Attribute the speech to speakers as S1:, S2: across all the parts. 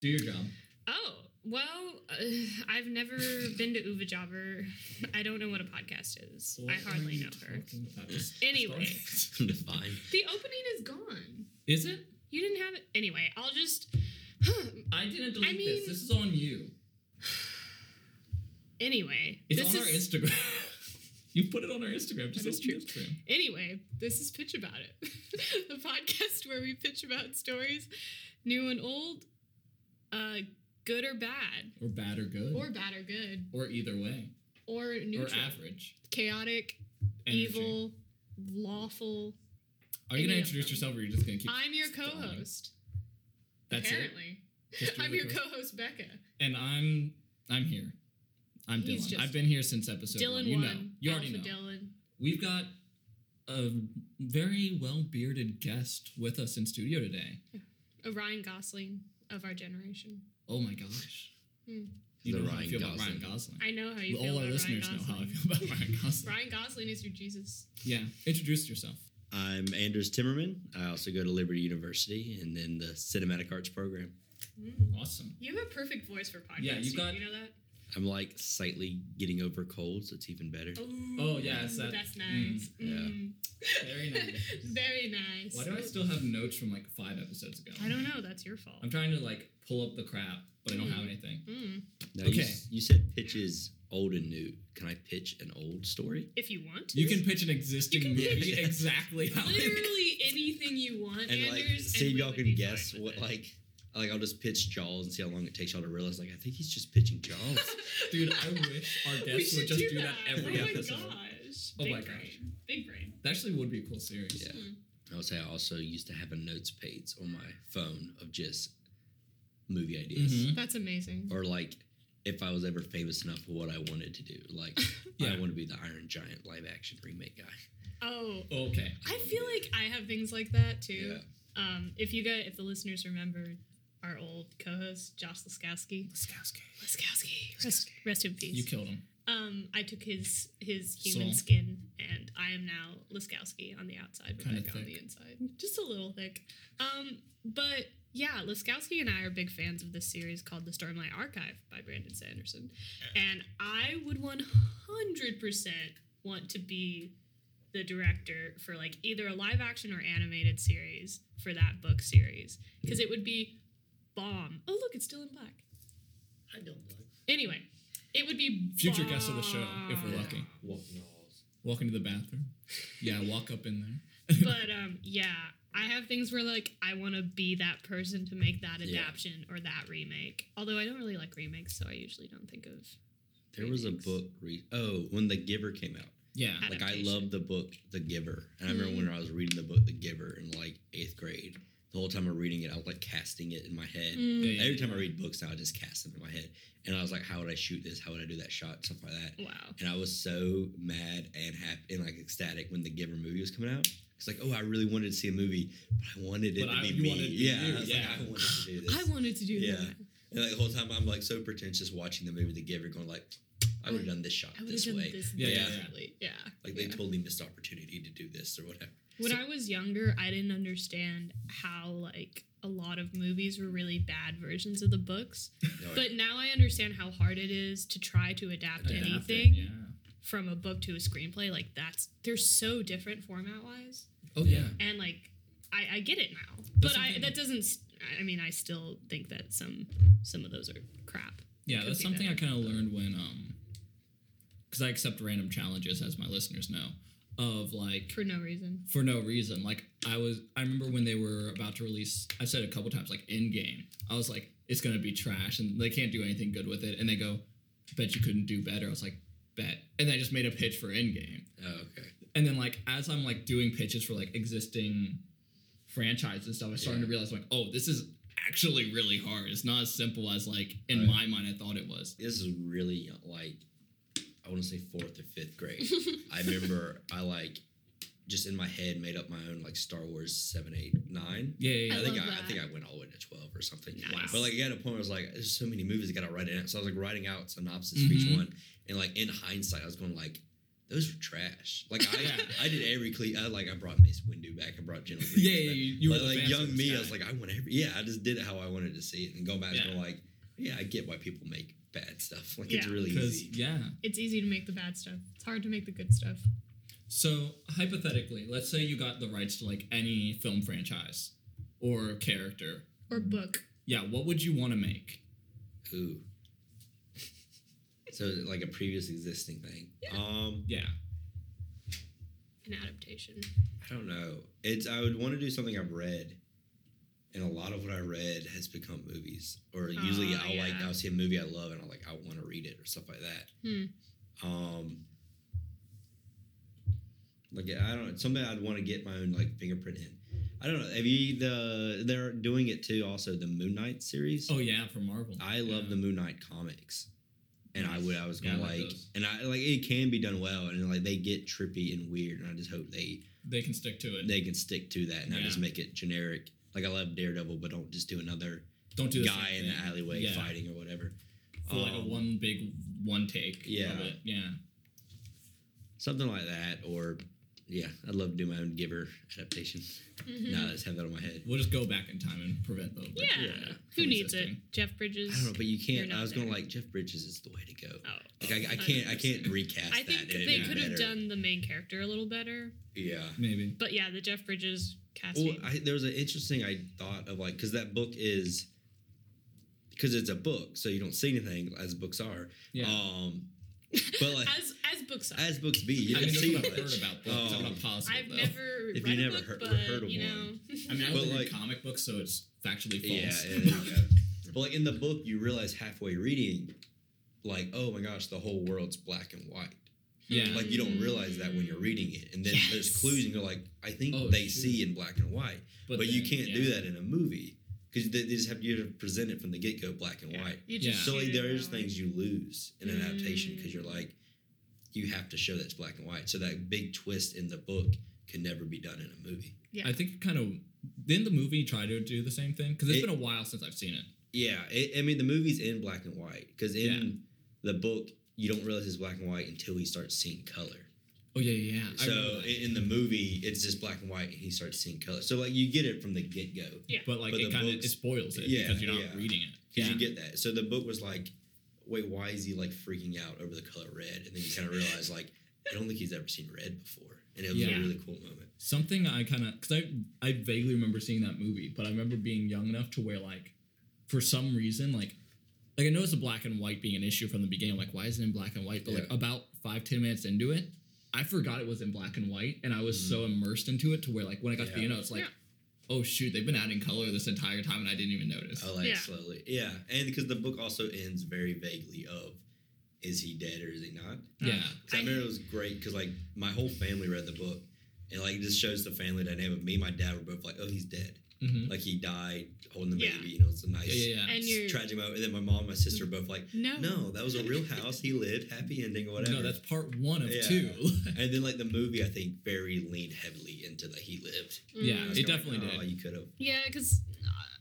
S1: Do your job.
S2: Oh, well, uh, I've never been to Uva Jobber. I don't know what a podcast is. I hardly know her. Anyway,
S3: Fine.
S2: the opening is gone.
S1: Is it?
S2: You didn't have it. Anyway, I'll just.
S1: I didn't delete
S2: mean-
S1: this. This is on you.
S2: anyway,
S1: It's
S2: this
S1: on
S2: is,
S1: our Instagram. you put it on our Instagram. Just
S2: That is
S1: open
S2: true.
S1: Instagram.
S2: Anyway, this is Pitch About It, the podcast where we pitch about stories, new and old, uh, good or bad,
S1: Or bad or good.
S2: or bad or good,
S1: Or either way.
S2: or neutral,
S1: Or average.
S2: chaotic,
S1: Energy.
S2: evil, lawful.
S1: Are you going
S2: any
S1: to
S2: of
S1: introduce
S2: them.
S1: yourself or you're just going to keep.
S2: I'm your
S1: stalling?
S2: co-host.
S1: That's
S2: apparently,
S1: it. Just you're
S2: I'm
S1: the
S2: your co-host Becca.
S1: And I'm I'm here. I'm
S2: He's
S1: Dylan.
S2: just-
S1: I've been here since episode one.
S2: Dylan
S1: You
S2: one,
S1: know. You already
S2: Alpha
S1: know.
S2: Dylan.
S1: We've got a very well bearded guest with us in studio today.
S2: a Ryan Gosling of our generation.
S1: Oh my gosh.
S2: Hmm.
S1: You
S3: The
S1: know how I
S3: Ryan
S1: feel about
S3: Gosling.
S1: Ryan Gosling.
S2: I know how you feel
S1: All
S2: about
S1: our listeners
S2: Ryan
S1: know how I
S2: Gosling.
S1: feel about Ryan Gosling.
S2: Ryan Gosling is your Jesus.
S1: Yeah. Introduce yourself.
S3: I'm Anders Timmerman. I also go to Liberty University and then the Cinematic Arts program.
S1: Awesome.
S2: Mm. You have a perfect voice for podcasting.
S1: Yeah, you've got-
S2: You know that?
S3: I'm like slightly getting over colds. It's even better.
S1: Oh, yeah, it's that-
S2: that's
S1: mm,
S2: nice.
S3: yeah.
S2: Mm,
S1: Very nice.
S2: Very nice.
S1: Why do I still have notes from like five episodes ago?
S2: I don't know. That's your fault.
S1: I'm trying to like pull up the crap, but I don't have
S2: Mm.
S1: anything.
S2: Mm,
S3: Now, you,
S1: Okay.
S3: you said pitches old and new. Can I pitch an old story?
S2: if you want to.
S1: You can pitch an existing
S2: can
S1: movie
S3: pitch-
S1: exactly how it
S2: literally anything you want,
S3: And
S2: Anders.
S3: like,
S2: and
S3: see if
S2: we
S3: y'all
S2: would
S3: can
S2: be
S3: guess
S2: fine
S3: what
S2: with it.
S3: like. Like I'll just pitch Jaws and see how long it takes y'all to realize. Like I think he's just pitching Jaws.
S1: Dude, I wish our
S2: We
S1: guests
S2: should
S1: would just do that, every
S2: oh
S1: episode.
S2: my gosh.
S1: Oh
S2: Big
S1: my
S2: brain.
S1: gosh.
S2: Big brain.
S1: That actually would be a cool series.
S3: Yeah.
S2: Hmm.
S3: I would say I also used to have a notes page on my phone of just movie ideas.
S1: Mhm.
S2: That's amazing.
S3: Or like if I was ever famous enough for what I wanted to do. Like
S1: Yeah.
S3: I want to be the Iron Giant live action remake guy.
S2: Oh,
S1: Okay.
S2: I feel like I have things like that too.
S3: Yeah.
S2: Um, if you guys, if the listeners remember our old co-host Josh Laskowski, Laskowski, rest, rest in peace.
S1: You killed him.
S2: um, I took his his human
S1: Soul.
S2: skin, and I am now Laskowski on the outside,
S1: Kinda
S2: Rebecca on
S1: thick.
S2: the inside, just a little thick. Um, but yeah, Laskowski and I are big fans of this series called The Stormlight Archive by Brandon Sanderson, and I would one hundred percent want to be the director for like either a live action or animated series for that book series because it would be bomb. Oh look, it's still in black.
S3: I don't like
S2: Anyway, it would be
S1: Future guest of the show, if we're
S2: bomb.
S1: lucky.
S3: walking
S1: Walk into the bathroom. Yeah, walk up in there.
S2: but um, yeah, I have things where like I want to be that person to make that
S3: Yeah.
S2: adaptation or that remake. Although I don't really like remakes, so I usually don't think of.
S3: There was a
S2: Remakes.
S3: book re- oh, when The Giver came out.
S1: yeah.
S3: Like I
S2: Adaptation.
S3: loved the book The Giver. And I remember
S2: Mm.
S1: Hmm.
S3: when I was reading the book The Giver in like eighth grade. The whole time I'm reading it, I was like casting it in my head.
S2: Mm,
S1: Yeah, Hmm.
S3: Every
S1: yeah.
S3: time I read books now, I just cast them in my head. And I was like, how would I shoot this? How would I do that shot? Stuff like that.
S2: Wow.
S3: And I was so mad and happy and like ecstatic when the Giver movie was coming out. It's like, oh, I really wanted to see a movie, but I wanted it
S1: But
S3: to
S1: I-
S3: be
S1: you
S3: me.
S1: wanted it to be
S3: yeah,
S1: you,
S3: I was
S1: yeah.
S3: like, I wanted to do this.
S2: I wanted to do
S3: Yeah.
S2: that.
S3: and like the whole time, I'm like so pretentious watching the movie The Giver, going like, I would have done this shot
S2: I would have
S3: this
S2: done
S3: way.
S2: this
S1: Yeah, yeah, yeah.
S2: differently. Yeah.
S3: Like they
S2: yeah.
S3: totally missed opportunity to do this or whatever.
S2: When I was younger, I didn't understand how like a lot of movies were really bad versions of the books.
S3: No,
S2: But now I understand how hard it is to try to
S1: Adapt
S2: adapt
S1: it,
S2: anything
S1: Yeah.
S2: from a book to a screenplay. Like that's they're so different format wise.
S1: Oh yeah.
S2: and like I, I get it now, but I
S1: something-
S2: that doesn't. s- I mean, I still think that some some of those are crap.
S1: Yeah,
S2: Could
S1: that's
S2: be
S1: something I
S2: better.
S1: kind of learned when um cuz I accept random challenges as my listeners know of like
S2: For no reason.
S1: for no reason. Like I was I remember when they were about to release I've said a couple times like Endgame. I was like it's going to be trash and they can't do anything good with it and they go bet you couldn't do better. I was like bet. And I just made a pitch for Endgame.
S3: Oh, okay.
S1: and then like as I'm like doing pitches for like existing franchises and stuff, I started
S3: Yeah.
S1: to realize like, oh, this is actually really hard. It's not as simple as like in
S3: Right.
S1: my mind I thought it was.
S3: This is really young, like I want to say fourth or fifth grade. I remember I like just in my head made up my own like Star Wars seven, eight, nine.
S1: Yeah, yeah,
S3: I,
S1: yeah.
S2: I
S3: think
S2: love
S3: I, I
S2: that.
S3: think I went all the way to twelve or something.
S2: Nice.
S3: But like at a point, I was like, "There's so many movies I gotta write it out." So I was like writing out synopsis for
S1: Mhm.
S3: each one, and like in hindsight, I was going like, those were trash. Like I,
S1: Yeah.
S3: I did every cleat. I, like I brought Mace Windu back. I brought General. Grievous
S1: Yeah, yeah,
S3: back.
S1: you- you were
S3: But,
S1: the
S3: like
S1: fans
S3: young
S1: of this
S3: me.
S1: guy.
S3: I was like, I want every. Yeah, I just did it how I wanted to see it, and go back
S1: Yeah.
S3: to like, yeah, I get why people make bad stuff. Like it's
S4: Yeah.
S3: really
S1: Because
S3: easy.
S1: yeah.
S4: It's easy to make the bad stuff. It's hard to make the good stuff.
S1: So hypothetically, let's say you got the rights to like any film franchise or character.
S4: Or book.
S1: Yeah, what would you want to make?
S3: Ooh. So like a previous existing thing.
S4: Yeah.
S3: Um,
S1: Yeah.
S4: An adaptation.
S3: I don't know. It's I would want to do something I've read, and a lot of what I read has become movies. Or usually
S4: Ah,
S3: I'll like
S4: yeah.
S3: I'll see a movie I love and I'll like I want to read it or stuff like that.
S4: Hmm.
S3: Um, like I don't something I'd want to get my own like fingerprint in. I don't know. Have you the they're doing it too? Also the Moon Knight series.
S1: Oh yeah, for Marvel.
S3: I love the Moon Knight comics, and I would I was
S1: Yeah, I
S3: gonna
S1: like
S3: like,
S1: those.
S3: and I like it can be done well, and like they get trippy and weird, and I just hope they
S1: They can stick to it.
S3: they can stick to that, and not just
S1: Yeah.
S3: make it generic. Like I love Daredevil, but don't just do another
S1: Don't do the
S3: guy
S1: same
S3: in the
S1: thing.
S3: alleyway
S1: Yeah.
S3: fighting or whatever.
S1: For like a
S3: Um,
S1: one big one take.
S3: yeah.
S1: Of it. Yeah.
S3: something like that, or yeah, I'd love to do my own Giver adaptation.
S4: Mhm.
S3: Now I just have that on my head.
S1: We'll just go back in time and prevent those.
S4: Yeah.
S3: Yeah.
S4: Who
S1: From
S4: needs it?
S1: existing.
S4: Jeff
S3: I
S4: Bridges.
S3: don't know, but you can't.
S4: You're
S3: I was
S4: not
S3: gonna
S4: there.
S3: like Jeff Bridges is the way to go.
S4: Oh.
S3: Like I, I can't, I can't
S1: 100%.
S3: recast
S4: I think
S3: that. and it'd
S4: they
S3: be
S4: could have
S3: better.
S4: done the main character a little better.
S3: Yeah.
S1: Maybe.
S4: But yeah, the Jeff Bridges
S3: Well,
S4: casting.
S3: I, there was an interesting I thought of like because that book is because it's a book, so you don't see anything as books are.
S1: Yeah.
S3: Um, but like
S4: as as books are.
S3: as books be, you
S1: I
S3: don't
S1: mean, that's
S3: see
S1: what I've
S3: much.
S1: heard about books. I'm
S3: Um,
S1: not positive.
S4: I've
S1: though.
S4: never
S3: If
S4: read
S3: you
S4: a
S3: never
S4: book,
S3: heard-
S4: but
S3: heard of
S4: you know,
S3: one.
S1: I mean, I
S3: But,
S1: only read
S3: like-
S1: comic books, so it's factually
S3: Yeah,
S1: false.
S3: yeah, there you go. but like in the book, you realize halfway reading, like oh my gosh, the whole world's black and white.
S1: Yeah.
S3: Like you don't realize that when you're reading it, and then there's
S4: Yes.
S3: clues, and you're like, I think
S1: Oh,
S3: they
S1: shoot.
S3: see in black and white, but, you
S1: then,
S3: can't
S1: yeah.
S3: do that in a movie because they, they just have you have to present it from the get go, black and
S4: yeah,
S3: white.
S4: you
S1: Yeah.
S4: just
S3: So like
S4: shoot it
S3: there's
S4: that way.
S3: things you lose in an adaptation
S4: Mm.
S3: because you're like, you have to show that it's black and white. So that big twist in the book can never be done in a movie.
S4: Yeah.
S1: I think it kind of didn't the movie try to do the same thing because it's
S3: It-
S1: been a while since I've seen it.
S3: Yeah, it, I mean the movie's in black and white because in the book you don't realize it's black and white until he starts seeing color.
S1: Oh yeah, yeah. yeah. I
S3: so
S1: remember that.
S3: i- in the movie it's just black and white and he starts seeing color. So like you get it from the get go because
S1: but like
S3: but
S1: it
S3: the
S1: kind of it
S3: books-
S1: spoils it
S3: Yeah,
S1: because you're not
S3: yeah.
S1: reading it. Yeah.
S3: you get that. So the book was like, wait, why is he like freaking out over the color red? And then you kind of realize like, I don't think he's ever seen red before, and it was
S1: Yeah.
S3: a really cool moment.
S1: Something I kind of because I I vaguely remember seeing that movie, but I remember being young enough to where like for some reason like like I noticed the black and white being an issue from the beginning. Like why is it in black and white? But like
S3: Yeah.
S1: about five ten minutes into it, I forgot it was in black and white, and I was so immersed into it to where like when I got to the
S3: Yeah.
S1: end, I was like.
S4: Yeah.
S1: Oh shoot! They've been adding color this entire time, and I didn't even notice.
S3: I like
S4: Yeah.
S3: slowly. Yeah, and because the book also ends very vaguely of, is he dead or is he not?
S1: yeah,
S3: Because I,
S4: I-
S3: remember it was great because like my whole family read the book, and like it just shows the family dynamic. Me and my dad were both like, "Oh, he's dead.
S1: hmm
S3: Like he died holding the
S4: Yeah.
S3: baby." You know, it's a nice
S1: yeah, yeah, yeah.
S4: and you're
S3: tragic moment. And then my mom and my sister were both like,
S4: no,
S3: "No, that was a real house. He lived, happy ending, or whatever."
S1: No, that's part one of
S3: Yeah.
S1: two.
S3: and then like the movie, I think very leaned heavily into that he lived.
S4: Mm.
S1: yeah.
S3: And I was
S1: It
S3: kinda
S1: definitely
S3: "Oh,
S1: did."
S3: You could have.
S4: yeah, uh, because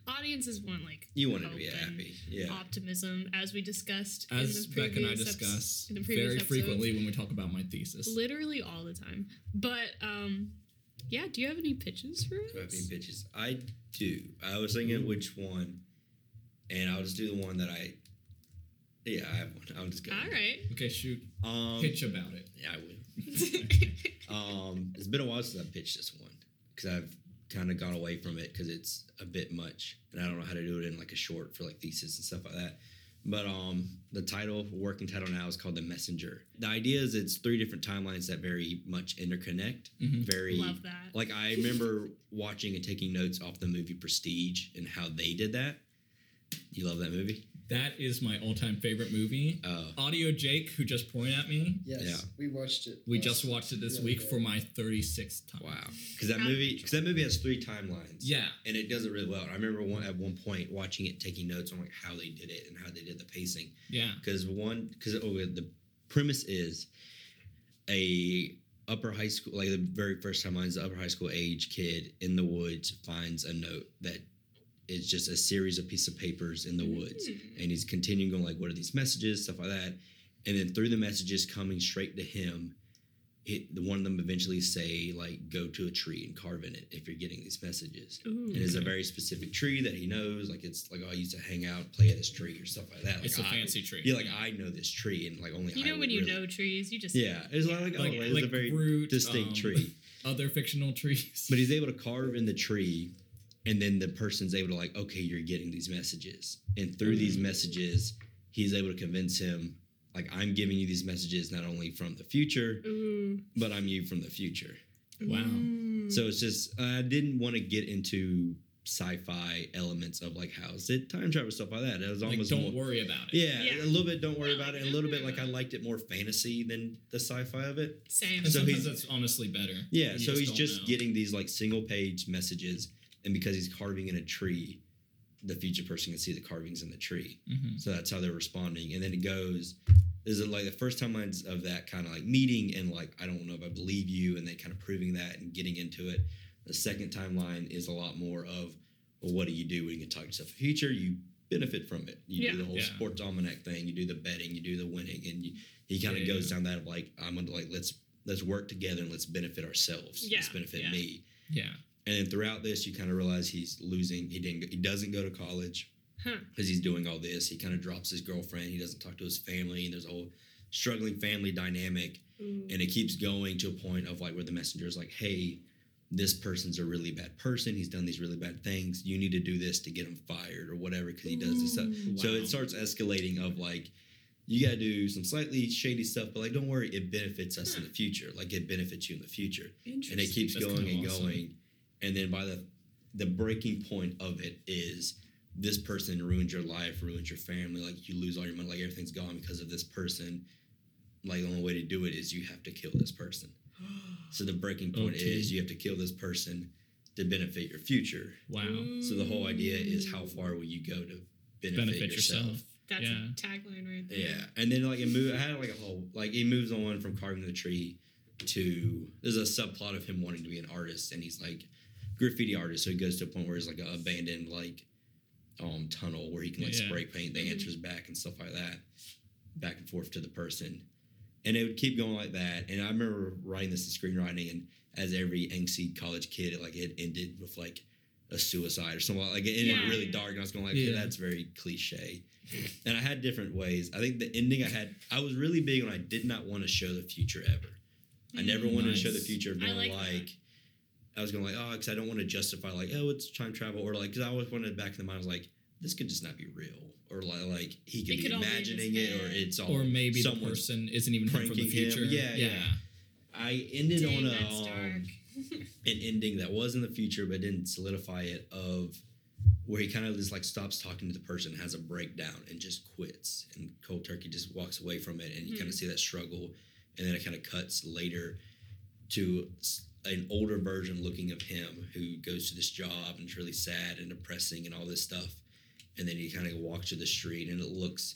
S4: audiences want like
S3: You wanted to
S4: hope
S3: be
S4: and
S3: happy. Yeah.
S4: optimism, as we discussed
S1: As
S4: in the
S1: Beck and I
S4: previous eps-
S1: discuss
S4: in the
S1: very
S4: previous episodes.
S1: frequently when we talk about my thesis.
S4: literally all the time. But um, yeah, do you have any pitches for
S3: Do I have any
S4: us?
S3: pitches? I do. I was thinking which one, and I'll just do the one that I. Yeah, I have one. I'm just gonna.
S4: All right.
S1: Okay, shoot.
S3: Um,
S1: Pitch about it.
S3: Yeah, I will. Um, it's been a while since I pitched this one because I've kind of gone away from it because it's a bit much, and I don't know how to do it in like a short for like thesis and stuff like that. But um, the title, working title now, is called The Messenger. The idea is it's three different timelines that very much interconnect.
S1: Mhm.
S3: Very
S4: Love that.
S3: like I remember watching and taking notes off the movie Prestige and how they did that. You love that movie?
S1: That is my all-time favorite movie.
S3: Oh,
S1: Audio Jake, who just pointed at me,
S5: Yes,
S3: Yeah.
S5: we watched it.
S1: we
S5: last-
S1: just watched it this
S5: Yeah,
S1: week
S5: yeah.
S1: for my 36th time.
S3: wow! Because that
S4: Out of
S3: movie, because that movie has three timelines.
S1: Yeah,
S3: and it does it really well. I remember one at one point watching it, taking notes on like how they did it and how they did the pacing.
S1: yeah.
S3: Because one, because oh, the premise is a upper high school, like the very first time is the upper high school age kid in the woods finds a note that is just a series of pieces of papers in the woods,
S4: Hmm.
S3: and he's continuing going like, what are these messages, stuff like that, and then through the messages coming straight to him, it, the one of them eventually say like go to a tree and carve in it if you're getting these messages.
S4: Ooh.
S3: And it's
S1: Mm-hmm.
S3: a very specific tree that he knows. Like it's like oh, I used to hang out, play at this tree or stuff like that. Like,
S1: it's a
S3: I-
S1: fancy tree.
S3: Oh Yeah, like I know this tree and like only
S4: You
S3: I
S4: know
S3: would
S4: when you
S3: really-
S4: know trees, you just
S3: Yeah, it's like, oh,
S1: Like-
S3: it's a
S1: like
S3: very
S1: root,
S3: distinct
S1: um,
S3: tree.
S1: Other fictional trees.
S3: But he's able to carve in the tree, and then the person's able to like, okay, you're getting these messages, and through these
S1: Mm-hmm.
S3: messages, he's able to convince him, like, I'm giving you these messages not only from the future,
S4: Ooh.
S3: but I'm you from the future.
S1: Wow.
S4: Mm.
S3: So it's just I didn't want to get into sci-fi elements of like how is it time travel stuff like that. It was
S1: like,
S3: almost
S1: don't
S3: more,
S1: worry about it.
S3: yeah,
S4: Yeah. Mm-hmm.
S3: a little bit. Don't worry
S4: Yeah,
S3: about
S4: like,
S3: it. And a little
S4: don't
S3: bit
S4: worry
S3: like I liked it more fantasy than the sci-fi of it.
S4: Same.
S1: And
S3: So
S1: sometimes
S3: he's-
S1: that's honestly better.
S3: Yeah,
S1: You
S3: so he's
S1: don't
S3: just
S1: know.
S3: getting these like single page messages, and because he's carving in a tree, the future person can see the carvings in the tree.
S1: Mhm.
S3: So that's how they're responding. And then it goes, is it like the first timelines of that kind of like meeting and like I don't know if I believe you, and then kind of proving that and getting into it. The second timeline is a lot more of, well, what do you do when you talk yourself the future? You benefit from it. You
S4: Yeah.
S3: do the whole
S1: Yeah.
S3: sports almanac thing. You do the betting. You do the winning, and you, he kind of
S1: Yeah.
S3: goes down that of like I'm gonna like let's let's work together and let's benefit ourselves. Let's
S4: Yeah.
S3: benefit
S1: Yeah.
S3: me.
S1: Yeah.
S3: And then throughout this, you kind of realize he's losing. He didn't. He doesn't go to college
S4: Huh.
S3: because he's doing all this. He kind of drops his girlfriend. He doesn't talk to his family. And there's a whole struggling family dynamic,
S4: Ooh.
S3: and it keeps going to a point of like where the messenger is like, "Hey, this person's a really bad person. He's done these really bad things. You need to do this to get him fired or whatever because he does this stuff."
S4: Ooh.
S3: So
S1: Mm, Wow.
S3: it starts escalating of like, you gotta do some slightly shady stuff, but like, don't worry, it benefits us in the future. Like, it benefits you in the future, and it
S4: Interesting.
S3: keeps
S1: That's
S3: going
S1: kinda
S3: and
S1: awesome.
S3: going. And then by the the breaking point of it is this person ruins your life, ruins your family. Like you lose all your money, like everything's gone because of this person. Like the only way to do it is you have to kill this person. So the breaking point
S1: OT.
S3: is you have to kill this person to benefit your future.
S1: Wow.
S3: So the whole idea is how far will you go to benefit,
S1: Benefit
S3: yourself?
S1: yourself.
S4: That's
S1: Yeah.
S4: a tagline right
S2: Mm-hmm.
S4: there.
S3: Yeah, and then like it move. I had like a whole like he moves on from carving the tree to there's a subplot of him wanting to be an artist, and he's like graffiti artist. So it goes to a point where it's like an abandoned like um tunnel where he can like
S1: Yeah.
S3: spray paint the answers back and stuff like that, back and forth to the person, and it would keep going like that. And I remember writing this in screenwriting, and as every angsty college kid, it, like it ended with like a suicide or something like it ended
S4: Yeah.
S3: really dark, and I was going like, okay,
S1: Yeah.
S3: that's very cliche and I had different ways. I think the ending I had, I was really big on. I did not want to show the future ever.
S2: Mm,
S3: I never wanted to show the
S1: Nice.
S3: future of
S4: I
S3: being like.
S4: like that.
S3: I was going like, oh, because I don't want to justify like, oh, it's time travel, or like, because I always wanted back in the mind, I was like, this could just not be real, or like, like he could
S4: It
S3: be
S4: could all be in his
S3: imagining it, or
S4: head.
S3: it's all
S1: Or maybe the
S3: someone's-
S1: person isn't even him from the
S3: pranking him.
S1: future.
S3: Yeah,
S1: yeah.
S3: yeah. I ended
S4: Dang,
S3: on a
S4: that's
S3: um,
S4: dark.
S3: an ending that was in the future but didn't solidify it of where he kind of just like stops talking to the person has a breakdown and just quits and cold turkey just walks away from it and you kind of see that struggle and then it kind of cuts later to s- an older version looking of him who goes to this job and it's really sad and depressing and all this stuff and then he kind of walks to the street and it looks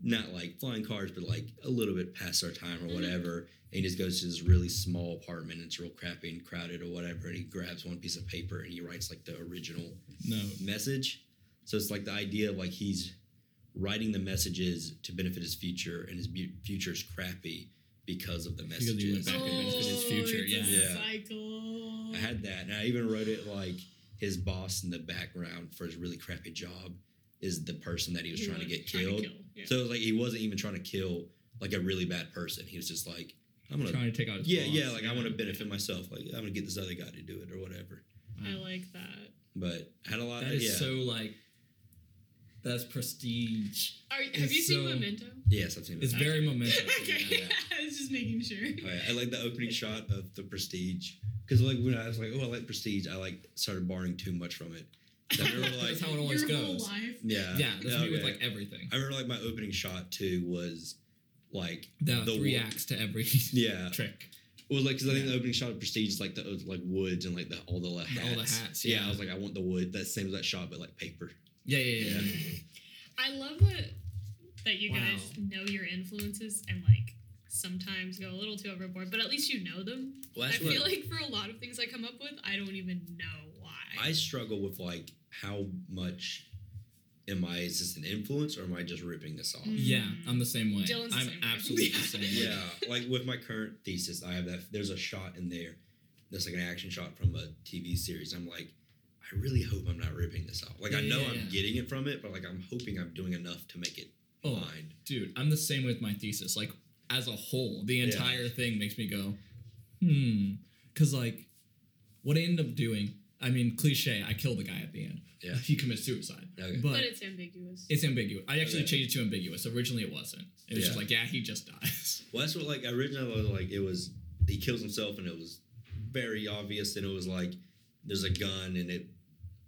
S3: not like flying cars but like a little bit past our time or
S4: Mhm.
S3: whatever and he just goes to this really small apartment and it's real crappy and crowded or whatever and he grabs one piece of paper and he writes like the original
S1: No.
S3: message so it's like the idea of like he's writing the messages to benefit his future and his bu- future's crappy because of the
S1: Because he
S3: messages
S1: went back and
S4: oh,
S1: it's his future,
S4: it's
S1: yeah.
S4: A
S3: Yeah.
S4: Cycle.
S3: I had that, and I even wrote it like his boss in the background for his really crappy job is the person that he was trying to get killed.
S4: kill, yeah.
S3: So it was like he wasn't even trying to kill like a really bad person. He was just like, I'm gonna,
S1: Trying to take out his
S3: yeah,
S1: boss.
S3: yeah, like I want to benefit myself. Like I'm gonna get this other guy to do it or whatever.
S4: I
S1: Wow.
S4: like that.
S3: But I had a lot.
S1: That
S3: Of,
S1: is
S3: yeah.
S1: so like that's prestige.
S4: Are, have
S1: It's
S4: you seen
S1: so-
S4: Memento?
S3: yes, I've seen
S1: It's
S3: that.
S1: very momentous.
S4: okay,
S3: yeah.
S4: I was just making sure.
S3: Oh, yeah. I like the opening shot of the Prestige because like when I was like, oh, I like Prestige. I like started borrowing too much from it. I remember like,
S1: That's how it always
S4: Your whole
S1: goes.
S4: life.
S3: yeah,
S1: Yeah, that's me with
S3: okay.
S1: like everything.
S3: I remember like my opening shot too was like
S1: The,
S3: The
S1: three
S3: one-
S1: acts to every
S3: yeah
S1: trick.
S3: well like because I think
S1: Yeah.
S3: the opening shot of Prestige is like the uh, like woods and like the all the hats.
S1: all the hats,
S3: yeah.
S1: yeah.
S3: I was like I want the wood that same as that shot but like paper
S1: Yeah, yeah, yeah. yeah.
S4: I love that that you
S1: Wow.
S4: guys know your influences and like sometimes go a little too overboard, but at least you know them.
S3: well
S4: I feel like for a lot of things I come up with, I don't even know why.
S3: I struggle with like how much am I is this an influence or am I just ripping this off?
S2: Mm.
S1: Yeah, I'm the same way.
S2: Dylan's the
S1: I'm
S2: same way.
S1: absolutely the same way.
S3: yeah, like with my current thesis, I have that. There's a shot in there that's like an action shot from a TV series. I'm like, I really hope I'm not ripping this off. Like I
S1: Yeah,
S3: know
S1: yeah,
S3: I'm
S1: yeah.
S3: getting it from it, but like I'm hoping I'm doing enough to make it
S1: Oh.
S3: mine.
S1: Dude, I'm the same with my thesis. Like, as a whole, the
S3: Yeah.
S1: entire thing makes me go, hmm. Because, like, what I end up doing, I mean, cliche, I kill the guy at the end.
S3: Yeah.
S1: He commits suicide.
S3: Okay.
S1: But,
S2: But,
S1: it's,
S2: it's ambiguous.
S1: ambiguous. I actually
S3: Okay.
S1: changed it to ambiguous. Originally, it wasn't. It was just
S3: Yeah.
S1: like, yeah, he just dies.
S3: Well, that's what like originally I was like it was he kills himself and it was very obvious and it was like there's a gun and it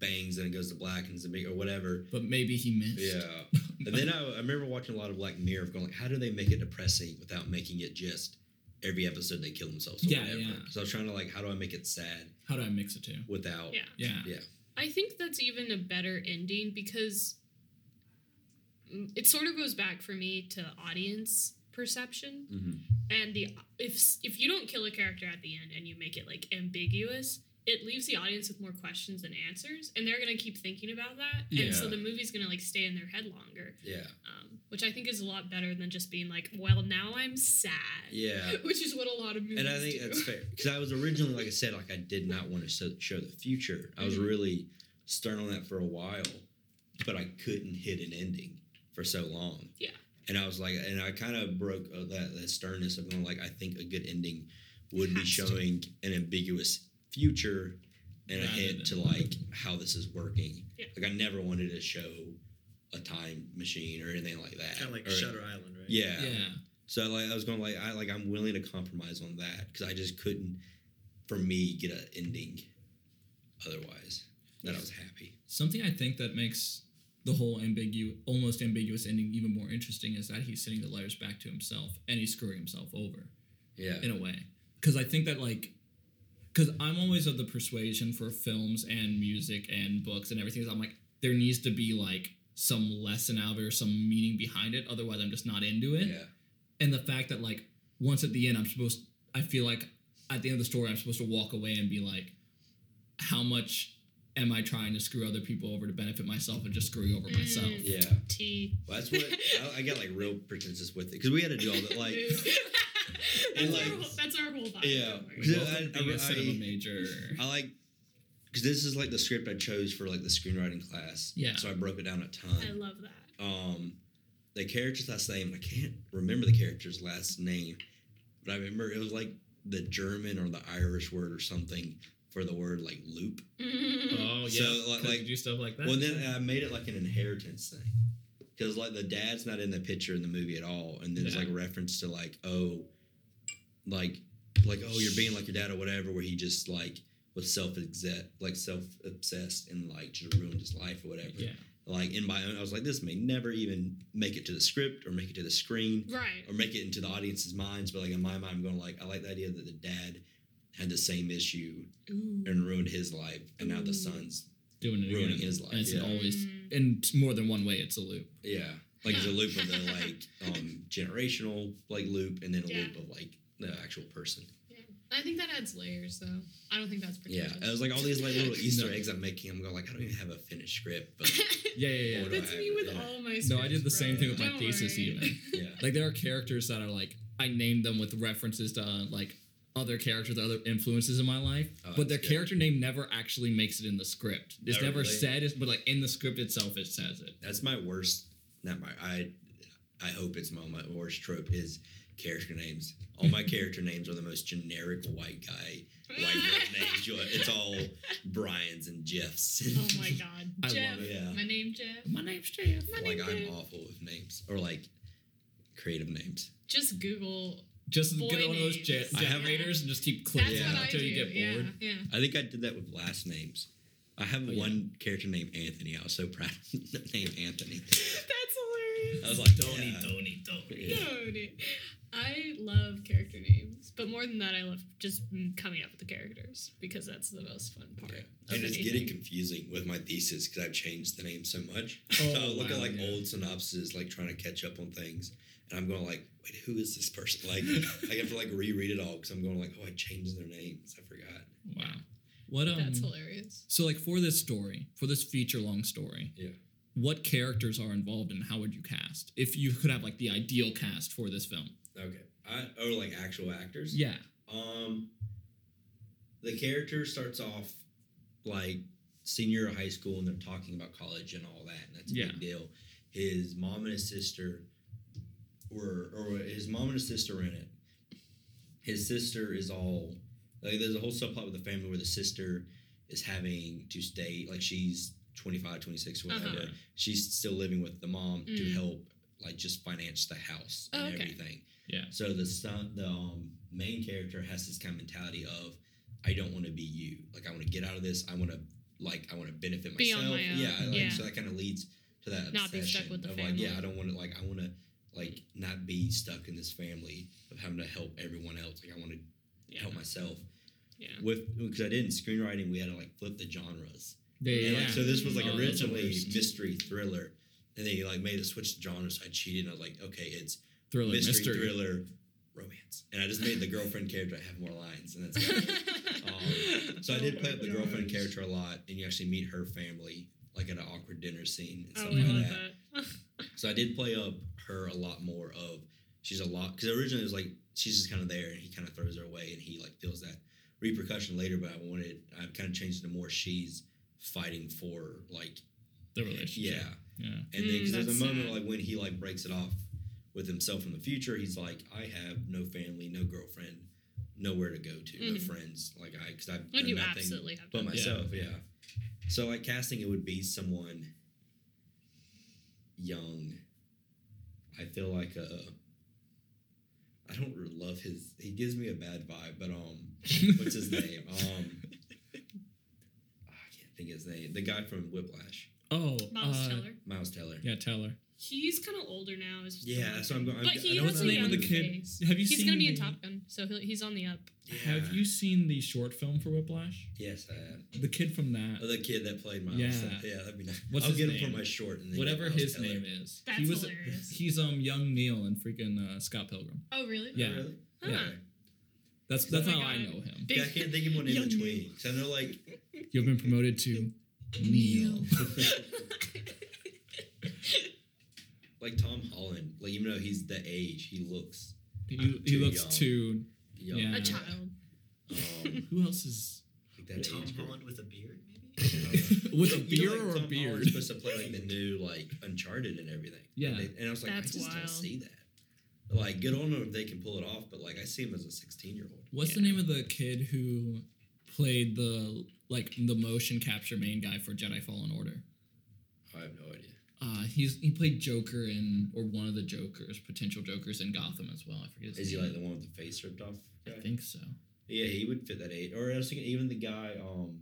S3: bangs and it goes to black and it's a big or whatever.
S1: But maybe he missed.
S3: Yeah. And then I, I remember watching a lot of Black Mirror of going like, how do they make it depressing without making it just every episode they kill themselves? Or
S1: Yeah,
S3: whatever.
S1: yeah.
S3: So I was trying to like, how do I make it sad
S1: How do I mix it too?
S3: without?
S2: Yeah.
S1: Yeah.
S2: I think that's even a better ending because mm, it sort of goes back for me to audience perception
S1: Mm-hmm.
S3: Mhm.
S2: and the if s- if you don't kill a character at the end and you make it like ambiguous it leaves the audience with more questions than answers and they're going to keep thinking about that and so
S3: Yeah.
S2: the movie's going to like stay in their head longer
S3: Yeah.
S2: um, which i think is a lot better than just being like well now i'm sad
S3: Yeah.
S2: which is what a lot of movies
S3: And I think
S2: do.
S3: that's fair because I was originally, like I said, like I did not want to so- show the future. I was
S2: Mhm.
S3: really stern on that for a while, but I couldn't hit an ending for so long.
S2: Yeah.
S3: And I was like, and I kind of broke uh, that, that sternness of going like, I think a good ending would be
S2: Has to.
S3: showing an ambiguous future and a
S1: Rather
S3: hint to
S1: than-
S3: like how this is working.
S2: Yeah.
S3: Like I never wanted to show a time machine or anything like that.
S5: Kind of like
S3: or-
S5: Shutter Island, right?
S1: Yeah.
S3: yeah. So like I was going like I like I'm willing to compromise on that because I just couldn't for me get an ending otherwise that I was happy.
S1: Something I think that makes the whole ambiguous, almost ambiguous ending even more interesting is that he's sending the letters back to himself and he's screwing himself over.
S3: Yeah.
S1: in a way because i think that like because i'm always of the persuasion for films and music and books and everything is i'm like there needs to be like some lesson out of it or some meaning behind it otherwise i'm just not into it
S3: Yeah.
S1: and the fact that like once at the end i'm supposed i feel like at the end of the story i'm supposed to walk away and be like how much am i trying to screw other people over to benefit myself and just screwing over
S2: Mm.
S1: myself
S3: Yeah.
S2: T.
S3: Well, that's what I, I got like real pretentious with it because we had to do all that like
S2: that's,
S3: like-
S2: our whole, that's our whole vibe.
S3: Yeah.
S2: don't worry.
S1: Like,
S3: Yeah,
S1: welcome to
S3: I-
S1: being a
S3: I-
S1: cinema major
S3: I like because this is like the script I chose for like the screenwriting class.
S1: Yeah.
S3: So I broke it down a
S2: I
S3: ton.
S2: love that.
S3: Um, the character's last name I can't remember the character's last name, but I remember it was like the German or the Irish word or something for the word like loop.
S2: Mm-hmm.
S1: oh yeah
S3: So, like-
S1: 'cause you
S3: like-
S1: do stuff like that
S3: Well, then uh, I made it like an inheritance thing because like the dad's not in the picture in the movie at all, and there's
S1: Yeah.
S3: like reference to like oh, like like oh you're being like your dad or whatever, where he just like was self like self obsessed and like just ruined his life or whatever.
S1: yeah
S3: Like in my own, I was like this may never even make it to the script or make it to the screen
S2: Right.
S3: or make it into the audience's minds, but like in my mind, I'm going like I like the idea that the dad had the same issue
S2: Mm.
S3: and ruined his life, and now the
S2: Ooh.
S1: Mm.
S3: son's
S1: doing it
S3: ruining
S1: again.
S3: his life.
S1: And it's
S3: yeah.
S1: always
S2: Mm.
S1: in t- more than one way. It's a loop.
S3: Yeah. Like it's a loop of the like um generational like loop and then a
S2: Yeah.
S3: loop of like the actual person.
S2: I think that adds layers, though. I don't think that's
S3: Yeah.
S2: pretentious.
S3: It was like all these like little e- Easter
S1: No.
S3: eggs I'm making. I'm going like I don't even have a finished script, but
S1: Yeah, yeah,
S3: Or-
S1: yeah.
S2: that's me with
S3: Yeah.
S2: all my.
S1: No, I did the
S2: scripts,
S1: same
S2: bro.
S1: thing with my
S2: Don't
S1: thesis
S2: worry.
S1: even.
S3: yeah.
S1: Like there are characters that are like I named them with references to uh, like other characters, other influences in my life,
S3: Oh,
S1: but
S3: that's
S1: their
S3: good.
S1: character name never actually makes it in the script. It's
S3: Oh,
S1: never
S3: really?
S1: said, it's, but like in the script itself, it says it.
S3: That's my worst not my I I hope it's my, my worst trope is character names. All my character names are the most generic white guy, white girl names. You- It's all Brian's and Jeff's.
S2: oh my god,
S1: I love
S2: Jeff.
S3: it. Yeah.
S2: My name Jeff.
S1: My name's Jeff.
S2: Oh My
S3: like
S2: name
S3: I'm
S2: Jeff.
S3: awful with names or like creative names.
S2: Just Google.
S1: Just
S2: Boy
S1: get one of those
S2: names.
S1: ge-
S3: I have-
S1: generators and just keep
S2: That's
S1: clicking
S2: what I
S1: until
S2: do.
S1: you get bored.
S2: Yeah.
S3: I think I did that with last names. I have
S1: Oh, yeah.
S3: one character named Anthony. I was so proud of the name Anthony.
S2: that's
S3: I was like,
S1: Don't
S3: yeah.
S1: eat, don't eat, don't eat.
S3: Yeah.
S2: No, dude. I love character names, but more than that, I love just mm, coming up with the characters because that's the most fun part.
S3: Yeah.
S2: of
S3: And it's
S2: anything.
S3: getting confusing with my thesis because I've changed the name so much.
S1: Oh,
S3: so I look at
S1: wow,
S3: like
S1: yeah.
S3: old synopses, like trying to catch up on things, and I'm going like, wait, who is this person? Like, I have to like reread it all because I'm going like, oh, I changed their names. I forgot.
S1: Wow. What um?
S2: That's hilarious.
S1: So like for this story, for this feature long story,
S3: Yeah.
S1: what characters are involved and how would you cast if you could have like the ideal cast for this film?
S3: Okay. I, or like actual actors.
S1: Yeah.
S3: Um, the character starts off like senior high school, and they're talking about college and all that, and that's a
S1: Yeah.
S3: big deal. His mom and his sister were, or his mom and his sister were in it. His sister is all like. There's a whole subplot with the family where the sister is having to stay, like she's 25, 26, whatever.
S2: Uh-huh.
S3: She's still living with the mom to
S2: Mm.
S3: help, like, just finance the house
S2: Oh,
S3: and
S2: okay.
S3: everything.
S1: Yeah.
S3: So the son, the um, main character has this kind of mentality of, I don't want to be you. Like I want to get out of this. I want to like I want to benefit
S2: Be on
S3: myself.
S2: my own.
S3: Yeah. Like,
S2: Yeah.
S3: So that kind of leads to that
S2: Not be stuck
S3: obsession
S2: with the
S3: of like, yeah,
S2: family.
S3: I don't want to like I want to like not be stuck in this family of having to help everyone else. Like I want to
S2: Yeah.
S3: help myself.
S2: Yeah.
S3: With because I did in screenwriting, we had to like flip the genres.
S1: They,
S3: And, like, so this was like
S1: Oh, that's the
S3: originally
S1: worst.
S3: mystery thriller, and then you like made a switch to genres. I cheated. and I was like, okay, it's
S1: thriller,
S3: mystery,
S1: mystery.
S3: thriller romance. And I just made the girlfriend character have more lines, and that's it. um, so I did
S2: Oh
S3: play
S2: my
S3: up the girlfriend
S2: gosh.
S3: character a lot, and you actually meet her family like at an awkward dinner scene and
S2: Oh,
S3: stuff
S2: we
S3: like
S2: love
S3: that.
S2: that.
S3: So I did play up her a lot more of she's a lot because originally it was like she's just kind of there, and he kind of throws her away, and he like feels that repercussion later. But I wanted I kind of changed it to more she's fighting for like
S1: The relationship.
S3: yeah
S1: Yeah.
S3: and then
S2: Mm,
S3: because there's
S2: that's
S3: a moment
S2: sad.
S3: like when he like breaks it off with himself in the future, he's like, I have no family, no girlfriend, nowhere to go to, no
S2: Mhm.
S3: friends. Like I, because I've
S2: When
S3: done
S2: you
S3: nothing
S2: absolutely have
S3: but
S2: done that.
S3: myself. Yeah. So like casting, it would be someone young. I feel like uh, I don't re- love his. He gives me a bad vibe, but um, what's his name? Um, I can't think of his name. The guy from Whiplash,
S1: Oh.
S2: Miles
S1: uh,
S2: Teller.
S3: Miles Teller.
S1: Yeah, Teller.
S2: He's kind of older now. Is
S3: Yeah, that's what I'm going.
S2: But
S3: I'm,
S2: he
S3: I don't
S2: was
S1: What's the
S2: a
S3: know-
S1: name of the
S2: young
S1: kid?
S2: face.
S1: Have you
S2: he's
S1: seen?
S2: gonna be in
S1: the-
S2: Top Gun, so he'll, he's on the up.
S1: Have you seen the short film for Whiplash?
S3: Yes, I have.
S1: The kid from that.
S3: Oh, the kid that played Miles.
S1: Yeah.
S3: Teller. yeah, that'd be nice.
S1: What's
S3: I'll
S1: his
S3: get him
S1: name?
S3: for my short and then
S1: Whatever
S3: get Miles
S1: his
S3: Teller.
S1: name is.
S2: That's
S1: he was
S2: hilarious.
S1: he's um young Neil in freaking uh, Scott Pilgrim.
S2: Oh, really?
S1: Yeah.
S3: Oh, really?
S2: Huh.
S1: Yeah. That's
S2: Oh
S1: that's
S2: my
S1: how I
S2: God.
S1: know him.
S3: Yeah, I can't think of one in
S1: Young
S3: between. 'Cause I know like
S1: You've been promoted to Neil.
S3: like Tom Holland. Like even though he's the age, he looks
S1: He, he
S3: Too
S1: looks
S3: young.
S1: too.
S3: young.
S1: Yeah.
S2: a child.
S3: Um,
S1: Who else is
S3: like that
S5: Tom
S3: age group.
S5: Holland with a beard, maybe?
S1: with a
S3: You know,
S1: beard
S3: like,
S1: or a
S3: Tom
S1: beard?
S3: Holland's supposed to play like the new like Uncharted and everything.
S1: Yeah.
S3: and, they- and I was like,
S2: That's
S3: I just don't
S2: wild.
S3: see that. Like, good on them if they can pull it off, but like I see him as a sixteen-year-old.
S1: What's the
S2: Yeah.
S1: name of the kid who played the like the motion capture main guy for Jedi Fallen Order?
S3: I have no idea.
S1: Uh, he's he played Joker in or one of the Jokers, potential Jokers in Gotham as well. I forget. His
S3: Is he
S1: name.
S3: like the one with the face ripped off?
S1: I think so.
S3: Yeah, he would fit that age. Or I was thinking even the guy, um,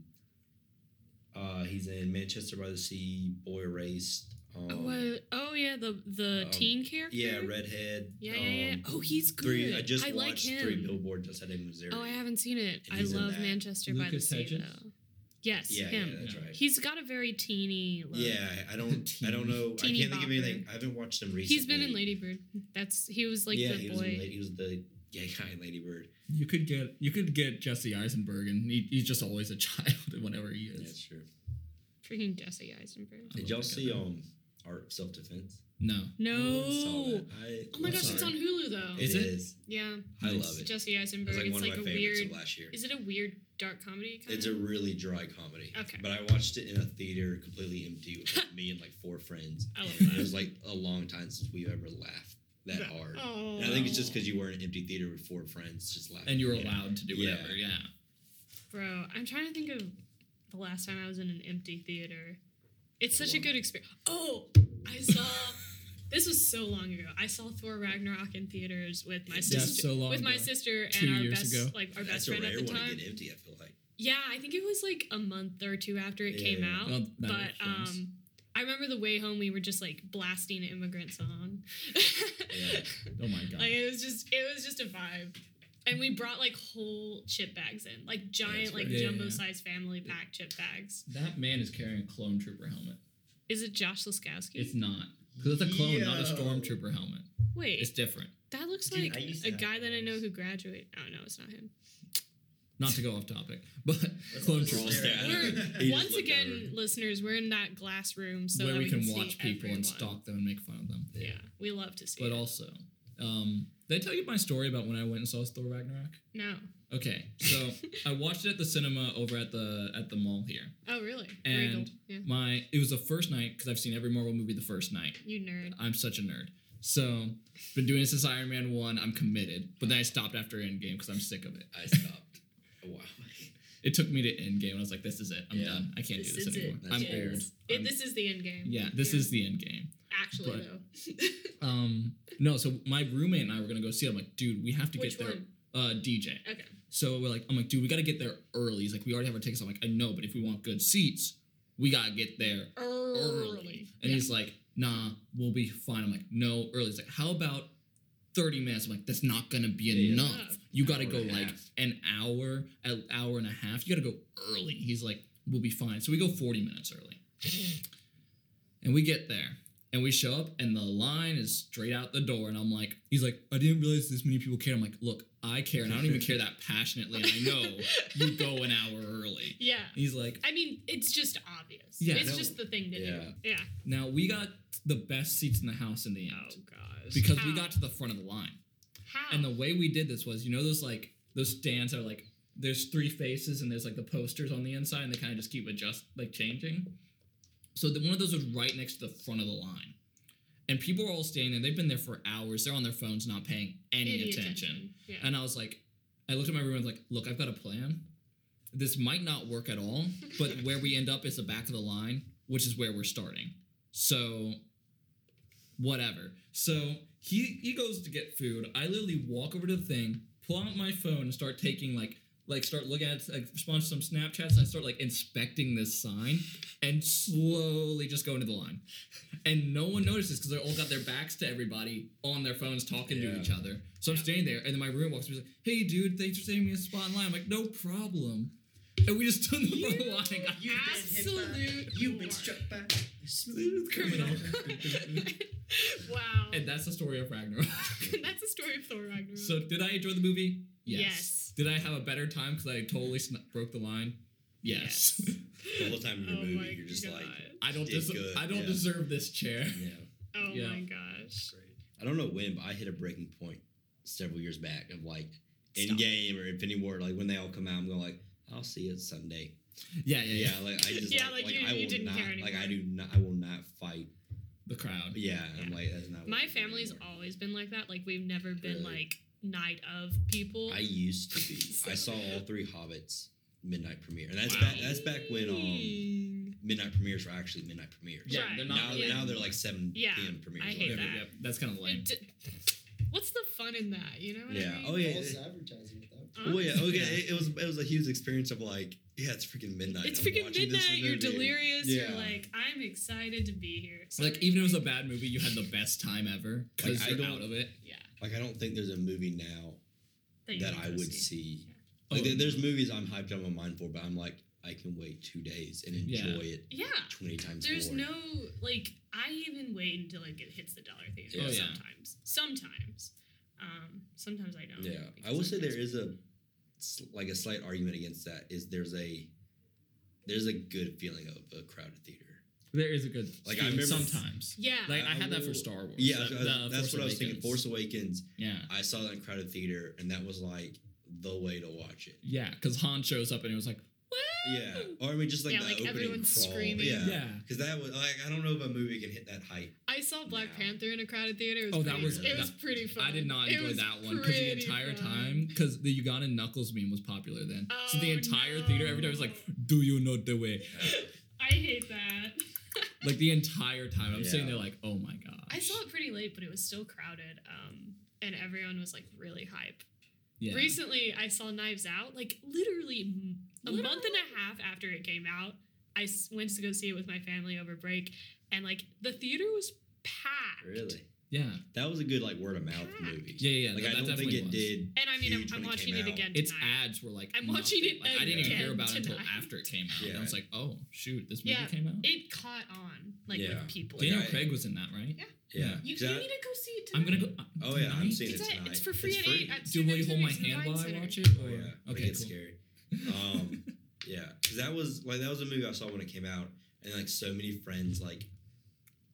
S3: uh, he's in Manchester by the Sea, boy erased. Um,
S2: Oh, uh, oh yeah, the the
S3: um,
S2: teen character.
S3: yeah, redhead.
S2: Yeah, yeah, yeah.
S3: um,
S2: Oh, he's good.
S3: Three. I just
S2: like
S3: watched
S2: him.
S3: Three Billboards Outside of Missouri.
S2: Oh, I haven't seen it.
S3: And
S2: I
S3: he's in
S2: love
S3: that.
S2: Manchester by the
S1: Lucas
S2: Sea
S1: Hedges?
S2: though. Yes,
S3: Yeah,
S2: him.
S3: yeah, that's
S1: Yeah.
S3: right.
S2: He's got a very teeny look.
S3: yeah, I don't. I don't know. I
S2: Teeny
S3: can't think of anything.
S2: bopper.
S3: I haven't watched him recently.
S2: He's been in Lady Bird. That's he was like
S3: yeah,
S2: the
S3: he
S2: boy.
S3: was in Lady. He was the gay guy in Lady Bird.
S1: You could get you could get Jesse Eisenberg, and he, he's just always a child whenever he
S3: Yeah,
S1: is.
S3: that's true.
S2: Freaking Jesse Eisenberg.
S1: I
S3: Did
S1: love
S3: y'all
S1: that guy,
S3: see
S1: though.
S3: um Art of Self Defense?
S1: No.
S2: No.
S3: one saw that. I,
S2: Oh my
S1: I'm
S2: gosh, it's
S1: sorry.
S2: on Hulu though.
S1: Is
S3: It
S1: it?
S3: is.
S2: yeah,
S3: I
S1: Nice.
S3: love it.
S2: Jesse
S3: It was
S2: Eisenberg.
S3: like
S2: it's
S3: one
S2: like
S3: of
S2: a
S3: my favorites
S2: weird.
S3: of last year.
S2: Is it a weird dark comedy? Kind
S3: It's a
S2: of?
S3: really dry comedy.
S2: Okay.
S3: But I watched it in a theater completely empty with like, me and like four friends.
S2: I love
S3: And it
S2: that.
S3: was like a long time since we've ever laughed that
S2: That-
S3: hard.
S2: Oh.
S3: And I think it's just because you were in an empty theater with four friends just laughing.
S1: And you were
S3: Yeah.
S1: allowed to do
S3: Yeah.
S1: whatever. Yeah.
S2: Bro, I'm trying to think of the last time I was in an empty theater. It's such a
S3: Long.
S2: good experience. Oh, I saw. this was so long ago. I saw Thor Ragnarok in theaters with my
S3: That's
S2: sister.
S1: so long
S2: with my
S1: ago.
S2: sister and
S1: Two
S2: our
S1: years
S2: best,
S1: ago.
S2: like our
S3: That's
S2: best
S3: a
S2: friend
S3: rare
S2: at the
S3: one to
S2: time.
S3: get empty, I feel like.
S2: Yeah, I think it was like a month or two after it came
S3: Yeah.
S2: out.
S1: Well, that
S2: but
S1: makes sense.
S2: um, I remember the way home we were just like blasting an immigrant song.
S3: Yeah.
S1: Oh my god.
S2: Like it was just it was just a vibe. And we brought like whole chip bags in, like giant,
S3: that's
S2: like
S3: right.
S1: Yeah, yeah,
S2: jumbo
S1: yeah.
S2: sized family pack chip bags.
S1: that man is carrying a clone trooper helmet.
S2: Is it Josh Laskowski?
S1: It's not because it's a clone, not a
S5: Yo.
S1: stormtrooper helmet.
S2: Wait,
S1: It's different.
S2: that looks
S5: Dude,
S2: like
S5: I used to
S2: a
S5: have
S2: guy
S5: one
S2: that I
S5: of
S2: know
S5: those.
S2: who graduated. Oh no, it's not him.
S1: Not to go off topic, but Clone
S3: We're all
S1: Troll.
S3: staring at
S2: We're-
S3: it. He just
S2: once
S3: looked
S2: again,
S3: over.
S2: listeners, we're in that glass room so
S1: where
S2: that
S1: we can,
S2: see
S1: watch people
S2: everyone.
S1: and stalk them and make fun of them.
S2: Yeah, we love to see.
S1: But
S2: it.
S1: also, um, did I tell you my story about when I went and saw Thor Ragnarok?
S2: no.
S1: Okay, so I watched it at the cinema over at the at the mall here.
S2: Oh, really? Regal.
S1: And
S2: Yeah.
S1: my it was the first night because I've seen every Marvel movie the first night.
S2: You nerd.
S1: I'm such a nerd. So been doing it since Iron Man one. I'm committed, but then I stopped after Endgame because I'm sick of it.
S3: I stopped. Wow.
S1: It took me to Endgame. I was like, this is it. I'm
S3: Yeah.
S1: done. I can't do this anymore.
S3: That's
S1: I'm
S3: fair.
S1: old.
S2: It,
S1: I'm-
S2: this is the end game.
S1: yeah, this
S2: yeah.
S1: is the Endgame.
S2: Actually,
S1: but-
S2: though.
S1: Um, no, so my roommate and I were gonna go see. It. I'm like, dude, we have to
S2: Which
S1: get there.
S2: one?
S1: Uh, DJ.
S2: Okay.
S1: So we're like, I'm like, dude, we gotta get there early. He's like, we already have our tickets. I'm like, I know, but if we want good seats, we gotta get there
S2: Early.
S1: early. And he's like, nah, we'll be fine. I'm like, no, early. He's like, how about 30 minutes? I'm like, that's not gonna be
S3: Yeah.
S1: enough. You gotta
S3: Hour
S1: go
S3: and a
S1: like
S3: half.
S1: an hour, an hour and a half. You gotta go early. He's like, we'll be fine. So we go 40 minutes early. and we get there. And we show up, and the line is straight out the door. And I'm like, he's like, I didn't realize this many people care. I'm like, look, I care, and I don't even care that passionately. And I know you go an hour early.
S2: yeah.
S1: He's like,
S2: I mean, it's just obvious.
S1: Yeah,
S2: It's
S1: no.
S2: just the thing to do.
S3: Yeah.
S2: Yeah.
S1: Now we got the best seats in the house in the
S2: Oh
S1: end
S2: gosh.
S1: because
S2: How?
S1: we got to the front of the line.
S2: How?
S1: And the way we did this was, you know, those like those stands are like there's three faces and there's like the posters on the inside and they kind of just keep adjust like changing. So the, one of those was right next to the front of the line, and people are all standing there. They've been there for hours. They're on their phones, not paying any, attention.
S2: Yeah.
S1: And I was like, I looked at my room and was like, look, I've got a plan. This might not work at all, but where we end up is the back of the line, which is where we're starting. So, whatever. So he he goes to get food. I literally walk over to the thing, pull out my phone, and start taking like like start looking at like respond to some Snapchats. And I start like inspecting this sign, and slowly just go into the line, and no one notices because they all got their backs to everybody on their phones talking to
S3: Yeah.
S1: each other. So I'm
S2: Yeah.
S1: standing there, and then my roommate walks. He's like, "Hey, dude, thanks for saving me a spot in line." I'm like, "No problem." And we just took the front line.
S5: You've been hit
S2: Absolute
S5: by, you've been
S2: lord.
S5: struck by a smooth
S1: criminal.
S5: criminal.
S2: wow.
S1: and that's the story of Ragnarok.
S2: That's the story of Thor Ragnarok.
S1: So did I enjoy the movie?
S2: Yes.
S1: Did I have a better time because I totally sn- broke the line? Yes.
S3: The whole time in your
S2: oh my
S3: movie, you're just
S2: god.
S3: like,
S1: I don't
S3: You did
S1: des-
S3: good,
S1: I don't
S3: yeah.
S1: deserve this chair.
S3: yeah.
S2: oh
S1: yeah.
S2: my gosh.
S3: I don't know when, but I hit a breaking point several years back of like in
S2: Stop.
S3: game or Infinity War, like when they all come out, I'm going like, I'll see it Sunday.
S1: Yeah, yeah, yeah.
S3: Yeah, like I just
S2: Yeah,
S3: like,
S2: like,
S3: like,
S2: you-
S3: I
S2: you
S3: will
S2: didn't
S3: not
S2: care
S3: like I
S2: anymore.
S3: do not I will not fight.
S1: The crowd.
S3: Yeah, I'm
S2: Yeah.
S3: like that's not. what
S2: My
S3: I'm doing
S2: family's
S3: anymore.
S2: always been like that. Like we've never been
S3: Really?
S2: like night of people.
S3: I used to be. I saw all three Hobbits midnight premiere, and that's back. That's back when um
S2: Dang.
S3: midnight premieres were actually midnight premieres.
S1: Yeah,
S2: Right.
S1: they're
S3: Now,
S1: not.
S2: yeah.
S3: now they're like seven
S2: Yeah,
S3: p.m. premieres.
S2: I
S3: or
S2: hate
S1: Yep,
S3: whatever.
S1: yep,
S2: that.
S1: yep. That's kind of lame.
S2: D- What's the fun in that? You know what
S3: Yeah.
S2: I mean?
S3: Oh yeah.
S5: False
S3: it-
S5: advertising at that
S2: Huh?
S3: Well, yeah. Oh, Okay.
S1: Yeah.
S3: It, it was it was a huge experience of like, yeah, it's freaking midnight.
S2: It's
S3: I'm
S2: freaking
S3: watching this
S2: midnight. You're
S3: movie.
S2: delirious.
S3: Yeah.
S2: You're like, I'm excited to be here.
S1: Like
S2: Sorry.
S1: even if it was a bad movie, you had the best time ever because
S3: Like, I
S1: you're
S3: don't-
S1: out of it.
S2: yeah,
S3: Like, I don't think there's a movie now
S2: you
S3: that
S2: can
S3: I
S2: go
S3: would see.
S1: Oh,
S3: Like, there- there's movies I'm hyped on my mind for, but I'm like, I can wait two days and
S1: Yeah.
S3: enjoy it
S2: Yeah,
S3: twenty times
S2: there's
S3: more.
S2: no like. I even wait until like it hits the dollar theater.
S3: Yeah. Oh,
S1: yeah.
S2: Sometimes, sometimes, um, sometimes I don't.
S3: Yeah, I
S2: because
S3: will
S2: I'm
S3: say there
S2: desperate.
S3: is a s- like a slight argument against that. Is there's a there's a good feeling of a crowded theater.
S1: there is a good.
S3: Like,
S1: Like
S3: I remember-
S1: sometimes.
S2: Yeah.
S1: Like I,
S3: I
S1: had that for
S3: will-
S1: Star Wars.
S3: Yeah,
S1: the-
S3: that's-
S1: the
S3: that's
S1: Force
S3: what I was thinking.
S1: Awakens.
S3: Force Awakens.
S1: Yeah.
S3: I saw that in crowded theater, and that was like the way to watch it.
S1: Yeah, because Han shows up and it was like,
S2: Woo!
S3: Yeah, or I mean, just like
S2: Yeah,
S3: the
S2: like,
S3: opening
S2: everyone's
S3: crawl.
S2: screaming.
S1: yeah.
S3: Yeah, Because that was like I don't know if a movie can hit that height.
S2: I saw Black
S3: Now.
S2: Panther in a crowded theater. It was
S1: Oh, that
S2: pretty,
S1: was-
S2: it was
S1: that-
S2: pretty fun.
S1: I did not
S2: It
S1: enjoy
S2: was
S1: that one because the
S2: pretty
S1: entire
S2: fun.
S1: time, because the Ugandan Knuckles meme was popular then. so the
S2: Oh,
S1: entire theater every time was like,
S2: no.
S1: "Do you know the way?"
S2: I hate that.
S1: Like the entire time, I'm sitting
S3: Yeah.
S1: there like, "Oh my gosh!"
S2: I saw it pretty late, but it was still crowded. Um, and everyone was like really hype.
S1: Yeah.
S2: Recently, I saw Knives Out. Like literally m- a month and a half after it came out, I s- went to go see it with my family over break, and like the theater was packed.
S3: Really,
S1: yeah,
S3: that was a good like word of mouth
S2: Packed.
S3: movie.
S1: yeah, yeah.
S3: like
S1: that,
S3: I
S1: that
S3: don't think
S1: definitely
S3: it
S1: was.
S3: did.
S2: And I mean, I'm,
S3: huge
S2: I'm
S3: when it
S2: watching
S3: came
S2: it
S3: out.
S2: again
S1: Its
S2: tonight.
S1: ads were like.
S2: I'm watching
S1: nothing.
S2: it
S1: Like, I didn't even hear
S2: again
S1: about it until
S2: tonight.
S1: after it came out. And I
S3: Yeah.
S1: was like, "Oh shoot, this movie
S2: Yeah.
S1: came out."
S2: It caught on like
S3: Yeah.
S2: with people.
S3: Like,
S1: Daniel
S3: I-
S1: Craig was in that, right?
S2: Yeah.
S3: Yeah,
S1: Yeah.
S2: you, you
S3: 'Cause I-
S2: need to go see it
S1: I'm
S2: tonight.
S1: gonna go.
S3: Oh yeah, I'm
S1: tonight?
S3: seeing it
S2: It's, at-
S3: tonight.
S2: it's for free
S3: It's
S2: at
S3: free.
S2: eight. At
S1: Do will
S2: Cinemas
S1: you hold my
S2: Movies in the
S1: hand
S2: Vine
S1: while I
S2: Center.
S1: watch it? Or?
S3: Oh yeah.
S1: Okay.
S3: it's
S1: Cool.
S3: scary. Um, yeah, because that was like that was a movie I saw when it came out, and like so many friends like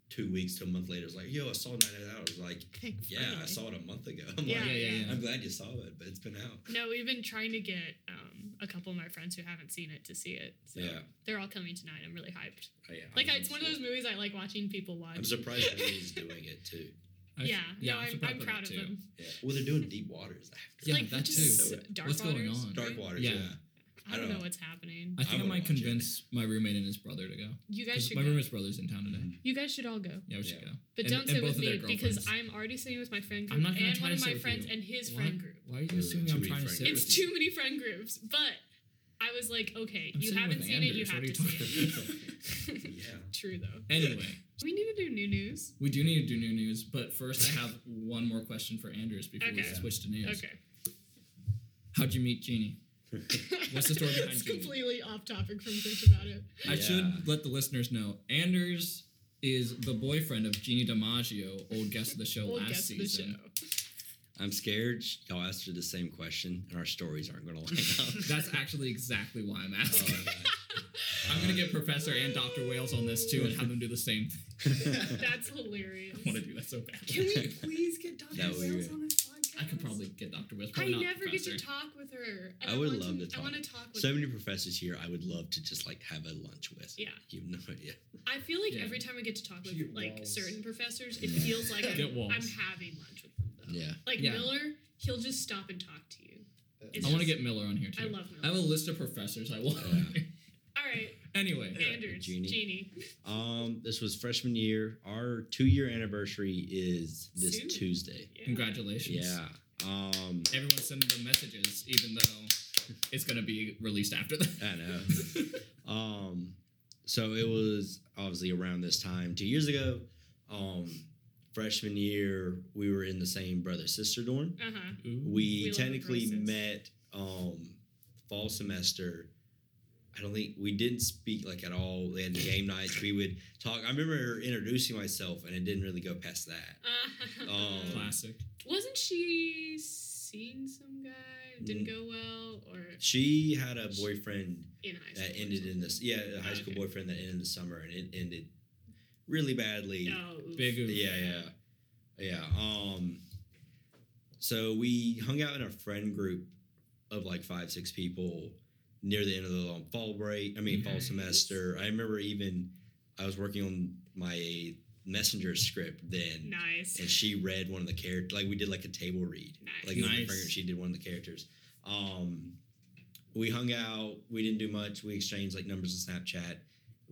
S3: two weeks to a month later was like, "Yo, I saw Night Out." I was like,
S2: Thank
S3: "Yeah, I
S2: Friday.
S3: saw it a month ago." I'm
S2: Yeah,
S1: yeah,
S3: like,
S1: yeah, yeah.
S3: "I'm glad you saw it, but it's been out."
S2: No, we've been trying to get um, a couple of my friends who haven't seen it to see it. So
S3: Yeah,
S2: they're all coming tonight. I'm really hyped.
S3: Oh, yeah.
S2: Like
S3: I'm
S2: it's one of those movies I like watching people watch.
S3: I'm surprised Disney's doing it too.
S1: I-
S2: yeah,
S1: yeah,
S2: no, I'm,
S1: surprised
S2: I'm
S1: by
S2: proud
S1: that
S2: of
S1: too.
S2: them.
S3: Yeah. Well, they're doing Deep Waters after
S1: Yeah,
S2: like
S1: that
S2: just
S1: too.
S2: s- Dark
S1: What's going
S2: Waters,
S1: on?
S3: Dark
S2: right?
S3: Waters. Yeah.
S1: Yeah.
S2: I don't
S3: I
S2: know
S3: don't-
S2: what's happening.
S1: I think I,
S3: wanna
S1: might
S3: watch it.
S1: convince my roommate and his brother to go.
S2: You guys
S1: 'Cause
S2: should.
S1: My
S2: Go.
S1: roommate's brother's in town today.
S2: You guys should all go.
S1: Yeah, we should
S3: Yeah.
S1: go.
S2: But
S1: And-
S2: don't
S1: and
S2: sit
S1: both
S2: with
S1: of their
S2: me because
S1: girlfriends.
S2: I'm already sitting with my friend
S1: I'm
S2: group
S1: not gonna
S2: and
S1: try
S2: one
S1: to
S2: of
S1: sit
S2: my
S1: with
S2: friends
S1: you.
S2: and his
S1: Why-
S2: friend group.
S1: Why are you
S3: Really,
S1: assuming
S3: too
S1: I'm
S3: many
S1: trying to
S3: friends.
S1: sit
S2: It's
S1: with
S2: too
S1: you?
S2: many friend groups, but I was like, okay,
S1: I'm
S2: you
S1: sitting
S2: haven't
S1: with
S2: seen it, you
S1: Anders. What
S2: have
S1: are
S2: to
S1: you
S2: see
S1: talking
S2: it.
S3: yeah.
S2: True though.
S1: Anyway,
S2: We need to do new news.
S1: we do need to do new news, but first I have one more question for Anders before we
S2: Okay.
S1: switch to news.
S2: Okay.
S1: How'd you meet Jeannie? What's the story behind
S2: It's
S1: Jeannie?
S2: completely off topic from Think About It.
S1: I
S3: Yeah.
S1: should let the listeners know Anders is the boyfriend of Jeannie DiMaggio, old guest of the show
S2: We'll
S1: last
S2: guess the
S1: season.
S2: show.
S3: I'm scared sh- y'all asked her the same question and our stories aren't going to line up.
S1: That's actually exactly why I'm
S3: Oh,
S1: asking. I'm gonna get Professor and Dr. Wales on this too and have them do the same thing.
S3: God.
S2: That's hilarious.
S1: I want to do that so bad.
S2: Can we please get Dr.
S3: That would be
S2: Wales
S3: good.
S2: on this podcast?
S1: I could probably get Dr. Wales.
S2: I
S1: Probably not
S2: never get
S1: professor.
S2: to talk with her. and
S3: I would
S2: want
S3: love to
S2: I
S3: talk.
S2: want to talk with
S3: so
S2: her.
S3: many professors here I would love to just like have a lunch with.
S2: Yeah.
S3: You have no idea.
S2: I feel like
S1: Yeah.
S2: every time I get to talk with
S5: Get
S2: like
S5: walls.
S2: certain professors, it feels like I'm,
S1: Get walls.
S2: I'm having lunch with them though.
S3: Yeah.
S2: Like
S1: Yeah.
S2: Miller, he'll just stop and talk to you.
S1: I
S2: It's
S1: want to
S2: just-
S1: get Miller on here too.
S2: I love Miller.
S1: I have a list of professors I want.
S3: Yeah.
S2: All right,
S1: anyway,
S2: Anders, Jeannie.
S3: Jeannie. Um, this was freshman year. Our two year anniversary is this
S2: Soon.
S3: Tuesday.
S2: Yeah.
S1: congratulations.
S3: Yeah. Um,
S1: Everyone send them messages, even though it's gonna be released after that.
S3: I know. Uh, um, so it was obviously around this time two years ago. Um, freshman year, we were in the same brother sister dorm.
S2: Uh huh.
S1: Ooh.
S3: We,
S2: We love the
S3: technically
S2: process.
S3: met um, fall semester. I don't think we didn't speak like at all. They had game nights. We would talk. I remember introducing myself, and it didn't really go past that. Um,
S1: Classic.
S2: Wasn't she seeing some guy? who Didn't
S3: Mm.
S2: go well, or
S3: She had a boyfriend
S2: in high school?
S3: that
S2: or
S3: ended in this.
S2: something?
S3: Yeah, a high school
S2: Okay.
S3: boyfriend that ended the summer, and it ended really badly.
S2: Oh, oof.
S1: Big oof.
S3: Yeah, yeah, yeah. Um, so we hung out in a friend group of like five, six people near the end of the long fall break. I mean, fall
S1: Nice.
S3: semester. I remember even I was working on my messenger script then,
S2: Nice.
S3: and she read one of the characters. Like we did like a table read.
S2: nice.
S3: Like it was my
S1: Nice.
S3: friend group, she did one of the characters. Um, we hung out. We didn't do much. We exchanged like numbers on Snapchat.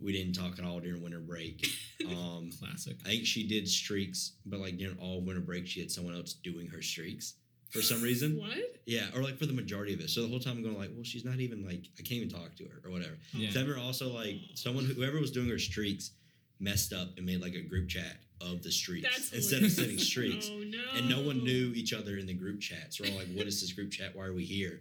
S3: We didn't talk at all during winter break. Um,
S1: Classic.
S3: I think she did streaks, but like during all winter break, she had someone else doing her streaks for some reason.
S2: what?
S3: yeah, or like for the majority of it. So the whole time I'm going like, well, she's not even like I can't even talk to her or whatever.
S1: Yeah.
S3: So I remember also like someone who- whoever was doing her streaks messed up and made like a group chat of the streaks
S2: That's
S3: instead of
S1: hilarious.
S3: sending streaks.
S2: Oh no.
S3: And no one knew each other in the group chat. So we're all like, what is this group chat? Why are we here?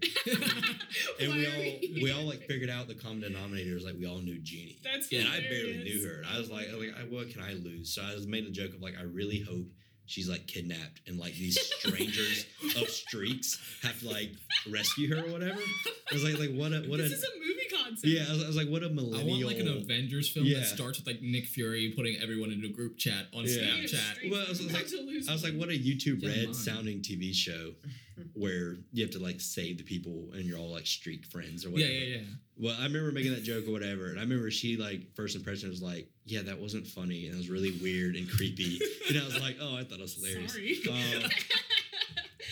S3: And
S2: Why
S3: we
S2: are
S3: all we, all like figured out the common denominator was like we all knew Jeannie.
S2: That's
S3: Yeah, and I
S2: hilarious.
S3: barely knew her. And I was like, I was like, I, what can I lose? So I was made a joke of like, I really hope she's like kidnapped and like these strangers of streaks have to like rescue her or whatever. I was like, like what a what
S2: this
S3: a
S2: is a movie concept.
S3: yeah. I was, I was like, what a
S1: I
S3: millennial.
S1: want like an Avengers film
S3: Yeah.
S1: that starts with like Nick Fury putting everyone into a group chat on
S3: Yeah.
S2: Speaking of
S1: Snapchat.
S2: streaks,
S3: Well, I was
S2: I'm
S3: like-
S2: about to lose
S3: I was like,
S2: one.
S3: what a YouTube
S1: Yeah,
S3: Red
S1: mine.
S3: sounding TV show where you have to like save the people and you're all like streak friends or
S1: Yeah,
S3: whatever.
S1: yeah, yeah.
S3: Well, I remember making that joke or whatever, and I remember she like first impression was like, "Yeah, that wasn't funny," and it was really weird and creepy. and I was like, "Oh, I thought it was hilarious."
S2: Sorry.
S3: Um,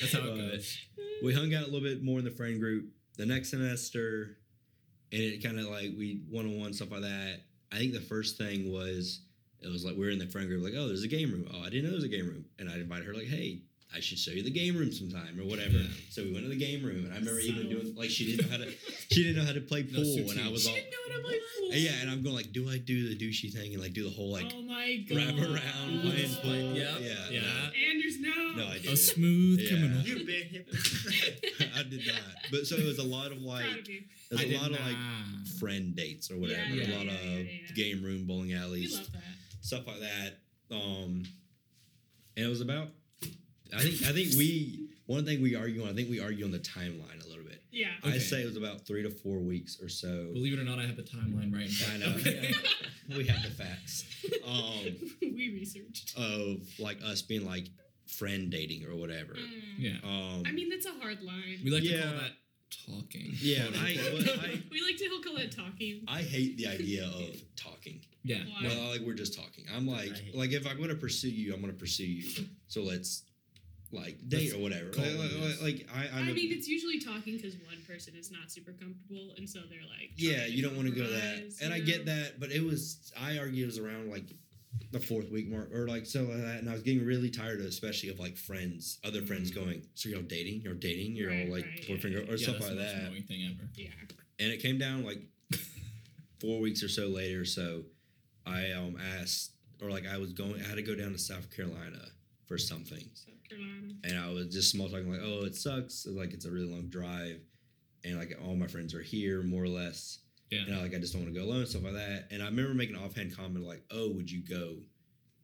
S1: That's how it
S3: Uh,
S1: goes.
S3: we hung out a little bit more in the friend group the next semester, and it kind of like we one on one stuff like that. I think the first thing was it was like we were in the friend group, like, "Oh, there's a game room." Oh, I didn't know there was a game room, and I invited her like, "Hey." I should show you the game room sometime or whatever.
S1: Yeah.
S3: So we went to the game room, and I remember even
S2: So-
S3: doing like she didn't know how to she didn't know how to play
S1: No
S3: pool, and I
S1: suiting.
S3: was
S2: she
S3: all
S2: didn't know what I'm like.
S3: and Yeah, and I'm going like, do I do the douchey thing and like do the whole like
S2: oh my god.
S3: wrap
S1: Oh.
S3: around playing pool?
S1: Yep.
S3: yeah,
S1: Yeah.
S2: Anders, no.
S3: No, no, I
S1: A
S3: did.
S1: smooth
S3: Yeah.
S1: criminal.
S5: You've been hypocritical.
S3: I did not. But so it was a lot of like,
S2: Proud of you.
S3: it was
S1: I
S3: a
S1: did
S3: lot of
S1: not.
S3: like friend dates or whatever.
S2: Yeah,
S1: yeah,
S3: a lot
S2: yeah,
S3: of
S2: yeah, yeah, yeah.
S3: game room bowling
S2: We
S3: alleys,
S2: love that.
S3: stuff like that. Um, and it was about. I think I think we one thing we argue on. I think we argue on the timeline a little bit
S4: Yeah.
S1: Okay.
S3: I'd say it was about three to four weeks or so.
S1: Believe it or not, I have the timeline right. in
S3: I
S1: front-
S3: know.
S1: Okay.
S3: we have the facts um,
S4: we researched.
S3: of like us being like friend dating or whatever.
S2: Mm.
S1: yeah.
S3: Um,
S4: Mm. I mean, that's a hard line.
S1: We like to
S3: Yeah.
S1: call that talking.
S3: Yeah,
S1: quote
S3: I-
S1: unquote.
S3: but I-
S4: we like to call it talking.
S3: I hate the idea of talking.
S1: yeah.
S4: Why?
S1: No,
S3: Uh, Well, like we're just talking. I'm like,
S5: hate-
S3: like if I'm gonna pursue you, I'm gonna pursue you. So let's like date
S1: Let's
S3: or whatever.
S1: call
S3: Like,
S1: it
S3: like-
S1: this.
S3: like, I,
S4: I
S3: I'm a-
S4: mean, it's usually talking because one person is not super comfortable, and so they're like,
S3: yeah,
S4: trying
S3: you don't want to go that,
S4: compromise,
S3: and I
S4: you
S3: get
S4: know?
S3: that. But it was, I argue, it was around like the fourth week mark or like so like that, and I was getting really tired, of, especially of like friends, other friends
S4: Mhm.
S3: going, so you're all dating, you're all dating, you're
S4: Right,
S3: all like
S4: right, yeah,
S3: boyfriend
S4: yeah,
S3: girl- or
S1: yeah,
S3: stuff
S1: that's
S3: like
S1: the most
S3: that.
S1: annoying thing ever.
S4: Yeah.
S3: and it came down like four weeks or so later. So I um asked, or like I was going, I had to go down to South Carolina for something,
S4: South Carolina.
S3: and I was just small talking like, oh, it sucks, and, like it's a really long drive, and like all my friends are here more or less,
S1: Yeah.
S3: and I, like I just don't want to go alone and stuff like that. And I remember making an offhand comment like, oh, would you go?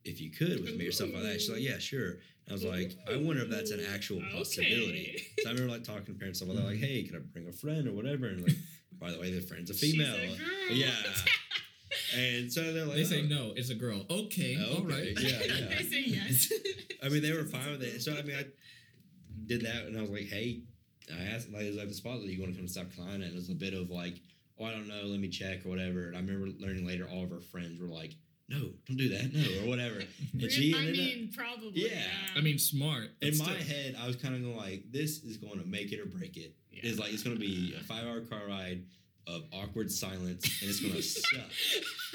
S3: If you could with me or something like that, she's like, "Yeah, sure." And I was like, "I wonder if that's an actual
S4: Ooh,
S3: possibility."
S4: okay. Mm-hmm.
S3: So I remember like talking to parents and stuff like that, like, "Hey, can I bring a friend or whatever?" And like, by the way, their friend's a female.
S4: She's a girl.
S3: Yeah. And so they're like,
S1: They
S3: oh,
S1: say no, it's a girl. Okay,
S3: Okay,
S1: all right.
S3: yeah, yeah.
S4: I say yes.
S3: I mean, they were fine with it. So I mean, I did that, and I was like, hey, I asked like, is that the spot that you want to come to South Carolina? And it was a bit of like, oh, I don't know, let me check or whatever. And I remember learning later, all of her friends were like, no, don't do that, no, or whatever. And she
S4: I
S3: ended up.
S4: mean, probably.
S3: Yeah.
S1: I mean, smart. but
S3: In my
S1: still.
S3: head, I was kind of going like, this is going to make it or break it.
S4: Yeah.
S3: It's like it's going to be a five-hour car ride of awkward silence, and it's going to suck.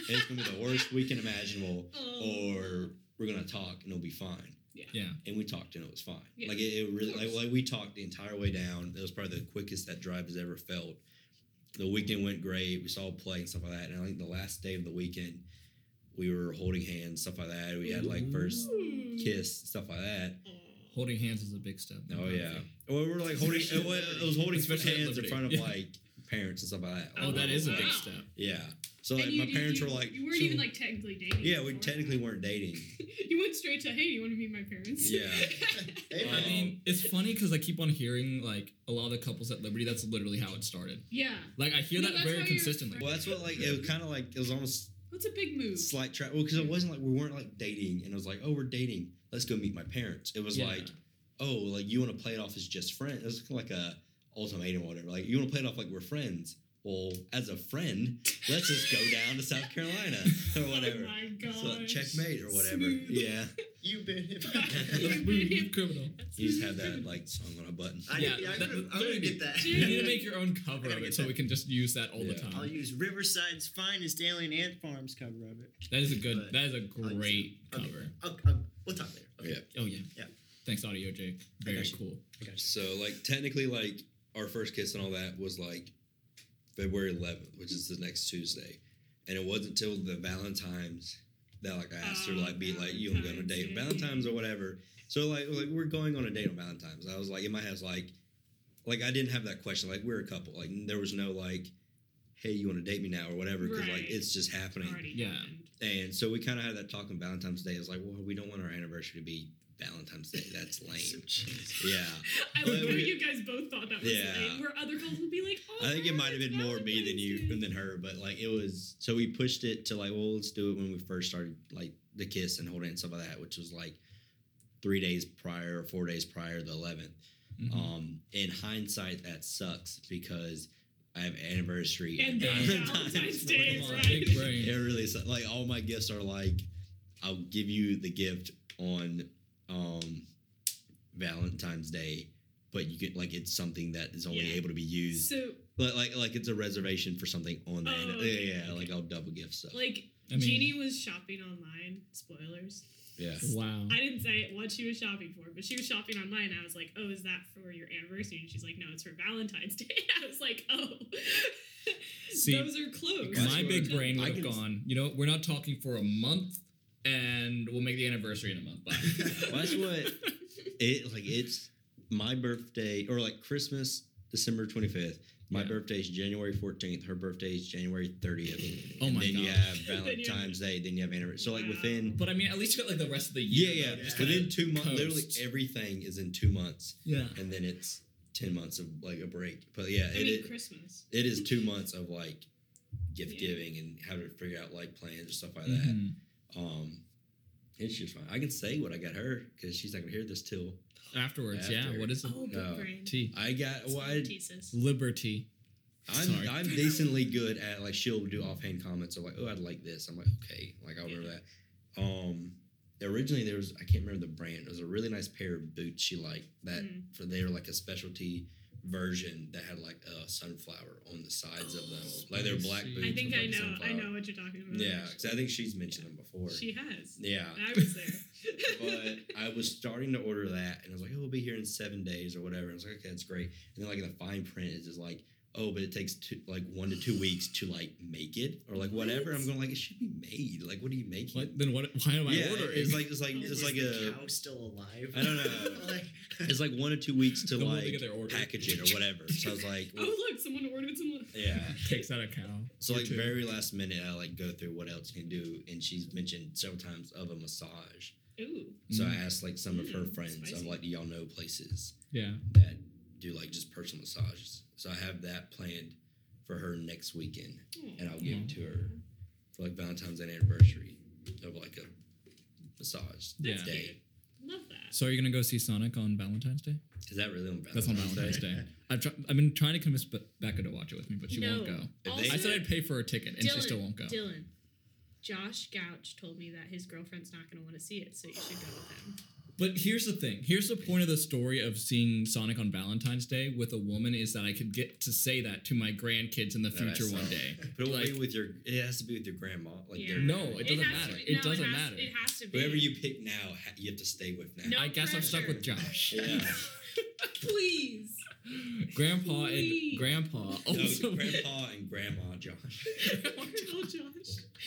S3: And it's going to be the worst weekend imaginable.
S4: Oh.
S3: or we're gonna talk and it'll be fine.
S1: Yeah.
S3: And we talked and it was fine.
S4: Yeah,
S3: like it, it really,
S4: of
S3: like,
S4: course.
S3: like we talked the entire way down. It was probably the quickest that drive has ever felt. The weekend went great. We saw a play and stuff like that. And I think the last day of the weekend, we were holding hands, stuff like that. We had like first
S4: Ooh.
S3: kiss, stuff like that.
S4: Oh.
S1: Holding hands is a big step.
S3: Oh yeah. Well, we were like holding. It was, it was holding
S1: Especially at
S3: hands in
S1: Liberty.
S3: front of
S1: Yeah.
S3: like parents and stuff like that.
S1: Oh, that is a big
S4: Wow.
S1: step.
S3: Yeah. So
S4: And
S3: like
S4: you-
S3: my
S4: you-
S3: parents
S4: you-
S3: were like.
S4: you weren't
S3: so-
S4: even like technically dating.
S3: Yeah, we
S4: before.
S3: technically weren't dating.
S4: You went straight to, hey, you want to meet my parents?
S3: Yeah.
S5: Hey,
S1: I
S5: man.
S1: mean, it's funny because I keep on hearing like a lot of the couples at Liberty. That's literally how it started.
S4: yeah.
S1: Like I hear
S4: No,
S1: that
S4: that's
S1: very
S4: how you're
S1: consistently.
S3: Well, that's what like it was kind of like it was almost
S4: That's a big move.
S3: slight trap. Well, because it wasn't like we weren't like dating, and it was like, oh, we're dating. Let's go meet my parents. It was
S1: Yeah.
S3: like, oh, like you want to play it off as just friends. It was kinda like a ultimatum or whatever. Like you want to play it off like we're friends. Well, as a friend, let's just go down to South Carolina or
S4: Oh
S3: whatever.
S4: my
S3: So,
S4: god.
S3: like, checkmate or whatever.
S4: Smooth.
S3: Yeah,
S5: You've been hit by
S1: Like,
S5: that.
S1: we- we criminal.
S3: you just have that like song on a button.
S5: I,
S1: Yeah,
S5: yeah, I'm,
S1: that-
S5: gonna,
S1: that
S5: I'm
S1: would
S5: gonna
S1: be-
S5: get that.
S1: You need to make your own cover
S5: I
S1: of
S5: gotta
S1: it
S5: get
S1: so
S5: that.
S1: we can just use that all
S3: Yeah.
S1: the
S5: I'll
S1: time.
S5: use Riversidede's finest alien ant farms cover of it.
S1: That is a good.
S5: But-
S1: That is a
S5: I'll use
S1: great
S5: Okay.
S1: cover.
S5: I'll, I'll, we'll talk later. Okay.
S3: Yeah.
S1: Oh yeah.
S5: Yeah.
S1: Thanks, Audio Jake.
S5: I
S1: Very
S5: got you.
S1: cool.
S5: I got you.
S3: So like technically, like our first kiss and all that was like February 11th, which is the next Tuesday, and it wasn't till the Valentine's that like I asked her
S4: Oh,
S3: like be like you want to go on a
S4: Valentine's Day.
S3: date Valentine's or whatever. So like like we're going on a date on Valentine's. I was like in my head I was like like I didn't have that question like we're a couple like there was no like hey you want to date me now or whatever because like
S4: Right.
S3: it's just happening.
S4: Already
S1: Yeah.
S4: happened.
S3: And so we kind of had that talk on Valentine's Day. I was like well we don't want our anniversary to be Valentine's Day. That's
S5: So
S3: lame.
S5: cheesy.
S3: yeah.
S4: I like
S3: Well,
S4: how
S3: we-
S4: you guys both thought that was
S3: Yeah.
S4: lame, where other couples would be like, oh.
S3: I think it
S4: yeah,
S3: might have
S4: it's
S3: been more me than you
S4: Valentine's Day."
S3: than her, but like it was. So we pushed it to like, well, let's do it when we first started, like the kiss and holding and stuff like that, which was like three days prior or four days prior, the 11th.
S5: Mm-hmm.
S1: Mhm.
S4: Mm-hmm.
S3: Um, in hindsight, that sucks because I have anniversary
S4: And then
S1: Valentine's
S4: Valentine's
S1: Come
S4: Day,
S1: on,
S4: right?
S1: Big
S3: It
S1: brain.
S3: really sucks. Like all my gifts are like, I'll give you the gift on um Valentine's Day, but you get like it's something that is only
S4: Yeah.
S3: able to be used.
S4: So,
S3: But like, like it's a reservation for something on that.
S4: Oh,
S3: yeah,
S4: okay,
S3: yeah,
S4: okay.
S3: like I'll double gift stuff.
S4: like,
S1: I mean,
S4: Jeannie was shopping online. Spoilers.
S3: yeah,
S1: wow.
S4: I didn't say what she was shopping for, but she was shopping online. I was like, "Oh, is that for your anniversary?" And she's like, "No, it's for Valentine's Day." I was like, "Oh,
S1: See,
S4: those are close."
S3: That's
S1: My
S3: what-
S1: big brain
S3: I
S1: would have
S3: can-
S1: gone. You know, we're not talking for a month, and we'll make the anniversary in a month. Bye.
S3: Well, that's what it like. It's my birthday or like Christmas, December twenty fifth. My
S1: Yeah.
S3: birthday is January fourteenth. Her birthday is January thirtieth.
S1: oh my
S3: then you
S1: god.
S3: have
S4: Then you-
S3: Valentine's Day. Then you have anniversary. So like within
S1: But I mean, at least you got like the rest of the
S3: yeah,
S1: year.
S3: yeah,
S1: though,
S5: yeah.
S1: just kinda-
S3: within two months, literally
S1: coast.
S3: everything is in two months,
S1: yeah.
S3: and then it's ten months of like a break. But yeah,
S2: I
S3: it,
S2: mean,
S3: it,
S2: Christmas.
S3: it is two months of like gift
S2: Yeah.
S3: giving and having to figure out like plans and stuff like that.
S1: Mhm.
S3: Um, and she's fine. I can say what I got her because she's not gonna hear this till
S1: Afterwards, yeah.
S3: After.
S1: What is it?
S2: Oh,
S3: No.
S2: book brain.
S1: T.
S3: I got. Well, I,
S2: Thesis.
S1: Liberty. Sorry.
S3: I'm I'm decently good at like she'll do offhand comments of like, oh, I'd like this. I'm like, okay, like I'll remember that. Um, originally there was I can't remember the brand. It was a really nice pair of boots she liked that
S2: Mm.
S3: for they were like a specialty version that had like a sunflower on the sides of them, like they're black
S1: I
S3: boots.
S2: I think
S3: with,
S2: I
S3: like, a
S2: know. I
S3: sunflower.
S2: know what you're talking about.
S3: Yeah, because I think she's mentioned them before.
S2: she has.
S3: yeah,
S2: I was there.
S3: but I was starting to order that, and I was like, "Oh, we'll be here in seven days or whatever." And I was like, "Okay, that's great." And then like in the fine print is just like, "Oh, but it takes two, like one to two weeks to like make it or like whatever." I'm going like, "It should be made. Like, what are you making?"
S1: What? Then what? Why am I
S3: yeah,
S1: ordering?
S3: it's like it's like
S2: Is
S3: it's
S5: Is
S3: like
S5: the
S3: a
S5: cow still alive?
S3: I don't know.
S5: like,
S3: it's like one to two weeks to
S1: The more they
S3: like
S1: get their order.
S3: package it or whatever. So I was like,
S2: oh look, someone ordered some.
S3: "Yeah."
S1: takes out a cow.
S3: So
S1: Your
S3: like
S1: two.
S3: very last minute, I like go through what else can do, and she's mentioned several times of a massage.
S2: Ooh.
S3: So I
S1: Mm.
S3: asked like some of her
S2: Mm,
S3: friends,
S2: spicy.
S3: "I'm like, do y'all know places
S1: yeah.
S3: that do like just personal massages?" So I have that planned for her next weekend,
S2: Oh,
S3: and I'll give it to her for like Valentine's and anniversary of like a massage
S1: Yeah.
S3: day.
S2: Love that.
S1: So are you gonna go see Sonic on Valentine's Day?
S3: Is that really on
S1: That's
S3: Valentine's
S1: on Valentine's Day. I've tr- I've been trying to convince Be- Becca to watch it with me, but she
S2: no.
S1: won't go.
S3: If
S2: Also,
S3: they-
S1: I said I'd pay for a ticket, and she still won't go.
S2: Dylan, Josh Gouch told me that his girlfriend's not going to want to see it, so you should go with him.
S1: But here's the thing. Here's the point of the story of seeing Sonic on Valentine's Day with a woman is that I could get to say that to my grandkids in the
S3: No, that's
S1: future one
S3: not-
S1: day.
S3: Put it
S1: Like-
S3: away with your. It has to be with your grandma. Like
S2: Yeah.
S3: their
S1: No, it doesn't
S2: has to
S1: matter.
S2: be-
S1: It
S2: no,
S1: doesn't
S2: has,
S1: matter.
S2: It has to be.
S3: whoever you pick now, ha- you have to stay with now.
S2: No
S1: I guess I'm stuck with
S2: pressure.
S1: Josh.
S3: Yeah.
S2: Please.
S1: Grandpa
S2: Please.
S1: and grandpa.
S3: No,
S1: Also
S3: grandpa and grandma, Josh.
S2: Tell Josh.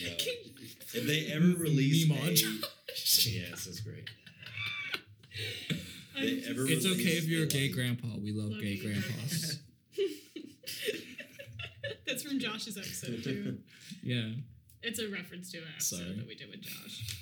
S3: No. If they ever release
S1: Meme on
S3: a-
S1: Josh.
S3: yes, that's great.
S2: I'm
S3: They
S2: just-
S3: ever
S1: It's
S3: release
S1: okay if you're a
S3: a,
S1: gay
S3: like-
S1: grandpa. We love
S2: Love
S1: gay
S2: you, grandpa.
S1: grandpas.
S2: That's from Josh's episode too.
S1: Yeah.
S2: It's a reference to an episode
S1: Sorry. Uh,
S2: that we did with Josh.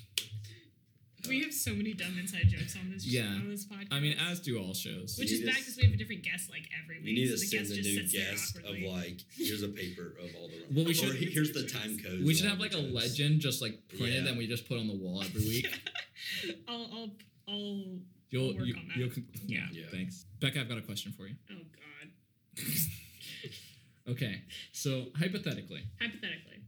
S2: We have so many dumb inside jokes on this
S1: Yeah.
S2: on this podcast.
S1: I mean, as do all shows.
S2: which
S3: You
S2: is
S3: need
S2: bad
S3: us-
S2: because we have a different guest like every week.
S3: We need
S2: so
S3: to
S2: the
S3: send
S2: guest
S3: a
S2: just
S3: new
S2: sits there
S3: guest of
S2: awkwardly.
S3: like, here's a paper of all the runs.
S1: Well, we
S3: Or
S1: should-
S3: he- here's the time code.
S1: We should have like a legend just like printed
S3: Yeah.
S1: and we just put on the wall every week.
S2: I'll, I'll, I'll.
S1: You'll,
S2: I'll work
S1: you,
S2: on that.
S1: you'll, con- yeah,
S3: Yeah.
S1: Thanks, Becca. I've got a question for you.
S2: Oh God.
S1: Okay, so hypothetically,
S2: Hypothetically,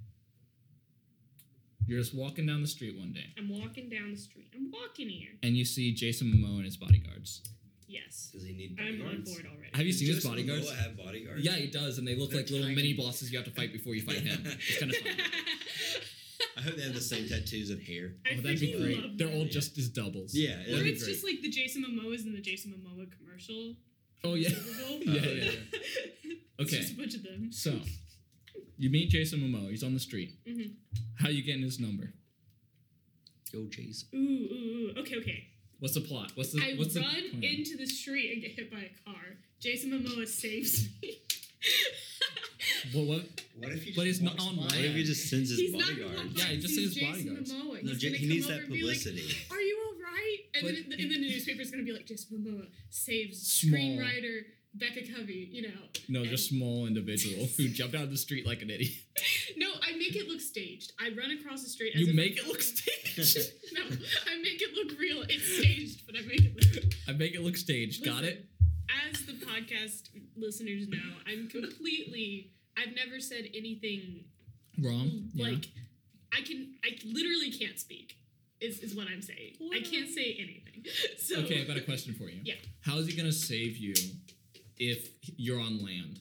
S1: you're just walking down the street one day
S2: I'm walking down the street. I'm walking here.
S1: and you see Jason Momoa and his bodyguards.
S2: Yes.
S3: Does he need
S2: I'm
S3: bodyguards?
S2: on board already.
S1: Have you seen his
S3: Does Jason
S1: bodyguards?
S3: Momoa have bodyguards?
S1: Yeah, he does, and they look
S5: They're
S1: like little
S5: tiny.
S1: mini bosses you have to fight before you fight him. It's kind of fun.
S3: I hope they have the same tattoos and hair.
S2: I
S1: Oh, that'd be
S2: freaking
S1: great.
S2: love
S1: They're
S2: that.
S1: all just as doubles.
S3: Yeah,
S1: That'd
S2: Or
S1: be
S2: it's
S1: great.
S2: just like the Jason Momoa's in the Jason Momoa commercial.
S1: oh yeah.
S2: Super Bowl.
S1: Yeah, yeah, yeah.
S2: It's
S1: Okay.
S2: just a bunch of them.
S1: So you meet Jason Momoa. He's on the street.
S2: Mhm.
S1: How you getting his number?
S3: Go Jason.
S2: Ooh, ooh, ooh. Okay, okay.
S1: What's the plot? What's the
S2: I
S1: what's the
S2: run
S1: plan?
S2: into the street and get hit by a car. Jason Momoa saves me.
S1: Well, what?
S5: What if you
S1: But
S5: just
S1: he's not
S5: walks
S1: on
S5: by?
S1: land.
S3: What if he just sends his
S2: He's not gonna walk
S3: bodyguards?
S2: by
S1: Yeah, he
S2: and
S1: just
S2: see
S1: says
S2: Jason
S1: bodyguards.
S2: Momoa. He's
S3: No,
S2: gonna
S3: Jake, he
S2: come
S3: needs
S2: over
S3: that
S2: and be like,
S3: publicity.
S2: Are you all right? And then,
S1: But
S2: in the, and then the newspaper's gonna be like, Jason Momoa saves
S1: Small.
S2: screenwriter Becca Covey. You know,
S1: No, just small individual who jumped out of the street like an idiot.
S2: no, I make it look staged. I run across the street. as
S1: You
S2: if
S1: make it
S2: I'm
S1: look
S2: running-
S1: staged.
S2: No, I make it look real. It's staged, but I make it look. Real.
S1: I make it look staged. Got it?
S2: Listen, As the podcast listeners know, I'm completely. I've never said anything
S1: Wrong. Um, Yeah.
S2: like. I can. I literally can't speak. Is is what I'm saying. I can't say anything. So
S1: okay, I've got a question for you.
S2: Yeah.
S1: How is he gonna save you if you're on land?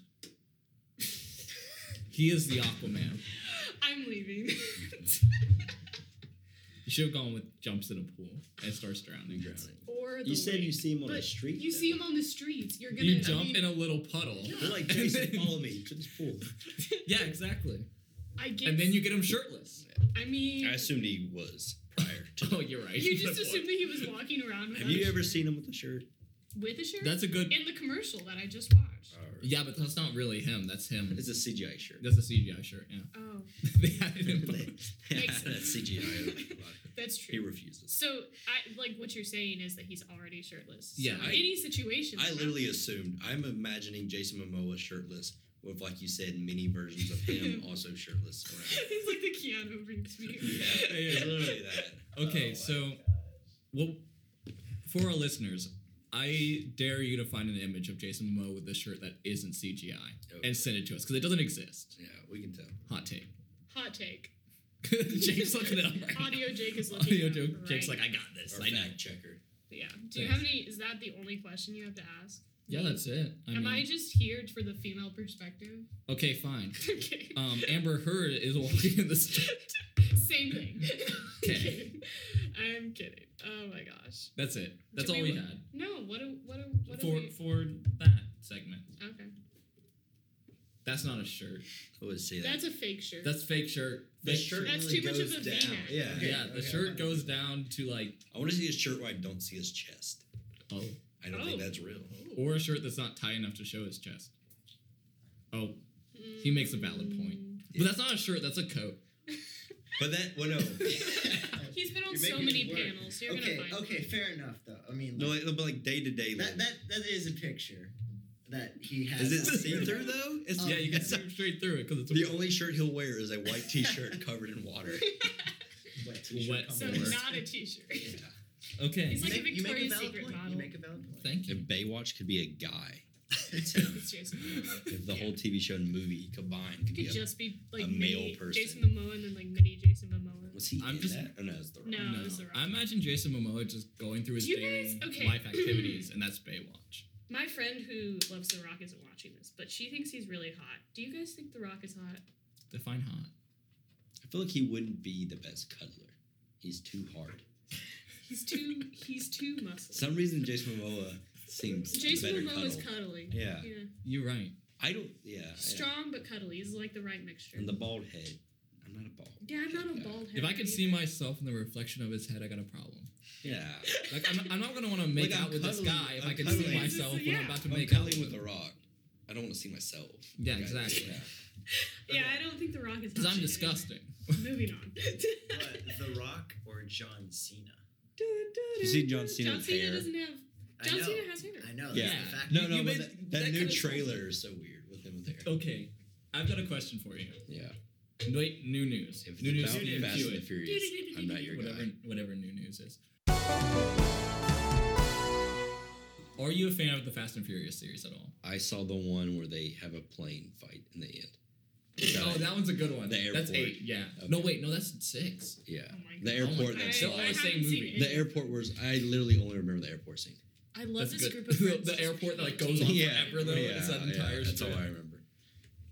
S1: he is the Aquaman.
S2: I'm leaving.
S1: You should have gone with jumps in a pool and starts drowning. Drowning.
S2: or the
S3: You said you
S2: lake.
S3: see him on the
S2: But
S3: street.
S2: You
S3: though.
S2: see him on the streets. You're gonna.
S1: You
S2: I
S1: jump
S2: mean,
S1: in a little puddle.
S3: They're like, Jason, follow me to this pool.
S1: yeah, exactly.
S2: I get.
S1: And then you get him shirtless.
S2: I mean.
S3: I assumed he was prior to
S1: Oh, you're right.
S2: you just assumed that he was walking around.
S3: Have
S2: without a
S3: you ever
S2: shirt.
S3: seen him with a shirt?
S2: with a shirt?
S1: That's a good.
S2: in the commercial that I just watched.
S3: All right.
S1: Yeah, but that's not really him. That's him.
S3: It's a CGI shirt.
S1: That's a CGI shirt. Yeah.
S2: Oh,
S1: they had it in both.
S2: Makes
S3: That
S2: sense.
S3: CGI. over the body.
S2: that's
S3: He
S2: true.
S3: refuses.
S2: So, I like what you're saying is that he's already shirtless.
S1: Yeah,
S2: So
S1: I-
S2: any situation.
S3: I literally assumed. I'm imagining Jason Momoa shirtless with, like you said, many versions of him also shirtless. around.
S2: He's like the Keanu Reeves video.
S3: Yeah, it's literally that. Oh,
S1: Okay,
S3: wow.
S1: so well, for our listeners, I dare you to find an image of Jason Momoa with a shirt that isn't CGI
S3: Okay.
S1: and send it to us because it doesn't exist.
S3: yeah, we can tell.
S1: Hot take.
S2: Hot take.
S1: Jake's looking it up. Right now.
S2: Audio Jake is looking.
S1: Audio
S2: it up
S1: joke.
S2: right
S1: Jake's like,
S2: now.
S1: I got this.
S3: Our
S1: I know.
S3: fact checker.
S2: Yeah. Do you have any? Is that the only question you have to ask?
S1: Yeah, that's it. I
S2: Am
S1: mean,
S2: I just here for the female perspective?
S1: okay, fine.
S2: okay.
S1: Um, Amber Heard is walking in the street.
S2: Same thing.
S1: Okay.
S2: I'm kidding. Oh my gosh.
S1: That's it. That's
S2: Do
S1: all
S2: we-
S1: we had
S2: No. What a what a what a.
S1: for
S2: we-
S1: for that segment.
S2: Okay.
S1: That's not a shirt.
S3: I would say that.
S2: That's a fake shirt.
S1: That's fake shirt.
S3: the
S1: Fake
S3: shirt
S2: That's
S3: really
S2: too much
S3: goes
S2: of a
S3: down.
S2: V-neck.
S3: Yeah.
S5: Okay.
S1: Yeah, the
S5: okay,
S1: shirt
S5: okay.
S1: goes down to like
S3: I want to see his shirt where I don't see his chest.
S1: oh
S3: I don't think
S2: Oh.
S3: that's real.
S1: or a shirt that's not tight enough to show his chest. Oh, he makes a
S2: Hmm.
S1: valid point.
S3: Yeah.
S1: But that's not a shirt, that's a coat.
S3: But that, well, no.
S2: He's been on
S5: You're
S2: so
S5: making
S2: many
S5: it work.
S2: panels. You're
S5: okay,
S2: gonna find.
S5: okay, fair enough though. I mean,
S3: no,
S5: like,
S3: like, but like day to day.
S5: that that that is a picture that he has.
S3: Is it
S5: up
S3: see through
S5: there.
S3: though? It's,
S5: Oh,
S1: yeah, you can
S5: yeah.
S1: see straight through it because it's
S3: The only shirt he'll wear is a white T-shirt covered in water.
S5: Wet t-shirt
S1: Wet
S5: comes
S2: So
S1: Or-
S5: with-
S2: not a T-shirt.
S3: Yeah.
S1: okay.
S2: He's
S5: You
S2: like a
S5: make- you make
S2: Victoria's
S5: valid
S2: Secret
S5: point.
S2: model.
S5: You make a valid point.
S1: Thank you.
S3: And Baywatch could be a guy.
S5: It's
S3: him.
S2: It's Jason.
S3: If the
S2: Yeah.
S3: whole TV show and movie combined
S2: It
S3: could
S2: could
S3: be a,
S2: just be like
S3: a
S2: mini
S3: male person.
S2: Jason Momoa and then like mini Jason Momoa.
S3: was he
S1: I'm
S3: in
S1: just-
S3: that? Oh no, it's the wrong.
S2: No.
S1: No,
S2: it's the wrong
S1: I
S2: one.
S1: imagine Jason Momoa just going through his
S2: You
S1: daily
S2: guys- okay.
S1: life activities, and that's Baywatch.
S2: My friend who loves The Rock isn't watching this, but she thinks he's really hot. Do you guys think The Rock is hot?
S1: Define hot.
S3: I feel like he wouldn't be the best cuddler. He's too hard.
S2: He's too he's too
S3: For
S2: muscly.
S3: some reason Jason Momoa seems
S2: Jason
S3: better
S2: Momoa is
S3: cuddle.
S2: cuddling.
S3: Yeah.
S2: Yeah.
S1: You're right.
S3: I don't. Yeah. I-
S2: Strong but cuddly. He's like the right mixture.
S3: and the bald head. I'm not a bald.
S2: yeah, I'm not a
S3: Yeah.
S2: bald head.
S1: If I could see myself in the reflection of his head, I got a problem.
S3: Yeah.
S1: Like I'm, I'm not gonna want to make
S3: Like, I'm
S1: out with this
S3: cuddling-
S1: guy if
S3: I'm
S1: I can
S3: cuddling.
S1: see myself when I'm
S2: Yeah.
S1: about to
S3: I'm
S1: make out
S3: cuddling
S1: with
S3: with
S1: him.
S3: the Rock. I don't want to see myself.
S1: Yeah,
S3: Like, I-
S1: exactly.
S3: yeah.
S2: Yeah, I don't think The Rock is
S1: Because
S2: hot
S1: I'm
S2: shit
S1: disgusting.
S2: anyway. Moving on.
S5: What, The Rock or John Cena?
S3: You see John Cena's
S2: John Cena
S3: hair?
S2: doesn't have
S5: I
S2: John
S5: know.
S2: Cena has hair.
S5: I know.
S3: Yeah.
S5: That's the fact.
S3: No,
S1: You-
S3: no,
S1: you
S3: but
S1: made-
S3: that, that
S1: that
S3: new
S1: kinda-
S3: trailer is so weird with him with hair.
S1: Okay, I've got a question for you.
S3: Yeah.
S1: Wait, new news.
S3: If it's
S1: new news.
S3: about
S1: New news.
S3: Fast
S1: Cue
S3: and the
S1: it.
S3: Furious, I'm not your
S1: Whatever,
S3: guy.
S1: whatever new news is. Are you a fan of the Fast and Furious series at all?
S3: I saw the one where they have a plane fight in the end.
S1: Oh, that one's a good one.
S3: The airport.
S1: That's eight. Yeah. No,
S3: Okay.
S1: wait, no, that's six.
S3: Yeah.
S2: Oh my
S3: the
S2: God.
S1: Oh my
S3: airport.
S1: God.
S3: that's
S1: They're
S2: I-
S1: all
S2: I
S1: the same
S2: haven't seen
S1: movie.
S2: it.
S3: the airport was. I literally only remember the airport scene.
S2: I love
S1: That's
S2: this
S1: good.
S2: group of friends.
S1: the airport that like goes on
S3: Yeah,
S1: forever though. uh,
S3: yeah,
S1: it's that
S3: yeah,
S1: entire
S3: That's all
S1: strip.
S3: I remember.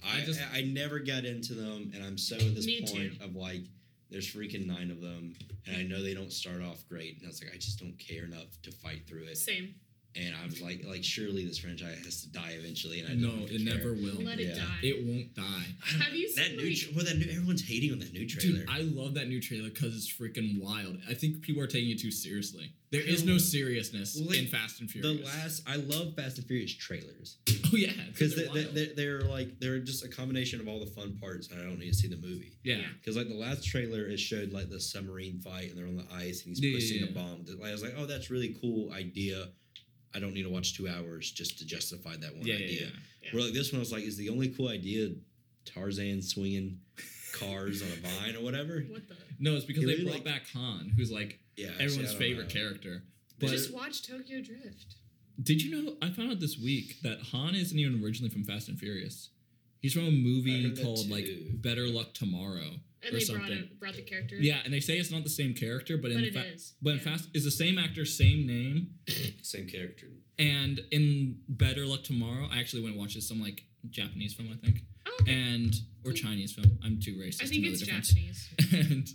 S3: I,
S1: I just-
S3: I I never got into them, and I'm so at this
S2: Me
S3: point
S2: too.
S3: of like, there's freaking nine of them, and I know they don't start off great, and I was like, I just don't care enough to fight through it,
S2: Same.
S3: and I was like, like surely this franchise has to die eventually, and I
S1: No,
S3: don't
S1: it
S3: care.
S1: never will.
S2: Let
S3: Yeah.
S2: it die.
S1: Oh, It won't die.
S3: I don't-
S2: Have you
S3: that
S2: seen,
S3: new?
S2: like-
S3: tra- well, that new, everyone's hating on that new trailer.
S1: Dude, I love that new trailer because it's freaking wild. I think people are taking it too seriously. There
S3: I
S1: is
S3: know.
S1: no seriousness
S3: Well, like,
S1: in Fast and Furious.
S3: the last, I love Fast and Furious trailers.
S1: oh yeah,
S3: because
S1: they're
S3: they're, they're,
S1: wild.
S3: they're, they're like they're just a combination of all the fun parts and i don't need to see the movie
S1: yeah.
S3: because like the last trailer it showed like the submarine fight and they're on the ice and he's
S1: Yeah, yeah,
S3: pushing
S1: yeah.
S3: a bomb i was like oh that's really cool idea i don't need to watch two hours just to justify that one
S1: Yeah, yeah,
S3: idea
S1: yeah,
S3: where like this one i was like is the only cool idea tarzan swinging cars on a vine or whatever
S2: What the?
S1: No, it's because
S3: He
S1: they
S3: really
S1: brought
S3: like-
S1: back Han, who's like
S3: yeah actually, I
S1: everyone's
S3: don't
S1: favorite
S3: know.
S1: character.
S3: But-
S1: But
S2: Just watch Tokyo Drift.
S1: did you know? I found out this week that Han isn't even originally from Fast and Furious. He's from a movie
S3: heard that
S1: called like
S3: too.
S1: Better Luck Tomorrow.
S2: And
S1: Or
S2: they brought,
S1: something.
S2: a, brought the character. in.
S1: Yeah, and they say it's not the same character, but,
S2: But
S1: in
S2: it
S1: fa-
S2: is,
S1: but in
S2: yeah.
S1: Fast is the same actor, same name,
S3: same character
S1: And in Better Luck Tomorrow, I actually went and watched some like Japanese film, I think,
S2: Oh, okay.
S1: and or Chinese film. I'm too racist
S2: I think
S1: to know
S2: it's
S1: the difference.
S2: Japanese.
S1: and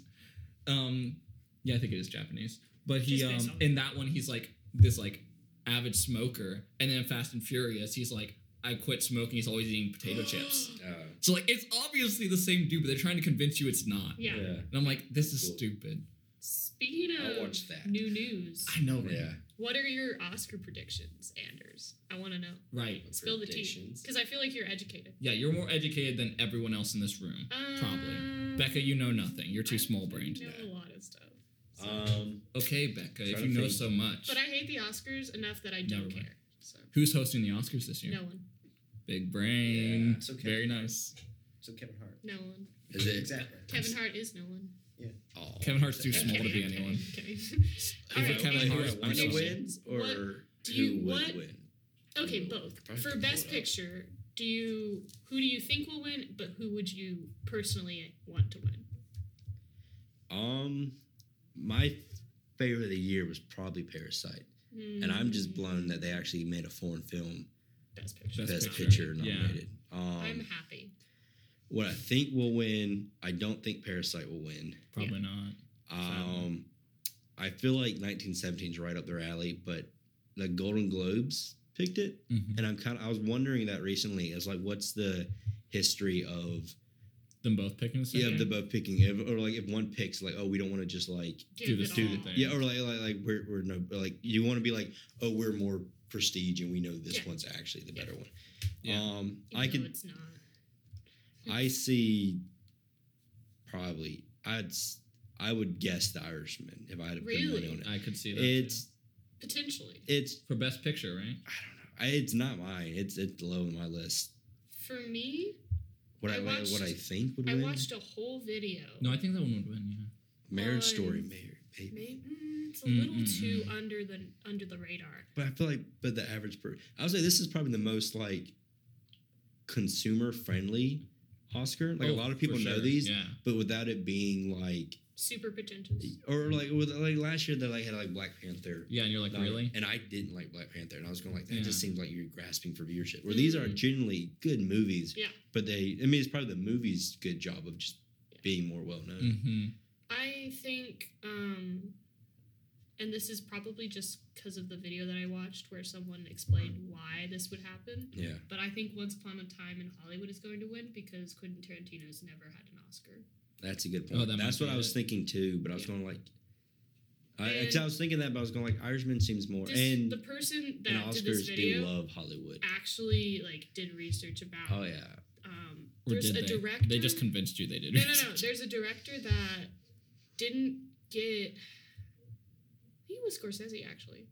S1: um, yeah, I think it is Japanese. But he
S2: Just based
S1: um
S2: on-
S1: in that one, he's like this like avid smoker, and then in Fast and Furious, he's like I quit smoking. He's always eating potato chips.
S3: uh,
S1: So like it's obviously the same dude, but they're trying to convince you it's not.
S2: Yeah.
S1: And I'm like, this is
S3: Cool.
S1: stupid.
S2: Speaking
S3: I'll
S2: of
S3: watch that.
S2: new news,
S1: I know. right?
S3: yeah
S2: What are your Oscar predictions, Anders? I want to know.
S1: Right.
S2: Spill the tea,
S3: Predictions.
S2: because I feel like you're educated.
S1: Yeah, you're more educated than everyone else in this room. Probably.
S2: Um,
S1: Becca, you know nothing. You're too
S2: I
S1: small brained.
S2: know
S3: that.
S2: a lot of stuff. So.
S3: Um,
S1: Okay, Becca, if
S3: Trying
S1: you
S3: to
S1: know
S3: think.
S1: so much.
S2: but I hate the Oscars enough that I
S1: Never
S2: don't
S1: mind.
S2: care. So
S1: Who's hosting the Oscars this year?
S2: no one,
S1: Big brain.
S5: Yeah, it's okay.
S1: Very nice.
S5: So Kevin Hart.
S2: no one.
S3: is it?
S5: Exactly.
S2: Kevin Hart is no one.
S3: Oh.
S1: Kevin Hart's too
S2: I'm
S1: small to
S2: kidding,
S1: be
S2: I'm
S1: anyone.
S2: kidding, I'm
S1: All
S2: kidding.
S1: right, Kevin
S2: Alright,
S1: Hart-
S2: and-
S1: I'm
S3: One
S1: sorry.
S3: wins or
S2: What do
S3: who
S2: you-
S3: would
S2: what-
S3: win?
S2: Okay,
S3: Ooh,
S2: both.
S3: probably
S2: For
S3: could
S2: best
S3: pull it up.
S2: picture, do you who do you think will win, but who would you personally want to win?
S3: Um, my favorite of the year was probably Parasite, and I'm just
S2: Mm,
S3: blown that they actually made a foreign film
S2: Best picture.
S1: Best
S3: Best,
S1: Picture.
S3: Picture,
S1: Yeah.
S3: nominated. Um,
S2: I'm happy.
S3: what I think will win, I don't think Parasite will win.
S1: Probably not.
S3: Um, I feel like 1917 is right up their alley, but the Golden Globes picked it,
S1: Mhm.
S3: and I'm kind of I was wondering that recently. It's like, what's the history of
S1: Them both picking the same.
S3: yeah of the
S1: game?
S3: both picking if, or like if one picks like oh we don't want to just like
S2: Give
S1: do the
S2: it
S1: student
S2: all.
S1: thing.
S3: Yeah, or like like, like we're, we're no like you want to be like oh we're more prestige and we know this
S2: Yeah.
S3: one's actually the
S2: Yeah.
S3: better one.
S1: Yeah.
S3: Um,
S2: Even
S3: I
S2: though
S3: could
S2: It's not.
S3: I see probably I'd s- I would guess the Irishman if I had to put
S2: Really?
S3: money on it.
S1: I could see that. too.
S3: It's
S2: Potentially.
S3: it's
S1: for best picture, right?
S3: I don't know I, it's not mine. It's it's low on my list.
S2: For me,
S3: What I,
S2: I
S3: what- what I
S2: watched-
S3: think would
S2: I
S3: win
S2: watched a whole video.
S1: No, I think that one would win. Yeah.
S3: Marriage
S2: on-
S3: Story, Marriage Baby.
S2: Maybe mm, it's a
S1: Mm,
S2: little
S1: mm,
S2: too
S1: mm.
S2: under the under the radar.
S3: But I feel like, but the average person, I would say this is probably the most like consumer friendly Oscar. Like
S1: Oh,
S3: a lot of
S1: for
S3: people know
S1: sure.
S3: these,
S1: Yeah.
S3: but without it being like,
S2: Super pretentious.
S3: or like with like last year they like had like Black Panther.
S1: Yeah, and you're like
S3: Not-
S1: Oh, really?
S3: And I didn't like Black Panther, and I was going like that.
S1: Yeah. Mm-hmm.
S3: Just seems like you're grasping for viewership. Where these are
S2: Mhm.
S3: genuinely good movies.
S2: Yeah.
S3: But they, I mean, it's probably the movie's good job of just being more well known.
S1: Mm-hmm.
S2: I think, um, and this is probably just because of the video that I watched where someone explained why this would happen.
S3: Yeah.
S2: But I think Once Upon a Time in Hollywood is going to win because Quentin Tarantino's never had an Oscar.
S3: That's a good
S1: Oh,
S3: point.
S1: that
S3: That's
S1: might
S3: what
S1: be
S3: I was
S1: it.
S3: thinking too, but I was going like, I, 'cause I
S2: And-
S3: was thinking that, but I was going like Irishman seems more
S2: This,
S3: and
S2: the person
S3: and
S2: that did this
S3: Oscars
S2: video
S3: do love Hollywood.
S2: actually like did research about.
S3: Oh yeah,
S2: Um,
S1: Or
S2: there's
S1: did
S2: a
S1: they?
S2: director.
S1: They just convinced you they did.
S2: no, no, no. There's a director that didn't get. I think it was Scorsese actually.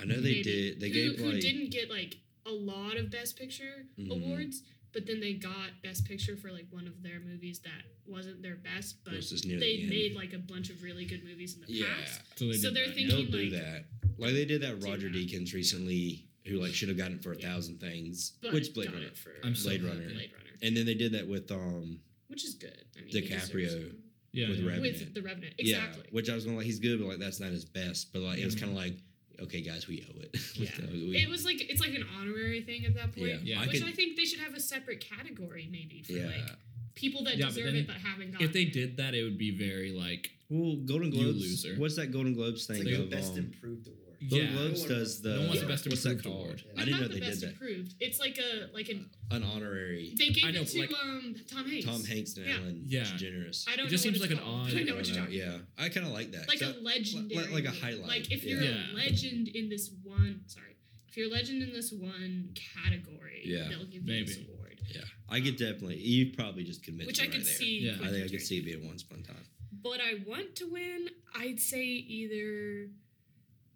S3: I know
S2: Maybe.
S3: they did. They
S2: who,
S3: gave
S2: who
S3: like
S2: didn't get like a lot of Best Picture
S3: Mhm.
S2: awards, but then they got Best Picture for like one of their movies that wasn't their best, but
S3: this is near
S2: they
S3: the end.
S2: made like a bunch of really good movies in the
S3: yeah,
S2: past.
S1: So, they
S2: so
S1: did
S2: they're
S1: that, yeah.
S2: thinking-
S3: they'll do
S2: like-
S3: that. Like they did that
S2: Do
S3: Roger
S2: that.
S3: Deakins recently, who like should have gotten it for a
S2: Yeah.
S3: thousand things,
S2: But
S3: which Blade
S2: got
S3: Runner.
S2: it for
S1: I'm so
S3: Blade
S1: happy.
S3: Runner.
S2: Blade Runner,
S3: And then they did that with um
S2: which is good. I mean,
S3: DiCaprio
S2: he deserves
S1: Yeah.
S3: with
S1: yeah.
S2: it.
S3: Revenant.
S2: with the Revenant, exactly.
S3: yeah, which I was going like he's good, but like that's not his best. But like it was kind
S1: Mm-hmm.
S3: of like okay, guys, we owe it. Like,
S2: Yeah.
S3: we-
S2: it was like it's like an honorary thing at that point.
S3: yeah,
S1: Yeah.
S3: I
S2: Which
S3: could,
S2: I think they should have a separate category, maybe, for
S3: yeah.
S2: like people that
S1: Yeah, but
S2: deserve
S1: then
S2: it but haven't gotten
S1: If they
S2: it.
S1: did that, it would be very like
S3: Well, Golden
S1: You
S3: Globes.
S1: loser.
S3: What's that Golden Globes
S5: It's
S3: thing?
S5: like the
S3: of,
S5: best
S3: um,
S5: improved award.
S1: Yeah.
S3: Golden Globes does the.
S1: No one wants
S2: the
S1: best
S3: what's that
S1: improved
S3: called?
S1: award.
S5: Yeah.
S3: I
S2: Not
S3: didn't know
S2: the
S3: they
S2: best
S3: did that. Uh,
S2: approved. It's like a like an
S3: An honorary.
S2: They gave
S1: I know,
S2: it to
S1: like-
S2: um, Tom Hanks.
S3: Tom Hanks and
S2: Yeah.
S3: Alan
S1: Yeah.
S3: DeGeneres.
S2: I don't
S1: It just
S2: know
S1: seems like
S2: what it's
S1: an
S2: called.
S1: odd-
S2: I know
S3: I
S2: what
S3: don't
S2: you're
S3: know,
S2: talking
S3: Yeah, I kind of like that.
S2: about. Like a
S3: So-
S2: legendary.
S3: like- like a
S2: one.
S3: highlight,
S2: Like if
S3: yeah.
S2: you're
S1: Yeah.
S2: a legend in this one, sorry, if you're a legend in this one category,
S3: Yeah,
S2: they'll give you
S1: maybe.
S2: this award.
S3: yeah, I could definitely. You probably just convinced
S2: Which
S3: me
S2: I could
S3: right there.
S2: see.
S1: Yeah.
S3: I
S2: Quentin
S3: think I could see
S2: Tarantino.
S3: it being once upon a time.
S2: But I want to win. I'd say either.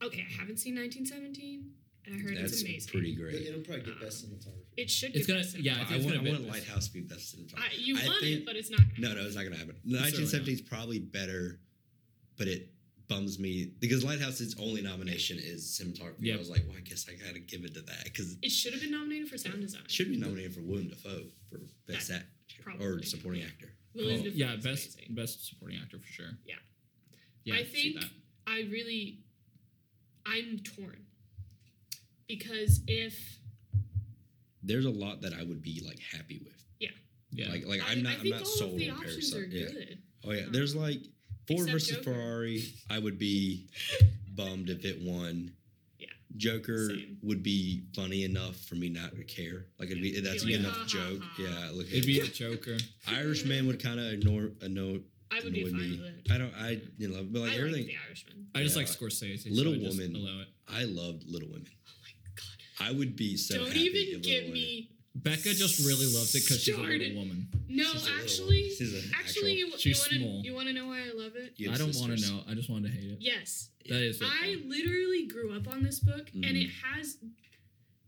S2: Okay, I haven't seen 1917, and I heard it's
S3: That's
S2: amazing.
S3: pretty
S5: But
S3: great.
S5: It'll probably get
S2: Uh,
S5: best cinematography.
S2: It should.
S1: It's
S2: get
S1: gonna.
S2: best in-
S1: Yeah, I
S3: I,
S1: think it's
S3: want,
S1: gonna
S3: I
S1: be
S3: want
S1: best.
S3: Lighthouse to be best in time.
S2: I, you
S3: I
S2: want
S3: think-
S2: it, but it's not.
S3: No, no, it's not gonna happen.
S1: not.
S3: 1917 is probably better, but it bums me because Lighthouse's only nomination is cinematography.
S1: Yep.
S3: I was like, well, I guess I gotta give it to that because
S2: It should have been nominated for sound design.
S3: Should be nominated for William Dafoe for best
S2: That-
S3: actor or
S2: probably.
S3: supporting actor.
S2: Willem
S1: Oh,
S2: Dafoe
S1: yeah,
S2: is
S1: best
S2: amazing.
S1: best supporting actor for sure.
S2: Yeah.
S1: Yeah,
S2: I
S1: I see
S2: think-
S1: that.
S2: I really, I'm torn because if
S3: There's a lot that I would be like happy with.
S1: Yeah.
S3: Like like
S2: I,
S3: I'm not
S2: I
S3: I am
S2: think
S3: not
S2: all
S3: sold
S2: of the
S3: on
S2: options
S3: Parasite.
S2: are
S3: Yeah.
S2: good.
S3: Oh yeah.
S2: Um,
S3: There's like Ford
S2: except
S3: versus
S2: Joker.
S3: Ferrari. I would be bummed if it won.
S2: Yeah.
S3: Joker
S2: Same.
S3: would be funny enough for me not to care. Like it'd be
S2: Yeah.
S3: that's
S2: Be
S3: be
S2: like,
S3: enough
S2: "Ha, ha,
S3: joke.
S2: ha."
S3: Yeah. Look.
S1: It'd be the Joker.
S3: Irishman would kind of ignore annoy.
S2: I I would be
S3: annoyed
S2: fine
S3: me.
S2: with it.
S3: I don't. I didn't love, it, but
S2: I
S3: like
S2: like
S3: everything.
S2: The Irishman.
S1: I just
S3: Yeah.
S1: like Scorsese. so
S3: Little
S1: I just
S3: Woman.
S1: Allow it.
S3: I loved Little Women.
S2: Oh my god.
S3: I would be so.
S2: Don't
S3: happy
S2: even
S3: if Little
S2: get
S3: Women-
S2: me.
S1: Becca just really loves it because she's a
S2: Started.
S1: little woman.
S2: No,
S3: She's a little-
S2: actually,
S3: she's an
S2: actually,
S3: actual-
S2: you, you
S1: She's
S2: want
S1: small.
S2: to you want to know why I love it?
S3: you have
S1: I don't want to
S3: sisters.
S1: know. I just wanted to hate it.
S2: Yes,
S1: That is. really
S2: I
S1: fun.
S2: literally grew up on this book, and
S3: Mhm.
S2: it has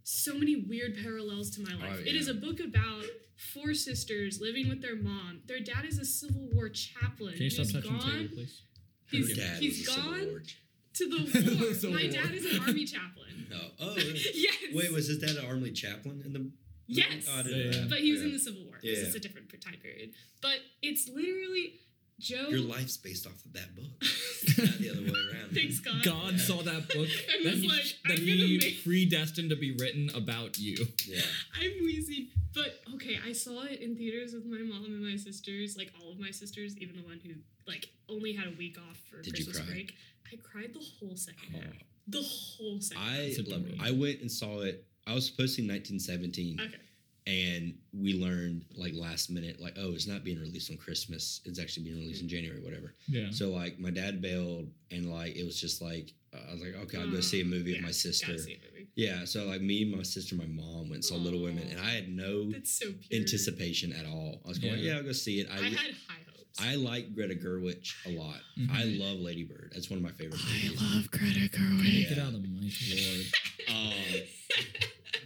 S2: so many weird parallels to my life.
S3: Oh,
S2: It is a
S3: yeah.
S2: book about four sisters living with their mom. Their dad is a Civil War chaplain.
S1: Can you stop
S2: who's
S1: touching the
S2: gone
S1: table, please?
S3: Her
S2: He's-
S3: dad
S2: he's
S3: was a Civil
S2: gone?
S3: War.
S2: to the
S1: Civil
S2: war. my
S1: War.
S2: dad is an army chaplain.
S3: No. Oh. really?
S2: yes.
S3: Wait, was his dad an army chaplain in the?
S2: yes.
S3: Oh, I
S1: Yeah,
S3: didn't know
S1: yeah.
S3: that.
S2: But he was
S3: Yeah.
S2: in the Civil War.
S3: Yeah.
S2: This is a different per- time period. But it's literally Joe.
S3: Your life's based off of that book, not the other way around.
S2: Thanks God.
S1: God
S3: Yeah.
S1: saw that book
S2: And
S1: that
S2: was
S1: he,
S2: like,
S1: that
S2: I'm
S1: he
S2: gonna make-
S1: predestined to be written about you.
S3: Yeah.
S2: I'm wheezing. But okay, I saw it in theaters with my mom and my sisters, like all of my sisters, even the one who like only had a week off for
S3: Did you
S2: Christmas
S3: cry?
S2: break. I cried the whole second
S3: Oh.
S2: half. The whole second.
S3: I
S1: It's
S3: love it.
S1: adorable.
S3: I went and saw it. I was supposed to see 1917,
S2: half. Okay.
S3: and we learned like last minute, like, oh, it's not being released on Christmas. It's actually being released in January, whatever.
S1: Yeah.
S3: So like, my dad bailed, and like, it was just like, I was like, okay, I'll go
S2: Uh,
S3: see a movie
S2: yeah,
S3: with my sister.
S2: Gotta see it, baby.
S3: Yeah. So like, me, my sister, my mom went and saw Little Women, and I had no
S2: That's so pure.
S3: anticipation at all. I was going,
S1: Yeah.
S3: yeah, I'll go see it.
S2: I,
S3: I
S2: had high hopes.
S3: I like Greta Gerwig a lot.
S1: Mhm.
S3: I love Lady Bird. That's one of my favorite movies.
S2: Greta
S3: Yeah.
S1: Get out of my lord.
S3: Um,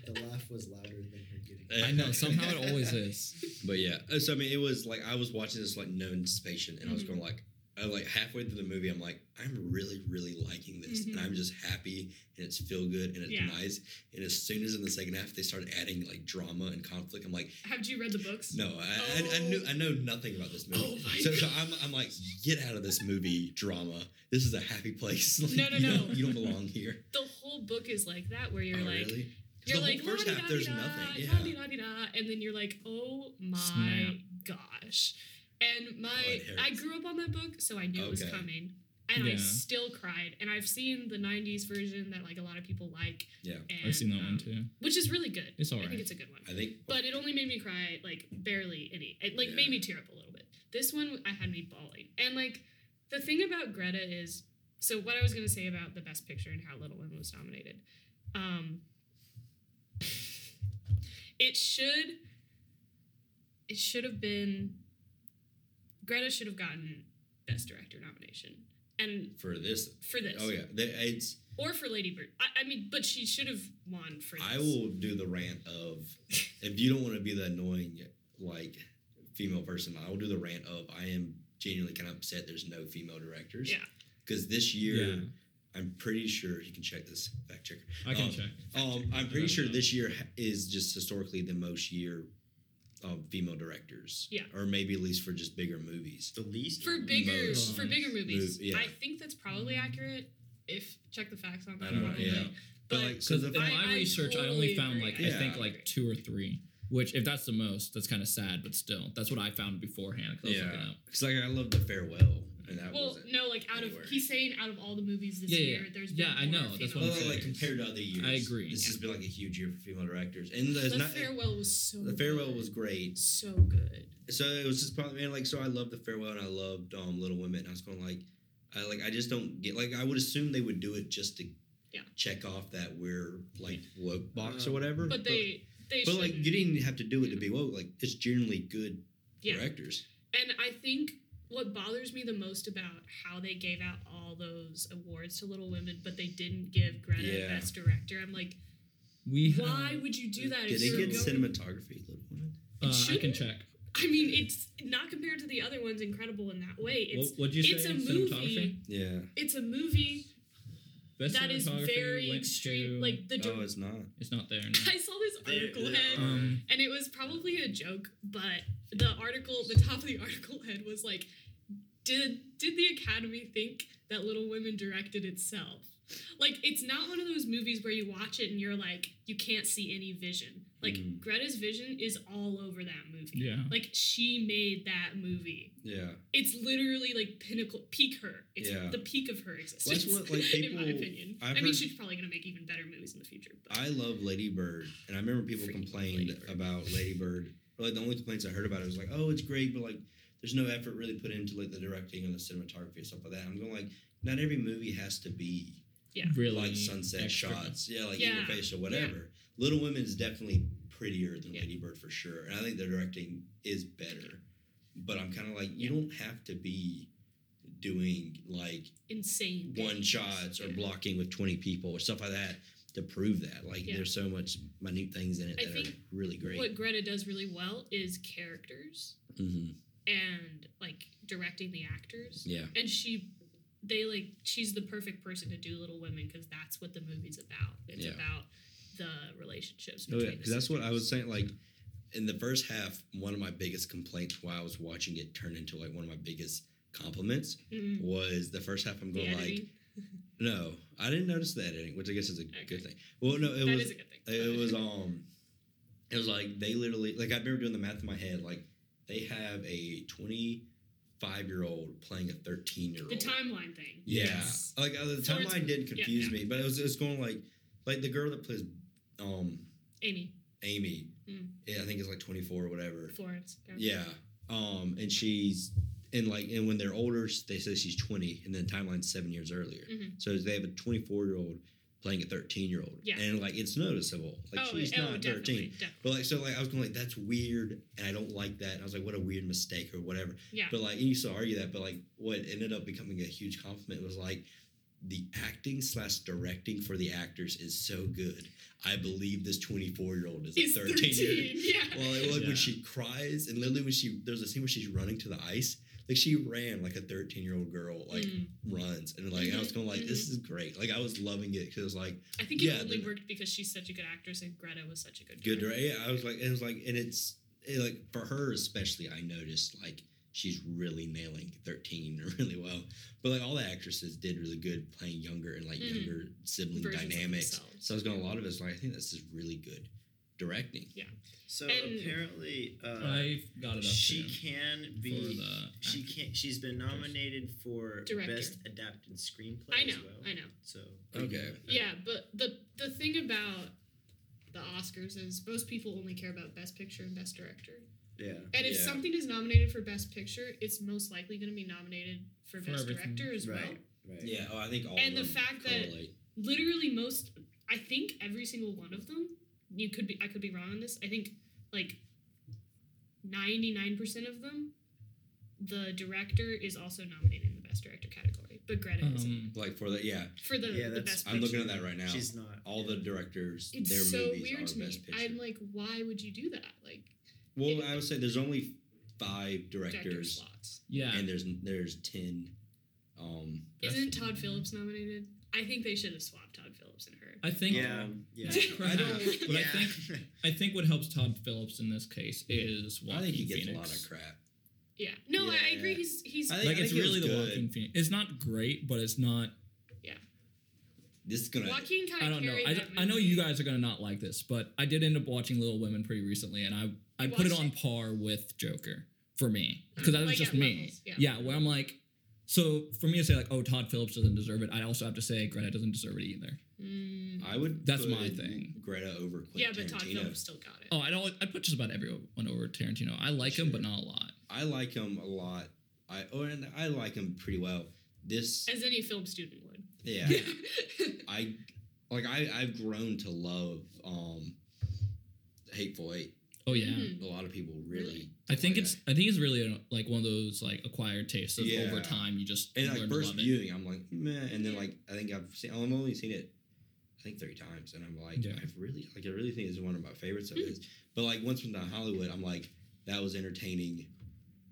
S6: The laugh was louder than her getting.
S3: Eh.
S1: I know. Somehow it always is.
S3: But yeah, uh, so I mean, it was like I was watching this like no anticipation, and I was
S2: Mhm.
S3: going like, I like halfway through the movie, I'm like, I'm really, really liking this, and
S2: Mhm.
S3: I'm just happy, and it's feel good, and it's
S2: Yeah.
S3: nice. And as soon as in the second half they started adding like drama and conflict, I'm like,
S2: Have you read the books?
S3: no, I, I, I knew I know nothing about this movie.
S2: Oh my
S3: so, so I'm, I'm like, get out of this movie drama. This is a happy place. Like,
S2: No, no,
S3: you don't-
S2: no.
S3: you don't belong here.
S2: The whole book is like that, where you're
S3: oh,
S2: like,
S3: really? 'Cause
S2: You're
S3: the
S2: like,
S3: whole first half, there's nothing. Yeah.
S2: and then you're like, oh my
S1: Snap.
S2: gosh. And my,
S3: it
S2: I
S3: hurts.
S2: grew up on that book, so I knew it was
S3: Okay.
S2: coming, and I
S1: Yeah.
S2: still cried. And I've seen the '90s version that like a lot of people like.
S3: Yeah.
S2: and,
S1: I've seen that one
S2: um,
S1: too.
S2: which is really good.
S1: It's
S2: I
S1: alright.
S2: think it's a good one,
S3: I think
S2: but it only made me cry like barely any. It like
S3: Yeah.
S2: made me tear up a little bit. This one, I had me bawling. And like, the thing about Greta is, so what I was gonna say about the Best Picture and how Little Women was nominated. Um, it should it should have been Greta should have gotten best director nomination and
S3: for this.
S2: for this
S3: Oh yeah, They- it's
S2: or for Lady Bird I, I mean but she should have won for this
S3: I will do the rant of if you don't want to be the annoying like female person, I will do the rant of I am genuinely kind of upset there's no female directors.
S2: Yeah.
S3: Because this year,
S1: Yeah.
S3: I'm pretty sure you can check this fact checker.
S1: I can
S3: um,
S1: check.
S3: Um, I'm pretty
S1: Yeah,
S3: sure
S1: yeah.
S3: this year ha- is just historically the most year of female directors.
S2: Yeah.
S3: Or maybe at least for just bigger movies.
S5: The least.
S2: for bigger
S1: Most.
S2: for bigger movies
S3: Mov- yeah.
S2: I think that's probably accurate if check the facts on
S3: I
S2: that
S3: don't know,
S2: probably.
S3: yeah. But,
S2: but
S3: like, so
S1: Because
S3: the
S1: in my
S2: I- I
S1: research, I
S2: totally
S1: only found
S2: agree.
S1: like I think
S3: Yeah.
S1: like two or three. Which, if that's the most, that's kind of sad, but still, that's what I found beforehand. 'cause I was looking
S3: yeah,
S1: up.
S3: because like I love the farewell, and that
S2: well
S3: wasn't.
S2: no like out
S3: anywhere.
S2: of he's saying out of all the movies this
S1: Yeah, yeah,
S2: year
S1: yeah.
S2: there's
S1: Yeah,
S2: been
S1: I
S2: more
S1: know, that's
S2: female
S1: what
S3: Well,
S1: I'm saying.
S3: like compared to other years,
S1: I agree.
S3: This has been like a huge year for female directors, and the,
S2: the
S3: not,
S2: farewell was so
S3: the farewell
S2: good.
S3: was great.
S2: so good
S3: So it was just probably man, like so I loved the farewell and I loved um, Little Women. And I was going like, I like I just don't get like I would assume they would do it just to
S2: Yeah.
S3: check off that we're like woke
S1: Uh,
S3: box or whatever.
S2: but they they
S3: but, like
S2: shouldn't.
S3: you didn't have to do it to be woke. Like it's generally good
S2: yeah
S3: directors.
S2: and i think what bothers me the most about how they gave out all those awards to little women but they didn't give greta
S3: Yeah.
S2: best director i'm like
S1: We have,
S2: why would you do that if
S3: Did it
S2: you were
S3: get
S2: going-
S3: cinematography? Little Women.
S1: uh, I can
S2: shouldn't?
S1: check.
S2: i mean it's not compared to the other ones incredible in that way it's
S1: what would you say?
S2: it's a
S1: cinematography?
S2: movie
S3: Yeah.
S2: it's a movie
S1: Best
S2: that is
S1: cinematography
S2: very
S1: went
S2: extreme
S1: to-
S2: like the
S3: Oh,
S2: di-
S3: it's not.
S1: it's not there.
S2: i saw this
S5: There-
S2: article
S5: there
S2: head
S1: No. Um,
S2: And it was probably a joke, but the article, the top of the article head was like, "Did did the Academy think that Little Women directed itself?" Like, it's not one of those movies where you watch it and you're like, you can't see any vision. Like
S3: Mhm.
S2: Greta's vision is all over that movie.
S1: yeah.
S2: Like she made that movie.
S3: Yeah.
S2: It's literally like pinnacle peak her. It's
S3: Yeah.
S2: the peak of her
S3: Well,
S2: existence.
S3: that's what like
S2: in
S3: people.
S2: my opinion. i
S3: I've
S2: mean,
S3: heard-
S2: she's probably gonna make even better movies in the future. But
S3: I love Lady Bird, and I remember
S2: Freaking
S3: people
S2: love
S3: complained
S2: Lady Bird.
S3: about Lady Bird. Like the only complaints I heard about it was like, "Oh, it's great, but like there's no effort really put into like the directing and the cinematography and stuff like that. I'm going like not every movie has to be
S1: Really
S3: like sunset
S1: extra.
S3: shots, yeah, like in your
S2: Yeah,
S3: face or whatever. Little Women is definitely prettier than
S2: Yeah.
S3: Lady Bird for sure, and I think the directing is better. But I'm kind of like you don't have to be doing like
S2: Insane.
S3: one
S2: things.
S3: shots or
S2: Yeah.
S3: blocking with 20 people or stuff like that to prove that. Like
S2: Yeah.
S3: there's so much minute things in it
S2: I
S3: that are
S2: think
S3: really great.
S2: What Greta does really well is characters
S3: hmm
S2: and like directing the actors.
S3: Yeah.
S2: And she, they like, she's the perfect person to do Little Women because that's what the movie's about. It's
S3: Yeah.
S2: about the relationships.
S3: Oh
S2: Between
S3: yeah, because that's what I was saying. Like in the first half, one of my biggest complaints while I was watching it turn into like one of my biggest compliments
S2: Mm,
S3: was the first half. I'm
S2: the
S3: going like,
S2: editing.
S3: no, I didn't notice the editing, which I guess is a
S2: Okay.
S3: good thing. Well, no, it
S2: That
S3: was
S2: is a good thing.
S3: It was um, it was like they literally like I remember doing the math in my head. Like they have a twenty five year old playing a thirteen year old.
S2: the timeline thing.
S3: Yeah,
S2: Yes.
S3: like uh, the
S2: So it's-
S3: timeline did
S2: yeah,
S3: confuse
S2: yeah.
S3: me, but it was it was going like like the girl that plays um
S2: Amy
S3: Amy.
S2: Mm.
S3: Yeah, I think it's like twenty four or whatever.
S2: Florence.
S3: Yeah.
S2: Mm-hmm.
S3: Um, and she's and like and when they're older, they say she's twenty, and then timeline's seven years earlier.
S2: Mhm.
S3: So they have a twenty four year old playing a thirteen year old.
S2: Yeah.
S3: And like it's noticeable. Like
S2: oh,
S3: she's
S2: oh,
S3: not
S2: definitely,
S3: thirteen.
S2: definitely.
S3: But like so like I was going like that's weird and I don't like that. And I was like, what a weird mistake or whatever.
S2: Yeah.
S3: But like and you still argue that, but like what ended up becoming a huge compliment was like the acting slash directing for the actors is so good. I believe this twenty four year old is a
S2: He's
S3: thirteen year
S2: 13,
S3: old.
S2: Yeah.
S3: Well, it was
S1: Yeah.
S3: when she cries, and literally when she there's a scene where she's running to the ice, like she ran like a 13 year old girl, like
S2: Mm.
S3: runs, and like I was going like, this
S2: Mhm.
S3: is great. Like I was loving it because like
S2: I think it
S3: yeah,
S2: only
S3: the-
S2: worked because she's such a good actress and Greta was such a good
S3: good,
S2: director.
S3: right? Yeah, I was like, it was like, and it's it, like for her especially, I noticed like she's really nailing 13 really well. But like all the actresses did really good playing younger and like
S2: Mhm.
S3: younger sibling
S2: Versions of
S3: dynamics.
S2: themselves.
S3: So I was going a lot of us like I think this is really good directing.
S5: So
S2: And-
S5: apparently, uh,
S1: I've got it up.
S5: she
S1: too,
S5: can
S1: for
S5: be.
S1: the
S5: She
S1: act-
S5: can't. She's been nominated for
S2: Director.
S5: best adapted screenplay.
S2: I know,
S5: As well.
S2: I know.
S5: So
S3: Okay.
S2: Yeah, but the the thing about the Oscars is most people only care about Best Picture and Best Director.
S5: yeah.
S2: And if
S3: Yeah.
S2: something is nominated for Best Picture, it's most likely going to be nominated for,
S1: For
S2: Best
S1: everything.
S2: Director as well.
S5: Right. Right.
S3: Yeah, oh, I think all
S2: And the
S3: of them
S2: fact that-
S3: correlate.
S2: Literally, most I think every single one of them. You could be I could be wrong on this. I think like ninety nine percent of them, the director is also nominated in the Best Director category, but Greta isn't
S1: Um,
S3: Like for the yeah,
S2: for the,
S5: Yeah,
S2: the
S5: that's-
S2: Best
S3: I'm
S2: Picture.
S3: looking at that right now.
S5: She's not.
S3: all the directors,
S2: It's
S3: their
S2: so
S3: movies
S2: weird
S3: are
S2: to
S3: best
S2: me.
S3: picture.
S2: I'm like, why would you do that? Like
S3: well, I would say there's only five
S2: director
S3: directors,
S2: slots.
S1: yeah.
S3: and there's there's ten. Um,
S1: That's-
S2: Isn't Todd Phillips nominated? I think they should have swapped Todd Phillips and her.
S1: I think.
S5: Yeah.
S3: Um,
S5: yeah.
S1: I don't. But I
S5: yeah.
S1: think I think what helps Todd Phillips in this case is
S3: I
S1: Joaquin
S3: think he gets
S1: Phoenix.
S3: a lot of crap.
S2: Yeah. No, I, I
S3: Yeah.
S2: agree. He's he's
S3: I think-
S1: Like it's
S3: it was
S1: really the
S3: good.
S1: Joaquin Phoenix. It's not great, but it's not.
S3: This is gonna.
S2: Joaquin kind of
S1: I don't know. I, I know you guys are gonna not like this, but I did end up watching Little Women pretty recently, and I I put it
S2: Watched
S1: on par with Joker for me because that was
S2: Mm-hmm. Like,
S1: just
S2: at
S1: me.
S2: levels, yeah.
S1: where I'm like, so for me to say like, oh, Todd Phillips doesn't deserve it, I also have to say Greta doesn't deserve it either.
S2: Mm,
S3: I would.
S1: That's
S3: put
S1: my thing.
S3: Greta over Quentin
S2: yeah, but Todd
S3: Tarantino.
S2: Phillips still got it.
S1: Oh, I'd always, I'd put just about everyone over Tarantino. I like him, but not a lot.
S3: I like him a lot. I oh, and I like him pretty well. This
S2: As any film student would.
S3: Oh, yeah. I like I I've grown to love um, Hateful Eight.
S1: Oh yeah.
S2: Mhm.
S3: A lot of people really.
S1: I
S3: don't
S1: think
S3: like
S1: it's
S3: that.
S1: I think it's really uh, like one of those like acquired tastes of
S3: Yeah.
S1: over time you just
S3: And
S1: learn
S3: like
S1: to
S3: first
S1: love it.
S3: viewing, I'm like, meh. And then like I think I've seen I've only seen it I think three times, and I'm like,
S1: Yeah.
S3: I've really like I really think it's one of my favorites of his. But like once we're done Hollywood, I'm like, that was entertaining.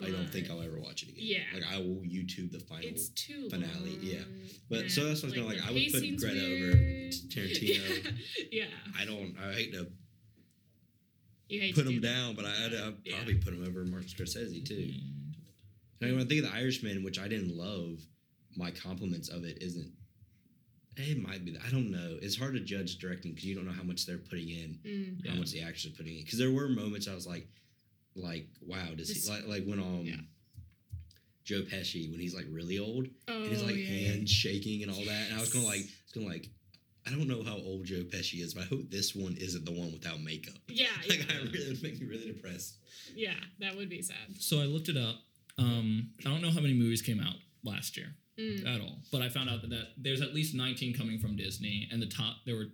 S3: I don't think
S2: But
S3: I'll ever watch it again.
S2: Yeah.
S3: Like I will YouTube the final.
S2: It's too
S3: finale,
S2: Long.
S3: yeah. But so that's what I was gonna like.
S2: the
S3: I would put
S2: pacing's
S3: Greta over
S2: weird.
S3: Tarantino.
S2: yeah.
S3: I don't. I hate to
S2: You hate
S3: put
S2: to do
S3: him
S2: that.
S3: down, but I, I'd, I'd
S2: Yeah.
S3: probably put him over Martin Scorsese too.
S1: And-
S3: I mean, when I think of the Irishman, which I didn't love, my compliments of it isn't. It might be. I don't know. It's hard to judge directing because you don't know how much they're putting in,
S2: Mm.
S1: Yeah.
S3: how much the actors are putting in. Because there were moments I was like, like, wow, does
S2: This-
S3: he like like when um.
S2: yeah.
S3: Joe Pesci when he's like really old
S2: Oh,
S3: and he's like
S2: yeah, yeah.
S3: hand shaking and all that, and I was going like,
S2: Yes.
S3: it's going like, I don't know how old Joe Pesci is, but I hope this one isn't the one without makeup.
S2: Yeah, yeah,
S3: Like, I really it would make me really depressed.
S2: yeah. That would be sad.
S1: So I looked it up. Um, I don't know how many movies came out last year
S2: Mm.
S1: at all, but I found out that, that there's at least 19 coming from Disney, and the top there were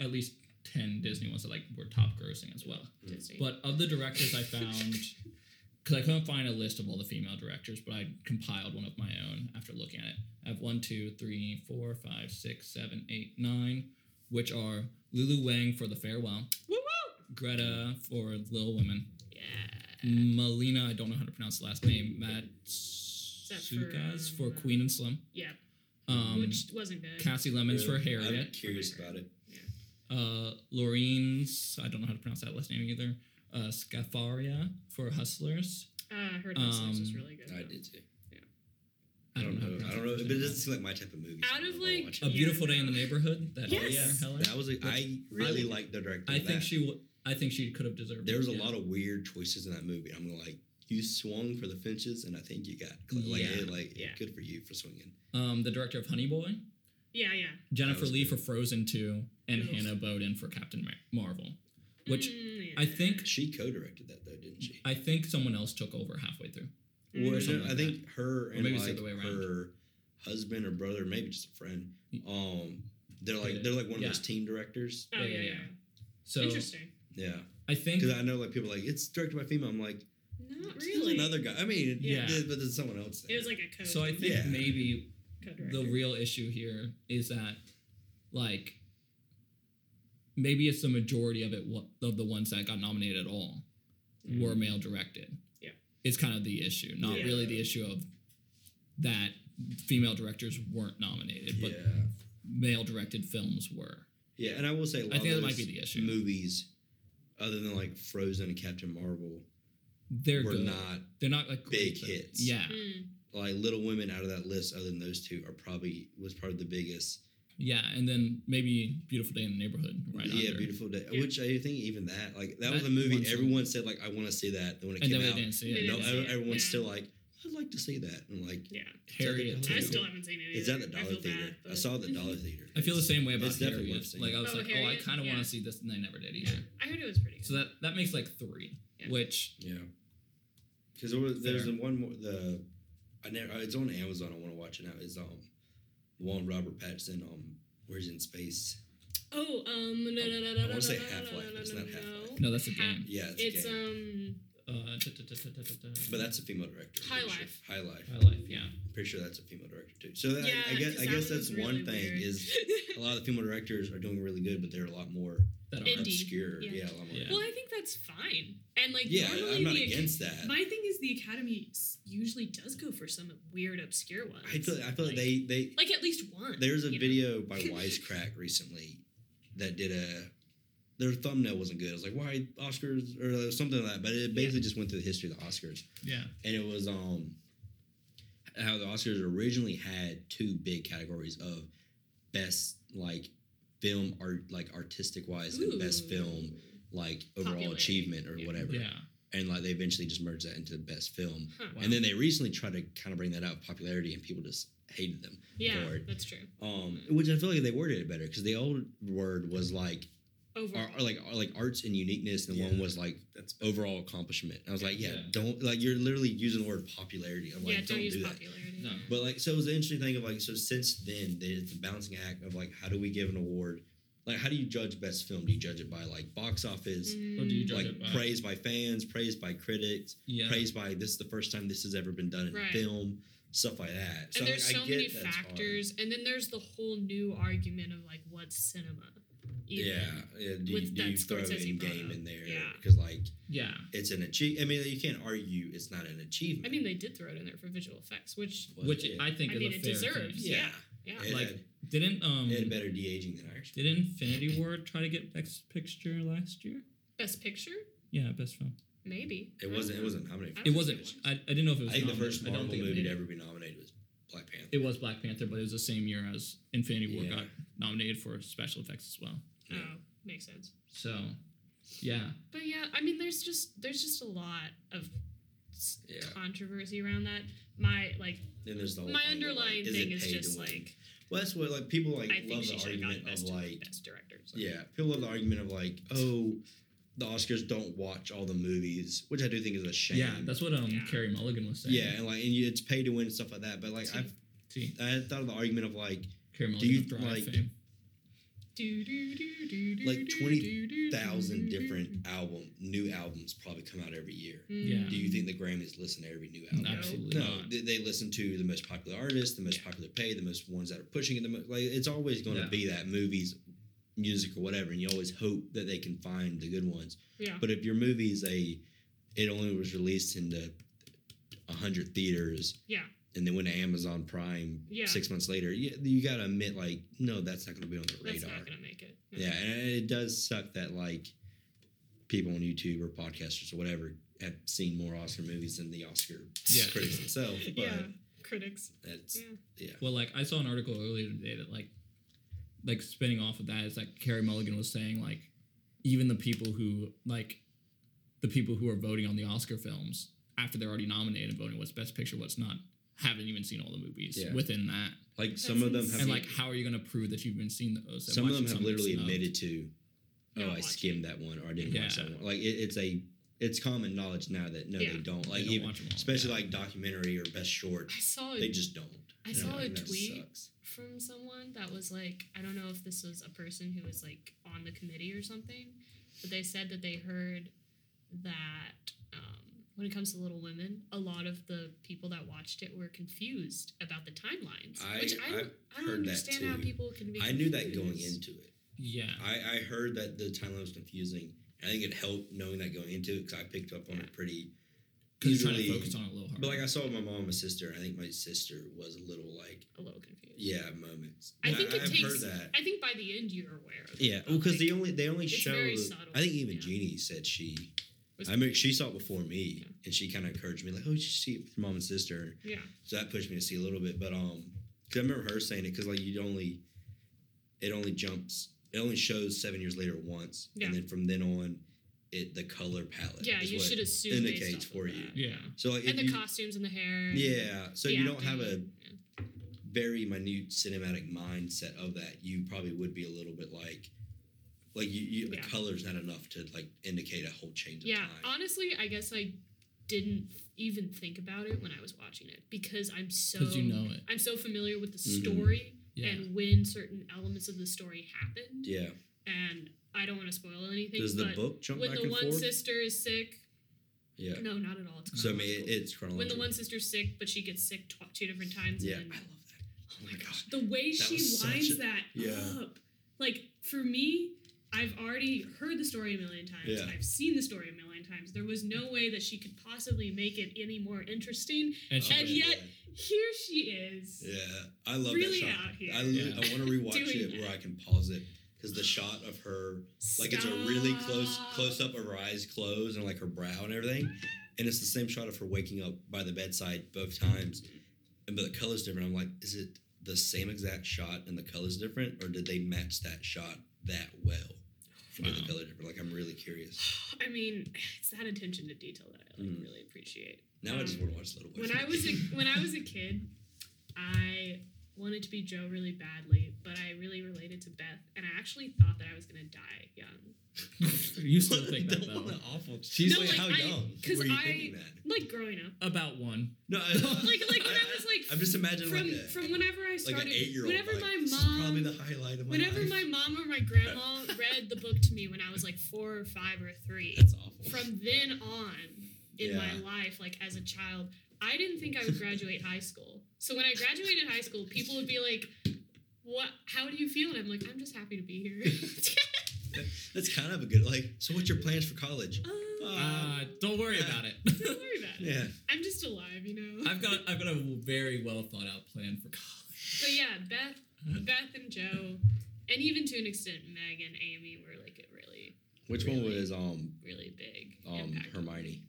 S1: at least 10 Disney ones that like were top grossing as well.
S2: Disney.
S1: But of the directors I found, because I couldn't find a list of all the female directors, but I compiled one of my own after looking at it. I have one, two, three, four, five, six, seven, eight, nine, which are Lulu Wang for The Farewell,
S4: Woo
S1: Greta for Little Women,
S2: yeah.
S1: Melina, I don't know how to pronounce the last name,
S2: that
S1: Matsukas
S2: for,
S1: for
S2: uh,
S1: Queen and Slim,
S2: Yeah.
S1: um,
S2: Which wasn't good.
S1: Cassie Lemons for
S3: Really? I'm
S1: Harriet,
S3: curious about it.
S1: uh, Lorraine's, I don't know how to pronounce that last name either, uh, Scafaria for Hustlers.
S2: Uh, I heard Hustlers was
S1: Um,
S2: really good.
S3: I did too.
S1: I don't know. how to
S3: I don't know.
S1: pronounce
S3: But
S1: that
S3: it
S1: name.
S3: doesn't seem like my type of movie.
S2: Out
S3: so
S2: of,
S3: I'll
S2: like,
S3: watch it.
S1: A
S2: Yeah.
S1: Beautiful Day in the Neighborhood. That
S2: Yes.
S1: Elliot Heller.
S3: that was a, I really
S5: Really?
S3: liked the director.
S1: I
S3: of that.
S1: think she. W- I think she could have deserved.
S3: there
S1: it,
S3: was a
S1: yeah.
S3: lot of weird choices in that movie. I'm like, you swung for the fences, and I think you got like,
S1: Yeah.
S3: it- like
S2: Yeah.
S3: good for you for swinging.
S1: Um, the director of Honey Boy,
S2: Yeah, yeah.
S1: Jennifer
S3: was
S1: Lee
S3: good.
S1: for Frozen Two, and
S2: Oof.
S1: Hannah Bowden for Captain Mar- Marvel, which
S2: Mm,
S1: I
S2: yeah.
S1: think
S3: She co-directed that though, didn't she?
S1: I think someone else took over halfway through.
S3: Well,
S2: Mm.
S3: no,
S1: something
S3: I
S1: like
S3: think her and
S1: maybe it's the
S3: like
S1: other way around.
S3: her husband or brother, maybe just a friend. Um, they're
S1: Yeah.
S3: like they're like one
S1: Yeah.
S3: of those team directors.
S2: Oh,
S1: Yeah,
S2: yeah,
S1: yeah,
S2: yeah.
S1: yeah. So
S2: Interesting.
S3: Yeah,
S1: I think
S3: because I know like people are like it's directed by female. I'm like,
S2: Not
S3: "There's
S2: really.
S3: another guy. I mean, yeah,
S1: Yeah.
S3: but there's someone else. There.
S2: It was like a code.
S1: so. I think
S3: Yeah.
S1: maybe
S2: code
S1: the real issue here is that, like, maybe it's the majority of it wa- of the ones that got nominated at all were male directed.
S2: Mm. Yeah.
S1: It's kind of the issue, not
S3: Yeah.
S1: really the issue of that female directors weren't nominated, but
S3: yeah,
S1: male directed films were.
S3: yeah. And I will say, a lot
S1: I think
S3: of
S1: that might
S3: those
S1: be the issue.
S3: Movies, other than like Frozen and Captain Marvel,
S1: They're
S3: were
S1: good.
S3: not
S1: They're not like
S3: big
S1: but-
S3: hits.
S1: Yeah.
S2: Mm.
S3: like Little Women out of that list. Other than those two, are probably was probably the biggest.
S1: Yeah, and then maybe Beautiful Day in the Neighborhood right
S3: yeah,
S1: under.
S3: beautiful day.
S2: Yeah.
S3: Which I think even that, like that, was
S1: That
S3: a movie
S1: one song.
S3: everyone said like I want to see that. And when it
S1: And then
S3: came
S1: they
S3: out,
S1: didn't see
S2: They
S1: it.
S3: no,
S2: didn't see it,
S3: everyone's
S2: yeah.
S3: still like I'd like to see that. And like,
S2: Yeah.
S1: Harriet.
S3: Is
S2: I
S1: too.
S2: still haven't seen it either.
S3: is that the
S2: I
S3: Dollar
S2: feel
S3: Theater?
S2: bad,
S3: I
S2: but-
S3: saw the Dollar Theater.
S1: I feel the same way about
S3: It's definitely
S1: Harriet.
S3: worth seeing.
S1: Like I was
S2: Oh,
S1: like, oh, I
S2: Harriet?
S1: kind of
S2: Yeah.
S1: want to see this, and I never did
S2: Yeah.
S1: either.
S2: I heard it was pretty good.
S1: So that that makes like three,
S2: Yeah.
S1: which
S3: Yeah, because there was, there's
S1: Fair.
S3: the one more the I never. It's on Amazon. I want to watch it now. Is um the one with Robert Pattinson um where he's in space.
S2: Oh, um, no, no, no, no,
S3: I
S2: no,
S3: wanna say
S2: no, no,
S3: Half-Life,
S2: no,
S3: but it's
S2: no,
S3: not
S2: no, no.
S3: Half-Life.
S1: no, that's a
S2: Ha-
S1: game.
S3: Yeah, it's, a
S2: It's
S3: game.
S1: Uh,
S2: um,
S1: da- da- da- da- da- da- da.
S3: but that's a female director. I'm
S2: High
S3: pretty sure.
S2: Life.
S3: High life.
S1: my life. Yeah.
S3: I'm pretty sure that's a female director too. So that-
S2: yeah.
S3: I, I guess
S2: 'cause
S3: I
S2: that
S3: guess
S2: one
S3: that's
S2: was really
S3: one thing
S2: weird.
S3: is a lot of the female directors are doing really good, but they're a lot more
S1: That
S2: Indie.
S1: are-
S3: obscure. Yeah,
S2: Yeah.
S3: a lot more.
S1: Yeah.
S2: well, I think that's fine, and like
S3: Yeah,
S2: normally
S3: I'm not
S2: the
S3: against that.
S2: My thing is the academy s- usually does go for some weird, obscure ones.
S3: I feel I feel like they they
S2: like at least one.
S3: there's a
S2: you know?
S3: video by Wisecrack recently that did a their thumbnail wasn't good. It was like why Oscars or something like that, but it basically just went through the history of the Oscars,
S1: Yeah.
S3: and it was um how the Oscars originally had two big categories of best like film art like artistic wise and best
S2: Ooh.
S3: film like overall
S2: Popularity.
S3: achievement or
S2: Yeah.
S3: whatever.
S1: Yeah.
S3: And like they eventually just merged that into the best film.
S2: Huh.
S1: Wow.
S3: And then they recently tried to kind of bring that out of popularity and people just hated them.
S2: Yeah,
S3: Lord.
S2: that's true.
S3: Um,
S2: Mm.
S3: which I feel like they worded it better because the old word was like
S2: Overall,
S3: are, are like are like arts and uniqueness, and the one
S6: Yeah.
S3: was like
S6: That's
S3: overall accomplishment. And I was like, yeah,
S1: Yeah.
S3: don't like you're literally using the word popularity. I'm like,
S2: yeah,
S3: don't,
S2: use
S3: do that.
S2: popularity.
S1: No.
S3: But like, so it was an interesting thing of like, so since then, they- it's a balancing act of like, how do we give an award? Like, how do you judge best film? Do you judge it by like box
S2: Mm.
S3: office?
S1: Or do you judge
S3: Like
S1: it by?
S3: praised by fans, praised by critics,
S1: yeah.
S3: praised by this is the first time this has ever been done in
S2: Right.
S3: film, stuff like that.
S2: and there's
S3: like,
S2: so many
S3: that's hard.
S2: factors, and then there's the whole new argument of like what's cinema. even.
S3: Yeah, yeah. Do,
S2: with
S3: you, do
S2: that
S3: you throw in
S2: Scorsese
S3: game
S2: product.
S3: in there?
S2: Yeah.
S3: Because like
S1: Yeah.
S3: it's an achievement. I mean, you can't argue it's not an achievement.
S2: I mean, they did throw it in there for visual effects, which
S3: But
S1: Which
S3: it,
S1: I think
S2: I
S1: is
S2: mean,
S1: a
S2: it
S1: fair
S2: deserves.
S1: thing.
S3: yeah,
S2: yeah.
S3: It
S1: Like,
S3: had-
S1: Didn't um
S3: it had better de aging than ours.
S1: did Infinity War try to get Best Picture last year?
S2: Best Picture,
S1: Yeah, best film.
S2: maybe. Oh, I
S3: It
S2: don't
S3: wasn't. It
S2: know.
S3: wasn't nominated.
S2: I
S1: It
S2: don't
S1: wasn't.
S2: think it
S1: I, I didn't know if it
S3: For,
S1: was.
S3: I think the
S1: nominated.
S3: first
S1: I don't
S3: Marvel
S1: think it
S3: movie
S1: made
S3: to
S1: it.
S3: ever be nominated was Black Panther.
S1: It was Black Panther, but it was the same year as Infinity War
S3: Yeah.
S1: got nominated for special effects as well.
S2: Oh,
S3: Yeah.
S2: makes sense.
S1: So, yeah,
S2: But yeah, I mean, there's just there's just a lot of s-
S3: Yeah.
S2: controversy around that. My like
S3: Then there's the whole
S2: my
S3: thing of, like,
S2: underlying
S3: is
S2: thing
S3: it
S2: is
S3: paid to
S2: just
S3: win?
S2: like
S3: Well, that's what like people like
S2: I think
S3: love
S2: she
S3: the
S2: should have gotten
S3: argument of
S2: best,
S3: like
S2: best directors.
S3: yeah, people love the argument of like oh the Oscars don't watch all the movies, which I do think is a shame.
S1: Yeah, that's what um
S2: Yeah.
S1: Carrie Mulligan was saying.
S3: yeah, and like and you, it's pay to win and stuff like that. But like I
S1: See,
S3: I had thought of the argument of like
S1: Carrie
S3: Do
S1: Mulligan
S3: you,
S1: of Drive
S3: like,
S1: fame.
S3: like twenty thousand
S2: Mm-hmm.
S3: different album new albums probably come out every year.
S1: Yeah.
S3: Do you think the Grammys listen to every new album?
S1: Absolutely
S3: No,
S1: not.
S3: they, they listen to the most popular artists, the most popular pay, the most ones that are pushing it. The most, like it's always going to
S1: Yeah.
S3: be that movies, music, or whatever, and you always hope that they can find the good ones.
S2: Yeah.
S3: But if your movie is a, it only was released into a hundred theaters.
S2: Yeah.
S3: And then went to Amazon Prime
S2: Yeah.
S3: six months later. You, you got to admit, like, no, that's not going to be on the
S2: That's
S3: radar.
S2: not gonna make it. No.
S3: Yeah, and it does suck that like people on YouTube or podcasters or whatever have seen more Oscar movies than the Oscar
S1: Yeah.
S3: critics themselves. But
S2: Yeah. Critics.
S3: that's
S2: Yeah.
S3: yeah.
S1: Well, like I saw an article earlier today that like, like spinning off of that is like Carrie Mulligan was saying like, even the people who like, the people who are voting on the Oscar films after they're already nominated and voting what's best picture, what's not, haven't even seen all the movies
S3: Yeah.
S1: within that.
S3: Like some of them have
S1: And like, how are you going to prove that you've been seen those? and
S3: some of
S1: watching
S3: them have
S1: something
S3: literally
S1: snubbed?
S3: admitted to,
S2: Not
S3: oh, I
S2: watching.
S3: skimmed that one or I didn't watch
S1: Yeah.
S3: that one. Like it, it's a it's common knowledge now that no,
S2: Yeah.
S3: they don't. Like
S1: They don't
S3: even,
S1: watch 'em all,
S3: especially
S1: yeah.
S3: like documentary or best short,
S2: I saw
S3: they
S2: a
S3: just don't.
S2: I
S3: And I'm
S2: saw a
S3: like, that
S2: tweet
S3: sucks.
S2: from someone that was like, I don't know if this was a person who was like on the committee or something, but they said that they heard that um, when it comes to Little Women, a lot of the people that watched it were confused about the timelines,
S3: I-
S2: which I don't, I
S3: I've
S2: don't
S3: heard that
S2: understand how
S3: too.
S2: people can be.
S3: I knew that going
S2: confused.
S3: into it.
S1: Yeah.
S3: I, I heard that the timeline was confusing. I think it helped knowing that going into it because I picked up on it pretty
S1: Because you're trying to
S3: easily.
S1: focus on it a little harder.
S3: But like I saw with my mom and my sister, and I think my sister was a little like,
S2: a little confused.
S3: yeah, moments.
S2: I
S3: And
S2: think it
S3: I've
S2: takes.
S3: heard that.
S2: I think by the end you're aware of it.
S3: Yeah, well,
S2: Like,
S3: because they only they only
S2: it's
S3: show.
S2: very subtle,
S3: I think even
S2: yeah.
S3: Jeannie said she.
S2: Was-
S3: I mean, she saw it before me,
S2: Yeah.
S3: and she kind of encouraged me, like, "Oh, you should see it with your mom and sister."
S2: Yeah.
S3: So that pushed me to see a little bit, but um, 'cause I remember her saying it because like you only, it only jumps, it only shows seven years later once,
S2: Yeah.
S3: and then from then on, it the color palette.
S2: Yeah,
S3: is
S2: you
S3: what-
S2: should assume
S3: indicates
S2: indicates based off
S3: for
S2: for of
S3: you.
S2: you. That.
S1: Yeah.
S3: So like,
S2: And
S3: if
S2: the
S3: you,
S2: costumes and the hair.
S3: yeah, so
S2: the
S3: you don't have
S2: acting.
S3: a
S1: Mm-hmm.
S2: Yeah.
S3: very minute cinematic mindset of that. You probably would be a little bit like, like you, you the
S2: Yeah.
S3: color's not enough to like indicate a whole change of
S2: Yeah,
S3: time.
S2: honestly, I guess I didn't even think about it when I was watching it because I'm so
S1: Because you know it.
S2: I'm so familiar with the
S3: Mhm.
S2: story
S1: Yeah.
S2: and when certain elements of the story happened.
S3: yeah.
S2: And I don't want to spoil anything.
S3: Does the
S2: but
S3: book jump
S2: when
S3: back
S2: the
S3: and
S2: one
S3: forth?
S2: sister is sick?
S3: yeah.
S2: No, not at all. It's
S3: So I mean, it,
S2: chronological.
S3: it's
S2: when
S3: chronological.
S2: the one sister's sick, but she gets sick tw- two different times.
S3: yeah, I
S2: And
S3: love
S2: then,
S3: that. Oh my gosh.
S2: the way
S3: That
S2: she
S3: was such
S2: lines
S3: a-
S2: that
S3: yeah.
S2: up. Like for me, I've already heard the story a million times.
S3: Yeah.
S2: I've seen the story a million times. There was no way that she could possibly make it any more interesting.
S1: And she
S2: And
S1: was-
S2: yet- Here she is.
S3: Yeah, I love
S2: Really
S3: that shot.
S2: out here.
S3: I, li-
S1: Yeah.
S3: I want to rewatch
S2: Doing
S3: it where
S2: that.
S3: I can pause it because the shot of her, like it's a really close
S2: Stop.
S3: close up of her eyes closed and like her brow and everything, and it's the same shot of her waking up by the bedside both times, and but the color's different. I'm like, is it the same exact shot and the color's different, or did they match that shot that well? for the
S1: Wow.
S3: color different. Like I'm really curious.
S2: I mean, it's that attention to detail that I like,
S3: Mm.
S2: really appreciate.
S3: Now I just
S2: Um,
S3: want to watch Little
S2: when
S3: Women.
S2: I was a, when I was a kid, I wanted to be Joe really badly, but I really related to Beth, and I actually thought that I was gonna die young.
S1: you still think that
S3: What
S1: though?
S3: an awful.
S1: She's
S2: No,
S3: Wait,
S2: like,
S3: how
S2: I-
S3: young
S2: 'cause
S3: were you
S2: I-
S3: thinking that?
S2: Like growing up,
S1: About one.
S3: No, I,
S2: like like when I was like
S3: I'm just imagining
S2: from
S3: like a,
S2: from whenever I
S3: like
S2: started,
S3: an eight year old.
S2: whenever my
S3: this is probably
S2: mom,
S3: the highlight of my
S2: whenever
S3: life.
S2: my mom or my grandma read the book to me when I was like four or five or three.
S3: That's awful.
S2: From then on in my
S3: Yeah.
S2: life, like as a child, I didn't think I would graduate high school. So when I graduated high school, people would be like, "What? How do you feel?" And I'm like, "I'm just happy to be here."
S3: That's kind of a good like. So what's your plans for college?
S2: Uh,
S1: Uh, don't worry
S3: yeah.
S1: about it.
S2: don't worry about it.
S3: Yeah,
S2: I'm just alive, you know.
S1: I've got I've got a very well thought out plan for college.
S2: But yeah, Beth, Beth and Joe, and even to an extent, Meg and Amy were like a really,
S3: which one was um
S2: really big
S3: um
S2: impact. on me.
S3: Hermione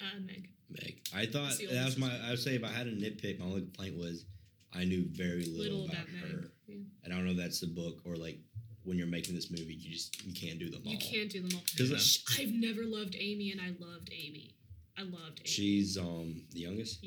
S2: Uh, Meg.
S3: Meg? I thought
S2: That's the
S3: that was
S2: oldest
S3: my. I would say if I had a nitpick, my only complaint was I knew very little,
S2: Little about
S3: about
S2: Meg.
S3: her,
S2: Yeah.
S3: and I don't know if that's the book or like when you're making this movie, you just you can't do them all.
S2: You can't do them all.
S3: 'Cause, like,
S2: Sh- I've never loved Amy, and I loved Amy. I loved Amy.
S3: She's um the youngest.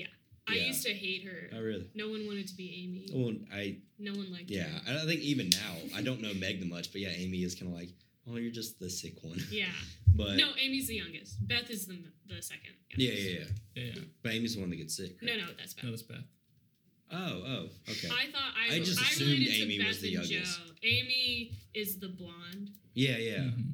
S2: I
S3: yeah.
S2: used to hate her.
S3: I really. Oh,
S2: No one wanted to be Amy.
S3: Well, I
S2: No one liked
S3: Yeah,
S2: her.
S3: I don't think even now I don't know Meg that much, but yeah, Amy is kind of like, Oh, you're just the sick one.
S2: Yeah.
S3: But
S2: No, Amy's the youngest. Beth is the the second.
S3: yeah,
S2: youngest.
S3: yeah, yeah.
S1: Yeah, yeah.
S3: But Amy's the one that gets sick.
S2: No,
S3: right?
S2: no, that's Beth.
S1: No, that's Beth.
S3: Oh, oh, okay.
S2: I thought I,
S3: I just
S2: I
S3: assumed
S2: related
S3: Amy
S2: to Beth
S3: was the
S2: and
S3: youngest.
S2: Joe. Amy is the blonde.
S3: yeah, yeah.
S1: Mhm.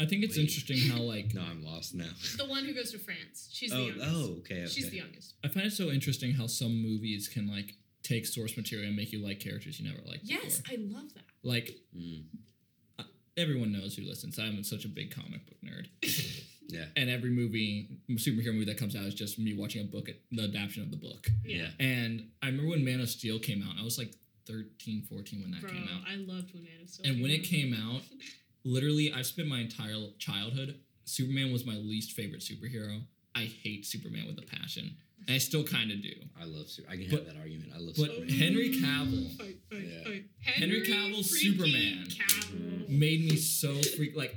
S1: I think it's
S3: Wait.
S1: interesting how like
S3: No, I'm lost now.
S2: The one who goes to France. She's the
S3: oh,
S2: youngest.
S3: oh, okay, okay.
S2: She's the youngest.
S1: I find it so interesting how some movies can like take source material and make you like characters you never liked
S2: Yes,
S1: before.
S2: I love that.
S1: Like
S3: Mm,
S1: everyone knows who listens. I'm such a big comic book nerd.
S3: yeah,
S1: and every movie superhero movie that comes out is just me watching a book the adaptation of the book
S2: Yeah.
S3: Yeah.
S1: and i remember when man of steel came out i was like 13 14 when that
S2: Bro,
S1: came out
S2: I loved when Man of Steel.
S1: and when it
S2: out.
S1: came out literally i've spent my entire childhood superman was my least favorite superhero i hate superman with a passion and i still kind of do
S3: I love. Super- I can
S1: But-
S3: have that argument. I love.
S1: but
S3: Superman.
S1: henry cavill
S2: Oh, Fight, fight,
S3: Yeah.
S2: fight.
S1: Henry Cavill's
S2: freaking
S1: Superman. Mm.
S2: Cavill.
S1: made me so freak like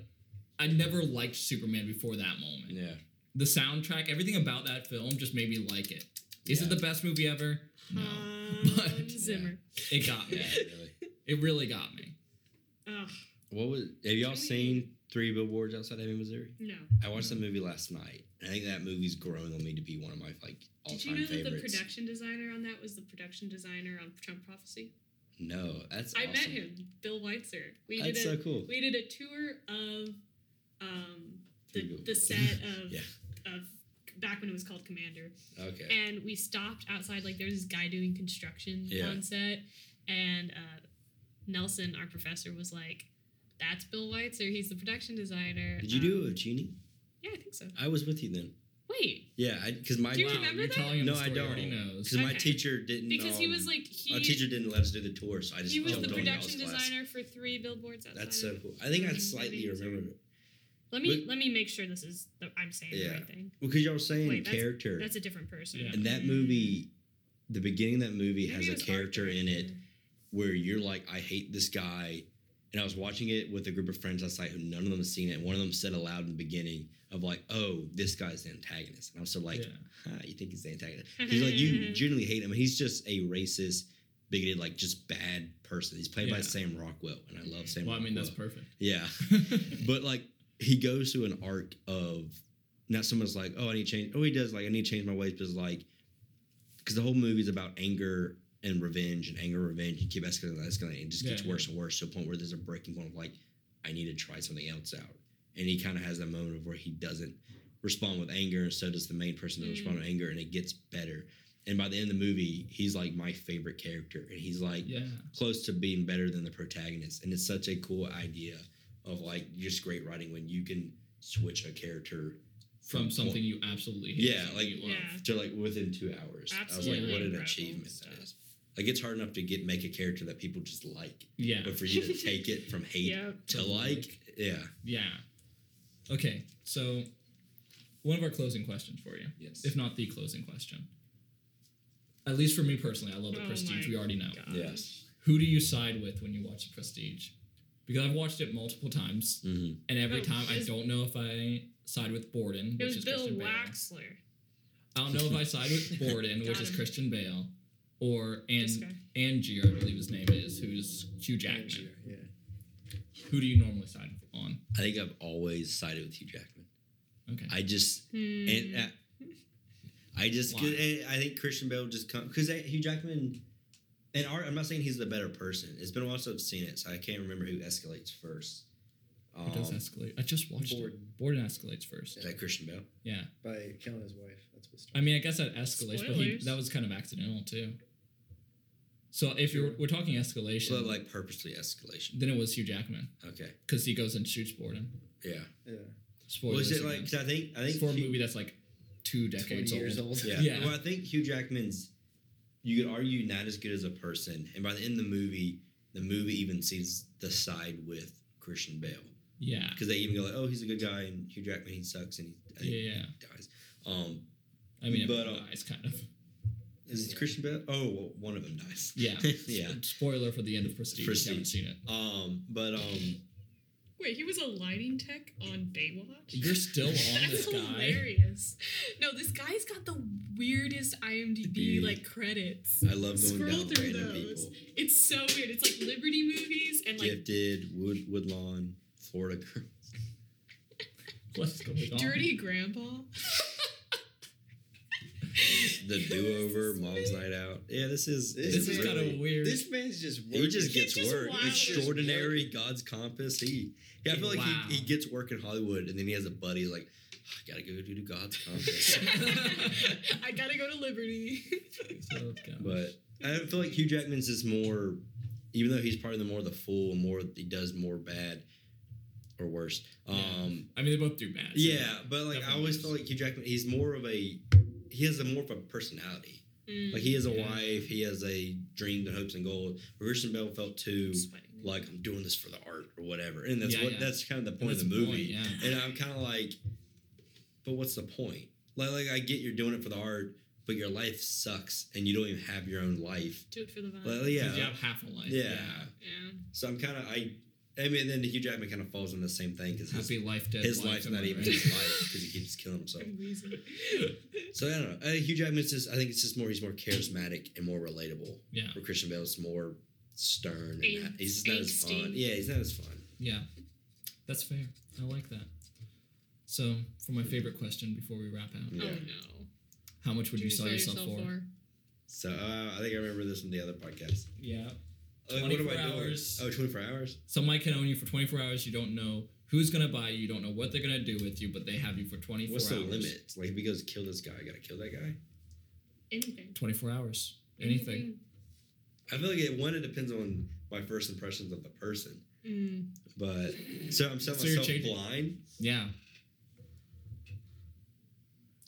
S1: i never liked superman before that
S2: Oh,
S1: moment
S3: yeah,
S1: the soundtrack, everything about that film just made me like it. Is
S3: Yeah.
S1: it the best movie ever? No.
S2: Hans
S1: But-
S2: Zimmer.
S1: It got me.
S3: yeah, really.
S1: It really got me.
S2: Ugh,
S3: What was? Have y'all
S2: Should we-
S3: seen Three Billboards Outside Ebbing, Missouri?
S2: no.
S3: I watched that movie last night. and I think that movie's grown on me to be one of my like
S2: Did you
S3: all-time
S2: know that the
S3: favorites.
S2: production designer on that was the production designer on Trump Prophecy?
S3: no, that's
S2: I met
S3: awesome.
S2: him, Bill Weitzer. We
S3: That's
S2: did a
S3: so cool.
S2: we did a tour of um,
S3: Three
S2: the,
S3: Billboards.
S2: the set of
S3: Yeah.
S2: of back when it was called Commander,
S3: Okay.
S2: and we stopped outside. Like there was this guy doing construction
S3: Yeah.
S2: on set, and uh, Nelson, our professor, was like, "That's Bill Weitzer. He's the production designer."
S3: Did you
S2: Um,
S3: do a genie?
S2: Yeah, I think so.
S3: I was with you then.
S2: Wait,
S3: Yeah, because my
S2: Do you
S1: wow,
S2: remember
S1: you're
S2: that?
S1: telling him
S3: No,
S1: the
S3: I
S1: story he already
S3: don't.
S1: knows.
S3: because my
S2: Okay.
S3: teacher didn't
S2: because he
S3: um,
S2: was like
S3: our
S2: he
S3: teacher didn't let us do the tour, so I just
S2: he was
S3: jumped
S2: the
S3: on y'all's
S2: production
S3: class.
S2: designer for three billboards outside.
S3: That's so
S2: of-
S3: cool. I think I
S2: Mhm.
S3: slightly remember it.
S2: Let me
S3: But-
S2: let me make sure this is the, I'm saying the
S3: Yeah.
S2: right thing.
S3: Well, because y'all were saying
S2: Wait, that's-
S3: character,
S2: That's a different person.
S1: Yeah.
S3: and that movie, the beginning of that
S2: Maybe
S3: movie has
S2: it
S3: a
S2: was art
S3: character in it
S2: director.
S3: where you're like, I hate this guy. And I was watching it with a group of friends outside who none of them had seen it. And one of them said aloud in the beginning of like, "Oh, this guy's the antagonist." And I was so like,
S1: yeah.
S3: ah, "You think he's the antagonist?" He's like, "You generally hate him. He's just a racist, bigoted, like just bad person." He's played by
S1: Yeah.
S3: Sam Rockwell, and I
S2: Mm-hmm.
S3: love Sam.
S1: Well, I mean,
S3: Rockwell.
S1: that's perfect.
S3: Yeah. but like he goes through an arc of not someone's like, oh, I need to change. Oh, he does like I need to change my ways because like because the whole movie's about anger and revenge and anger and revenge. You keep escalating, escalating, it just gets
S1: Yeah.
S3: worse and worse to a point where there's a breaking point of like, I need to try something else out. And he kind of has that moment of where he doesn't respond with anger, and so does the main person that
S2: Mm.
S3: respond with anger, and it gets better. And by the end of the movie, he's like my favorite character, and he's like
S1: Yeah.
S3: close to being better than the protagonist. And it's such a cool idea of like just great writing when you can switch a character
S1: From
S3: point-
S1: something you absolutely hate. to
S3: Yeah,
S1: something
S3: like-
S1: you love.
S2: Yeah.
S3: to like within two hours. I was
S2: Absolutely
S3: like, what an
S2: incredible
S3: achievement
S2: stuff.
S3: that is. Like it's hard enough to get make a character that people just like,
S1: Yeah.
S3: but for you to take it from hate
S2: Yep.
S3: to like, yeah,
S1: Yeah. Okay, so one of our closing questions for you,
S3: yes,
S1: if not the closing question. At least for me personally, I love the
S2: Oh
S1: prestige.
S2: my
S1: We already know.
S2: God.
S3: yes,
S1: Who do you side with when you watch the prestige? Because I've watched it multiple times.
S3: hmm
S1: And every
S2: Oh,
S1: time, I
S2: it's-
S1: don't know if I side with Borden,
S2: It
S1: which
S2: was
S1: is
S2: Bill
S1: Christian Bale.
S2: Waxler.
S1: I don't know if I side with Borden, which
S2: Got
S1: is
S2: him.
S1: Christian Bale, or
S2: This
S1: and
S2: guy.
S1: Angier, I believe his name is, who's Hugh Jackman.
S6: Yeah.
S1: Who do you normally side on?
S3: I think I've always sided with Hugh Jackman.
S1: Okay.
S3: I just
S2: Hmm.
S3: and uh, I just
S1: Mm-hmm. Why?
S3: and I think Christian Bale just come because Hugh Jackman and art. I'm not saying he's the better person. It's been a while since I've seen it, so I can't remember who escalates first. Um,
S1: Who does escalate? I just watched it.
S6: Borden.
S1: Borden escalates first.
S3: Is that Christian Bale?
S1: Yeah.
S6: By killing his wife. That's what
S1: I mean, I guess that escalates, but he,
S2: Spoilers.
S1: that was kind of accidental too. So if you're we're talking escalation,
S3: Well, like purposely escalation.
S1: then it was Hugh Jackman
S3: Okay,
S1: because he goes and shoots Borden.
S3: yeah.
S6: Yeah.
S1: Spoilers.
S3: was it
S1: again.
S3: like? Cause I think I think
S1: for a
S3: Hugh-
S1: movie that's like two
S6: 20
S1: decades old?
S6: years old.
S3: Yeah.
S1: Yeah.
S3: Well, I think Hugh Jackman's you could argue not as good as a person, and by the end of the movie, the movie even sees the side with Christian Bale
S1: Yeah.
S3: because they even go like, "Oh, he's a good guy," and Hugh Jackman he sucks and he, I think
S1: Yeah, yeah.
S3: he dies. Um,
S1: I mean,
S3: But,
S1: but,
S3: uh,
S1: dies kind of.
S3: Is it Christian Bale? Oh, well, one of them dies.
S1: Yeah.
S3: yeah.
S1: Spoiler for the end of Prestige. If you haven't
S3: Prestige.
S1: seen it.
S3: Um, but um,
S2: Wait, he was a lighting tech on Baywatch?
S1: You're still on this
S2: That's
S1: guy.
S2: hilarious. No, this guy's got the weirdest IMDb
S3: Dude.
S2: like credits.
S3: I love going
S2: Scroll
S3: down
S2: through
S3: random
S2: those.
S3: people.
S2: It's so weird. It's like Liberty movies and like
S3: Gifted, wood, Woodlawn, Florida girls.
S1: What's going on?
S2: Dirty Grandpa.
S3: The do over, mom's night out. Yeah, this is
S5: This
S1: This
S3: it's
S1: is kind
S3: really-
S1: of weird.
S5: This man's just working.
S3: He just gets
S2: just
S3: work.
S2: wild.
S3: Extraordinary God's compass. He, yeah, I feel like
S1: Wow.
S3: he, he gets work in Hollywood, and then he has a buddy like, I gotta go do God's compass.
S2: I gotta go to Liberty.
S1: So, gosh.
S3: but I feel like Hugh Jackman's is more, even though he's probably the more the fool, more he does more bad or worse. Um,
S1: I mean, they both do bad. so-
S3: yeah, but like I
S1: Definitely
S3: always
S1: worse.
S3: felt like Hugh Jackman, he's more of a, he has a more of a personality.
S2: Mm,
S3: Like he has a
S1: Yeah.
S3: wife, he has a dream, and hopes and goals. Christian Bell felt too.
S2: sweating.
S3: like I'm doing this for the art or whatever. And that's
S1: Yeah,
S3: what
S1: yeah.
S3: that's kind of the
S1: And
S3: point of
S1: that's
S3: the
S1: the
S3: movie.
S1: point, yeah.
S3: And I'm kind of like, but what's the point? Like, like I get you're doing it for the art, but your life sucks and you don't even have your own life.
S2: Do it for the vibe.
S3: Well,
S1: 'Cause You
S3: yeah,
S1: have half a life.
S3: yeah.
S2: yeah.
S3: So I'm kind of I. I mean, then Hugh Jackman kind of falls in the same thing because his,
S1: Happy life, dead
S3: his
S1: life.
S3: life's
S1: am I
S3: not even
S1: right?
S3: his life because he keeps killing himself.
S2: I'm wheezing.
S3: So I don't know. Uh, Hugh Jackman's just I think it's just more he's more charismatic and more relatable.
S1: Yeah.
S3: Where Christian Bale's more stern and
S2: Ang-
S3: that- he's just not as
S2: angsty.
S3: fun. Yeah, he's not as fun.
S1: Yeah, that's fair. I like that. So, for my favorite question before we wrap out,
S3: Yeah.
S2: Oh no.
S1: how much would
S2: Did
S1: you, sell yourself, for?
S3: So uh, I think I remember this from the other podcast. Uh,
S1: Yeah.
S3: Like,
S1: 24 hours.
S3: Oh, 24 hours?
S1: Someone can own you for 24 hours. You don't know who's gonna buy you. You don't know what they're gonna do with you, but they have you for 24
S3: What's
S1: hours.
S3: the limit? Like, if he goes kill this guy, I gotta kill that guy?
S2: Anything.
S1: 24 hours. Anything.
S3: I feel like it, one, it depends on my first impressions of the person.
S2: Mm.
S3: But, so I'm selling
S1: So you're
S3: myself
S1: changing-
S3: blind.
S1: Yeah.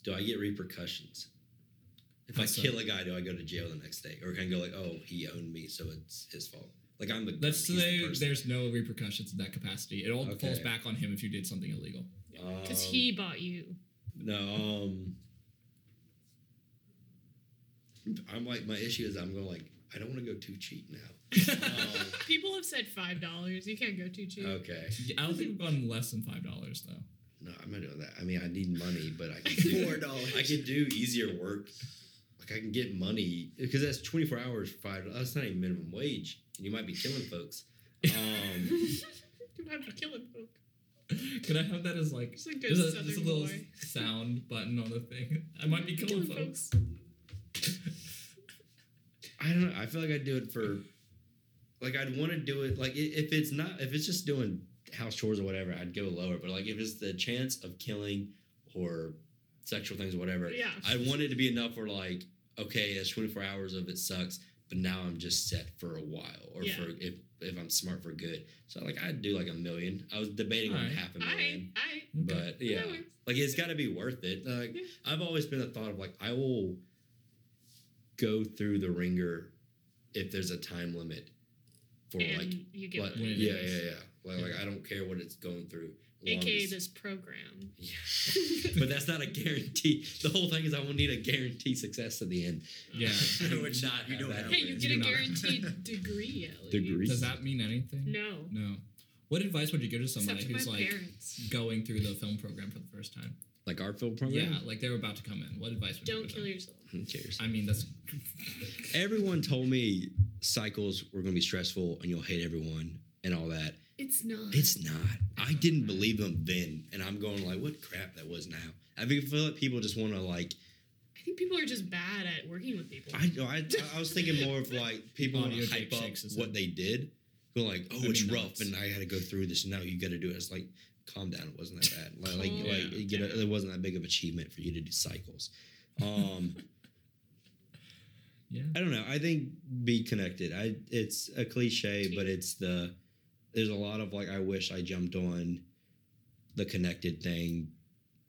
S3: Do I get repercussions? If
S1: That's
S3: I
S1: a-
S3: kill a guy, do I go to jail the next day? Or can I go like, oh, he owned me, so it's his fault? Like, I'm the
S1: Let's
S3: he's the
S1: say
S3: person.
S1: there's no repercussions in that capacity. It all
S3: Okay.
S1: falls back on him if you did something illegal.
S2: Because
S3: Um,
S2: he bought you.
S3: No, um, I'm like my issue is I'm going like I don't want to go too cheap now. Um,
S2: People have said five dollars. You can't go too cheap.
S3: okay,
S1: I don't think we've gone less than five dollars though.
S3: no, I'm not doing that. I mean, I need money, but I can do
S5: Four dollars.
S3: I can do easier work. Like I can get money because that's 24 hours for five. That's not even minimum wage, and you might be killing folks. Um,
S2: you might be killing folk.
S1: Can I have that as like
S2: Just a good
S1: there's a,
S2: southern
S1: there's a little
S2: boy.
S1: sound button on the thing? I might be killing
S2: Killing
S1: folks.
S3: I don't know. I feel like I'd do it for, like, I'd want to do it. Like, i- if it's not, if it's just doing house chores or whatever, I'd go lower. But, like, if it's the chance of killing or sexual things or whatever,
S2: Yeah.
S3: I want it to be enough where, like, okay, it's 24 hours of it sucks, but now I'm just set for a while or
S2: Yeah.
S3: for if, if I'm smart for good. So, like, I'd do like a million. I was debating on
S1: Alright.
S3: half a
S2: I,
S3: million.
S2: I,
S1: Okay.
S3: But yeah,
S2: works.
S3: like it's got to be worth it. Like
S2: Yeah.
S3: I've always been the thought of like I will go through the ringer if there's a time limit for
S2: and
S3: like,
S2: you get
S3: like
S2: one.
S1: When it
S3: yeah, yeah,
S1: is.
S3: yeah, Like, like I don't care what it's going through. long
S2: AKA
S3: as-
S2: this program.
S3: Yeah. but that's not a guarantee. The whole thing is I will need a guarantee success at the end.
S1: Yeah.
S3: I would
S6: Which
S3: not
S6: you
S3: have
S6: don't
S3: that
S6: have.
S2: Hey, you
S1: You
S2: get
S1: do
S2: a
S1: not.
S2: guaranteed degree, Ellie.
S3: Degree?
S1: Does that mean anything?
S2: No.
S1: No. What advice would you give to
S2: Except
S1: somebody
S2: to my
S1: who's like
S2: parents.
S1: going through the film program for the first time?
S3: Like our film
S1: Yeah,
S3: program.
S1: like they're about to come in. What advice would you
S2: Don't
S1: give
S2: kill
S1: them?
S2: yourself.
S3: Who cares?
S1: I mean, that's
S3: Everyone told me cycles were going to be stressful and you'll hate everyone and all that.
S2: It's not.
S3: It's not. I didn't believe them then, and I'm going like, what crap that was now. I mean, I feel like people just want to like.
S2: I think people are just bad at working with people.
S3: I, I I was thinking more of like people want
S1: Audio
S3: to
S1: tape
S3: hype up
S1: shakes us
S3: what
S1: up.
S3: they did. Go like, oh,
S1: I
S3: it's
S1: mean,
S3: rough,
S1: that's-
S3: and I had to go through this. Now you got to do it. It's like, calm down. It wasn't that bad. Like, like,
S2: Calm
S3: like you know,
S2: down.
S3: it wasn't that big of achievement for you to do cycles. Um,
S1: yeah.
S3: I don't know. I think be connected. I it's a cliche, but it's the there's a lot of like I wish I jumped on the connected thing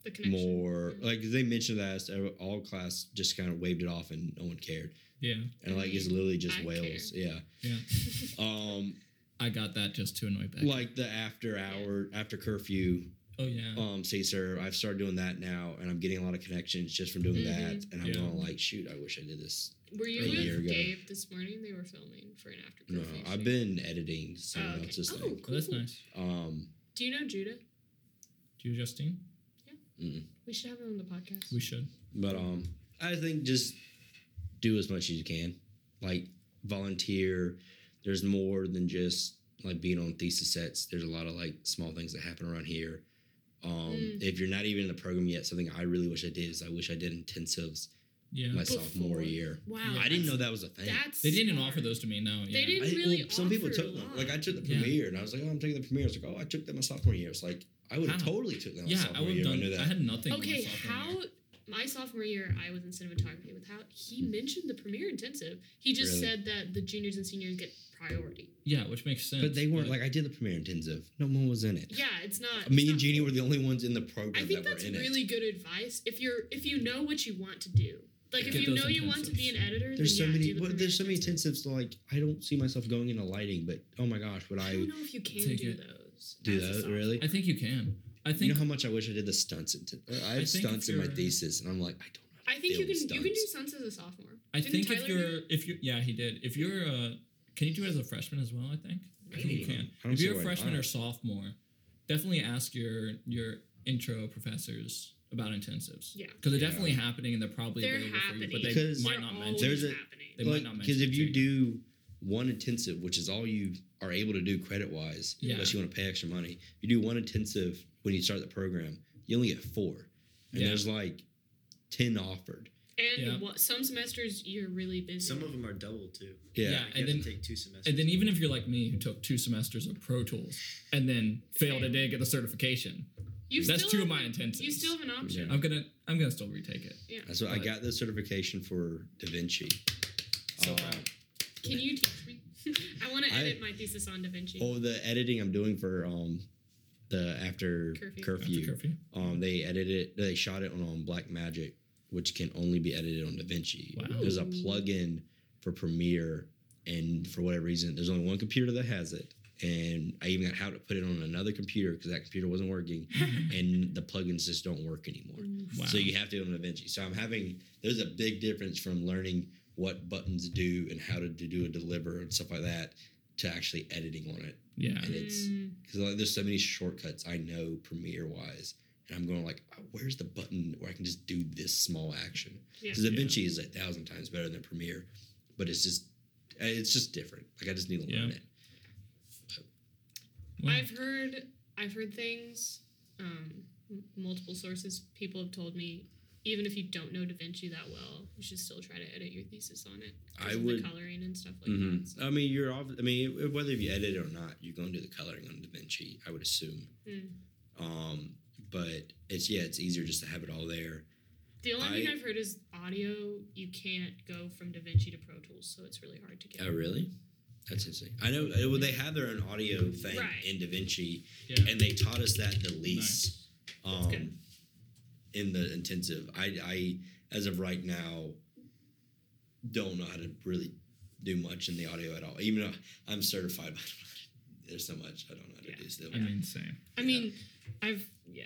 S2: the connection.
S3: more like they mentioned that so all class just kind of waved it off and no one cared
S1: Yeah.
S3: and like it's literally just
S2: I
S3: whales yeah
S1: Yeah.
S3: um
S1: I got that just to annoy Beck.
S3: like the after hour after curfew
S1: oh yeah.
S3: um say sir i've started doing that now and i'm getting a lot of connections just from doing
S2: Mm-hmm.
S3: that and i'm
S1: Yeah.
S3: going like shoot i wish i did this
S2: Were
S3: a
S2: you
S3: year
S2: with
S3: ago.
S2: Dave this morning? They were filming for an after
S3: no
S2: curfew.
S3: i've
S2: shoot.
S3: been editing someone
S2: Oh, okay.
S3: else's
S2: Oh,
S3: thing
S1: Well, that's nice.
S3: um
S2: Do you know Judah?
S1: Do you, Justine?
S2: We should have her on the podcast.
S1: We should.
S3: But um, I think just do as much as you can. Like volunteer. There's more than just like being on thesis sets. There's a lot of like small things that happen around here. Um,
S2: Mm.
S3: if you're not even in the program yet, something I really wish I did is I wish I did intensives
S1: Yeah.
S3: my sophomore
S2: Before.
S3: year.
S2: Wow.
S3: I didn't know that was a thing.
S2: That's
S1: they didn't
S2: smart.
S1: offer those to me. No. Yeah.
S2: They
S3: I
S2: didn't
S3: didn't-
S2: really.
S3: well, some people
S2: offer
S3: took
S2: a
S3: them.
S2: lot.
S3: Like I took the
S1: Yeah.
S3: premiere, and I was like, "Oh, I'm taking the premiere." It's like, "Oh, I took that my sophomore year." It's like I would have
S1: How?
S3: totally took that my
S1: Yeah, I
S3: sophomore
S1: would have
S3: year. if I
S1: done.
S3: knew
S1: I,
S3: that.
S1: had nothing. when I
S2: okay,
S1: saw it.
S2: how my sophomore year I was in cinematography with how he mentioned the premiere intensive. He just
S3: Hmm. Really?
S2: said that the juniors and seniors get priority.
S1: Yeah, which makes sense.
S3: but they weren't like I did the premiere intensive. No one was in it.
S2: Yeah, it's not. it's
S3: Me
S2: not
S3: and Jeannie
S2: full.
S3: were the only ones in the program
S2: I think
S3: that
S2: that's
S3: were in
S2: really good advice if you're if you know what you want to do. Like if
S1: Get
S2: you
S1: those
S2: know you want to be
S1: intensives.
S2: an editor,
S3: it. There's so
S2: then, yeah,
S3: many.
S2: do the
S3: well,
S2: premiere
S3: there's so many
S2: intensive.
S3: intensives. Like I don't see myself going into lighting, but oh my gosh, would
S2: I
S3: I
S2: don't know if you can
S1: Take
S2: do
S1: it.
S2: those.
S3: do
S2: as a
S3: that?
S2: sophomore.
S3: Really?
S1: I think you can. I
S3: you
S1: think.
S3: know how much I wish I did the stunts. Into, I
S1: I
S3: have
S1: think
S3: stunts
S1: if
S3: in my
S1: you're-
S3: thesis, and I'm like, I don't know. how
S2: I
S3: to
S2: think you
S3: film
S2: can you can do
S3: stunts.
S2: stunts as a sophomore.
S1: I
S2: Didn't
S1: think
S2: Tyler
S1: if
S2: do
S1: you're
S2: it?
S1: if you yeah he did if you're uh can you do it as a freshman as well I think I think you
S3: Maybe.
S1: can
S3: I don't
S1: if
S3: see
S1: you're a
S3: why
S1: freshman
S3: not.
S1: or sophomore definitely ask your your intro professors about intensives
S2: Yeah.
S1: because they're
S3: Yeah.
S1: definitely happening and they're probably
S2: They're
S1: available for you but they
S3: Because-
S1: might
S2: They're
S1: not
S2: always
S1: mention
S3: There's a-
S2: happening.
S1: they might not
S3: because
S1: mention
S3: if
S1: it
S3: you
S1: to
S3: do one intensive, which is all you are able to do credit wise,
S1: Yeah.
S3: unless you want to pay extra money, you do one intensive when you start the program, you only get four, and
S1: Yeah.
S3: there's like ten offered.
S2: And
S1: Yeah.
S2: what, some semesters you're really busy.
S6: Some of them are double too.
S3: Yeah,
S1: Yeah.
S6: Like,
S1: and
S6: you have
S1: then-
S6: to take two semesters.
S1: and then even if you're like me who took two semesters of Pro Tools and then failed and didn't get the certification
S2: you
S1: that's
S2: still
S1: two of
S2: have-
S1: my intensives
S2: You still have an option.
S1: I'm gonna I'm gonna still retake it
S2: Yeah.
S3: that's what I
S1: But-
S3: got the certification for Da Vinci.
S1: So um,
S3: Uh,
S1: proud.
S2: Can you teach me? I want to
S3: I-
S2: edit my thesis on Da Vinci.
S3: oh, the editing I'm doing for um the after
S2: Curfew.
S1: After
S3: curfew,
S1: curfew
S3: um they edited it, they shot it on, on Black Magic, which can only be edited on DaVinci.
S1: Wow.
S3: There's a
S2: Ooh.
S3: plugin for Premiere, and for whatever reason, there's only one computer that has it. And I even got how to put it on another computer because that computer wasn't working, and the plugins just don't work anymore.
S1: wow
S3: So you have to do it on DaVinci. So I'm having there's a big difference from learning what buttons do and how to d- do a deliver and stuff like that to actually editing on it.
S1: yeah
S3: And it's
S2: Mm,
S3: because like there's so many shortcuts I know Premiere wise, and I'm going like, oh, where's the button where I can just do this small action?
S2: Yeah.
S3: Because DaVinci is a thousand times better than Premiere, but it's just it's just different. Like I just need to learn
S1: Yeah.
S3: it.
S1: Well,
S2: I've heard I've heard things. Um, m- multiple sources people have told me even if you don't know Da Vinci that well, you should still try to edit your thesis on it. 'cause
S3: I
S2: of
S3: would.
S2: the coloring and stuff like that.
S3: Mhm.
S2: So,
S3: I mean, you're off. I mean, whether you edit it or not, you're going to do the coloring on DaVinci. I would assume.
S2: mm.
S3: Um, but it's yeah, it's easier just to have it all there.
S2: The only thing
S3: I-
S2: I've heard is audio. You can't go from Da Vinci to Pro Tools, so it's really hard to get.
S3: Oh, really? That's interesting. I know. uh, Well, they have their own audio thing
S2: Right.
S3: in DaVinci,
S1: Yeah.
S3: and they taught us that the least um,
S2: good.
S3: in the intensive. I, I, as of right now, don't know how to really do much in the audio at all. Even though I'm certified, but there's so much I don't know how to
S2: Yeah.
S3: do still.
S1: I mean same
S2: I mean, I've yeah,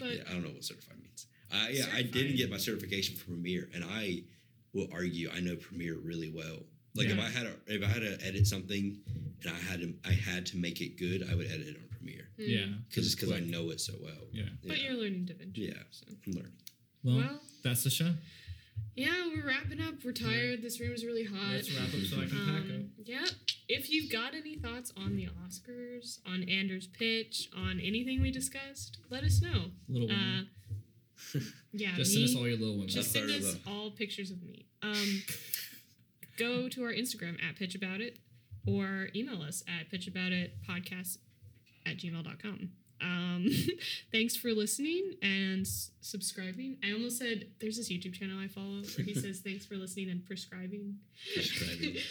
S2: but
S3: Yeah, I don't know what certified means. I yeah, I
S2: Certified.
S3: didn't get my certification for Premiere, and I will argue I know Premiere really well. Like if
S1: Yeah.
S3: I had a, if I had to edit something, and I had to I had to make it good, I would edit it on Premiere
S2: mm.
S1: yeah
S3: because because I
S1: Quick.
S3: know it so well.
S1: yeah
S2: But
S3: yeah.
S2: you're learning Da Vinci.
S3: Yeah.
S2: So.
S3: I'm learning.
S1: well
S2: Well, uh,
S1: that's the show.
S2: yeah, we're wrapping up. We're tired. This room is really hot.
S1: Let's wrap up so I can pack up.
S2: Um, yeah. If you've got any thoughts on the Oscars, on Anders' pitch, on anything we discussed, let us know.
S1: Little
S2: Uh,
S1: women.
S2: yeah,
S1: just
S2: me-
S1: send us all your little women.
S2: Uh, Just
S3: I've
S2: send
S3: heard of
S2: us
S3: that.
S2: all pictures of me. Um, go to our Instagram at pitch about it or email us at pitch about it podcast at gmail.com. Um, thanks for listening and s- subscribing. I almost said there's this YouTube channel I follow where he says thanks for listening and prescribing.
S3: Prescribing.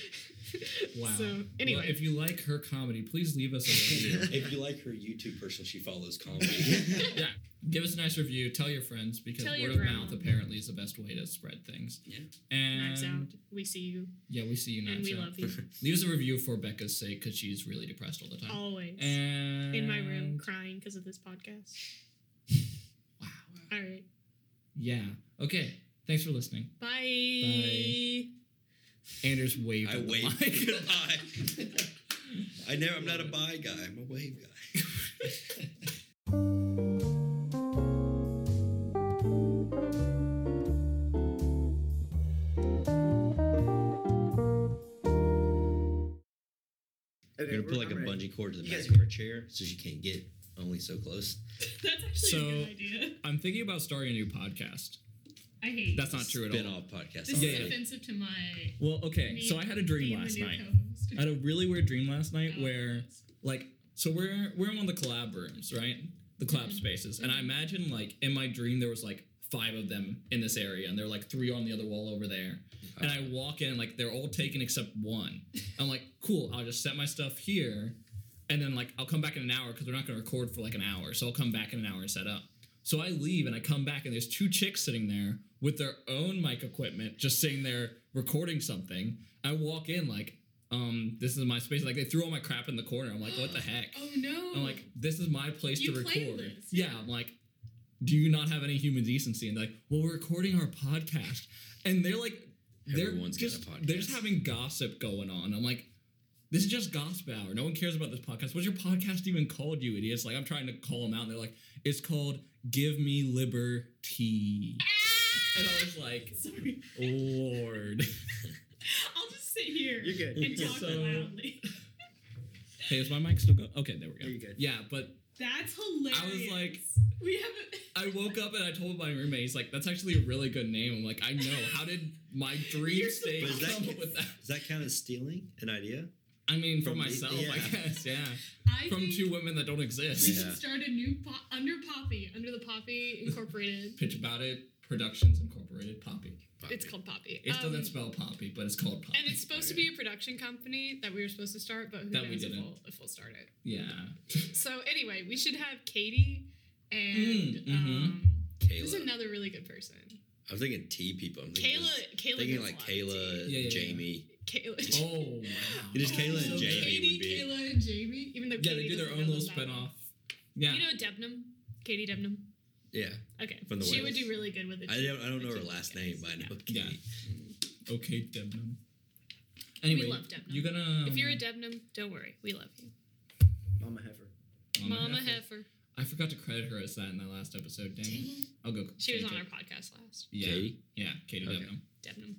S1: Wow.
S2: So, anyway.
S1: Well, if you like her comedy, please leave us a review.
S3: if you like her YouTube person, she follows comedy.
S1: yeah. Give us a nice review. Tell your friends because
S2: Tell
S1: word
S2: your
S1: of
S2: grandma.
S1: mouth apparently is the best way to spread things.
S3: Yeah.
S1: And
S2: Knives out. We see you
S1: yeah, we see you
S2: and
S1: next
S2: we
S1: time.
S2: love you
S1: Leave us a review for Becca's sake because she's really depressed all the time.
S2: always.
S1: and
S2: in my room crying because of this podcast.
S1: Wow.
S2: All right.
S1: Yeah. Okay. Thanks for listening.
S2: Bye.
S1: Anders waved.
S3: I
S1: at the
S3: wave
S1: mic.
S3: goodbye. I never. I'm not a bye guy. I'm a wave guy.
S6: Okay,
S3: You're gonna put
S6: we're-
S3: like a
S6: I'm ready.
S3: bungee cord to the
S6: You
S3: back
S6: guys-
S3: of her chair so she can't get only so close.
S2: That's actually
S1: So-
S2: a good idea.
S1: I'm thinking about starting a new podcast.
S2: I hate
S1: That's not true at
S3: Spin
S1: all.
S3: off podcast.
S2: This
S1: Yeah,
S2: is
S1: yeah.
S3: already.
S2: offensive to my.
S1: Well, okay.
S2: me
S1: So I had a dream
S2: being the
S1: last
S2: new
S1: night.
S2: co-host.
S1: I had a really weird dream last night
S2: Oh,
S1: where like so we're we're in one of the collab rooms, right? The collab spaces. And I imagine like in my dream there was like five of them in this area and they're like three on the other wall over there. And I walk in like they're all taken except one. I'm like, cool, I'll just set my stuff here and then like I'll come back in an hour because we're not gonna record for like an hour. So I'll come back in an hour and set up. So I leave and I come back and there's two chicks sitting there with their own mic equipment, just sitting there recording something. I walk in like, um, this is my space. Like they threw all my crap in the corner. I'm like, what the heck?
S2: Oh no.
S1: I'm like, this is my place
S2: You
S1: to
S2: planned
S1: record.
S2: this,
S1: Yeah, I'm like, do you not have any human decency? And they're like, well, we're recording our podcast, and they're like, they're
S3: Everyone's got a
S1: just they're just
S3: podcast.
S1: having gossip going on. I'm like, this is just gossip hour. No one cares about this podcast. What's your podcast even called, you idiots? Like, I'm trying to call them out, and they're like, it's called "Give Me Liberty," and I was like,
S2: Ah! Sorry.
S1: Lord.
S2: I'll just sit here
S6: You're good.
S2: and talk
S1: So-
S2: loudly.
S1: hey, is my mic still going? Okay, there we go.
S6: There you go.
S1: Yeah, but
S2: That's hilarious.
S1: like-
S2: we haven't.
S1: I woke up and I told my roommate, he's like, that's actually a really good name. I'm like, I know. How did my dream
S2: You're
S1: state
S3: supposed-
S1: come up with that?
S3: Does that count as stealing an idea?
S1: I mean, for
S3: From the-
S1: myself, I
S3: yeah.
S1: guess, yeah.
S2: I
S1: From
S2: think
S1: two women that don't
S2: we
S1: exist.
S3: Yeah.
S2: should start a new po- under Poppy, under the Poppy Incorporated.
S1: Pitch About It Productions Incorporated Poppy.
S2: It's called Poppy.
S1: It
S2: Um,
S1: doesn't spell Poppy, but it's called Poppy.
S2: And it's supposed to be a production company that we were supposed to start, but who
S1: That we
S2: knows if
S1: didn't.
S2: we'll, if we'll start it.
S1: yeah.
S2: So anyway, we should have Katie and
S1: Mm, mhm.
S2: um, who's
S3: Kayla.
S2: another really good person?
S3: I'm thinking T people. I'm
S2: Kayla.
S3: thinking just-
S2: Kayla.
S3: Thinking
S2: gets a
S3: like
S2: lot of
S3: Kayla,
S1: Yeah, yeah, yeah.
S3: Jamie.
S2: tea. Kayla.
S1: Oh, wow.
S3: It is Kayla and
S1: so
S3: Jamie
S1: good.
S2: Katie,
S3: would be-
S2: Kayla, and Jamie. Even though
S1: Yeah,
S2: Katie
S1: they do their
S2: doesn't
S1: own
S2: know
S1: little
S2: that one.
S1: spinoff. Yeah.
S2: You know Debnam, Katie Debnam.
S3: Yeah.
S2: Okay,
S3: From the
S2: she
S3: Wales.
S2: would do really good with it.
S3: I
S2: too.
S3: don't, I don't know her
S2: It's
S3: last
S2: okay.
S3: name, but I know Katie.
S1: Yeah. Okay, Debnam. Anyway,
S2: love Debnam.
S1: you gonna.
S2: If you're a
S1: um,
S2: Debnam, don't worry, we love you,
S6: Mama heifer.
S2: Mama,
S1: Heifer-
S2: Heifer.
S1: I forgot to credit her as that in the last episode, dang it. I'll go.
S2: She was
S1: take
S2: on
S1: it.
S2: our podcast last.
S1: Yeah.
S3: Katie?
S1: Yeah, Katie
S3: Okay.
S1: Debnam.
S2: Debnam.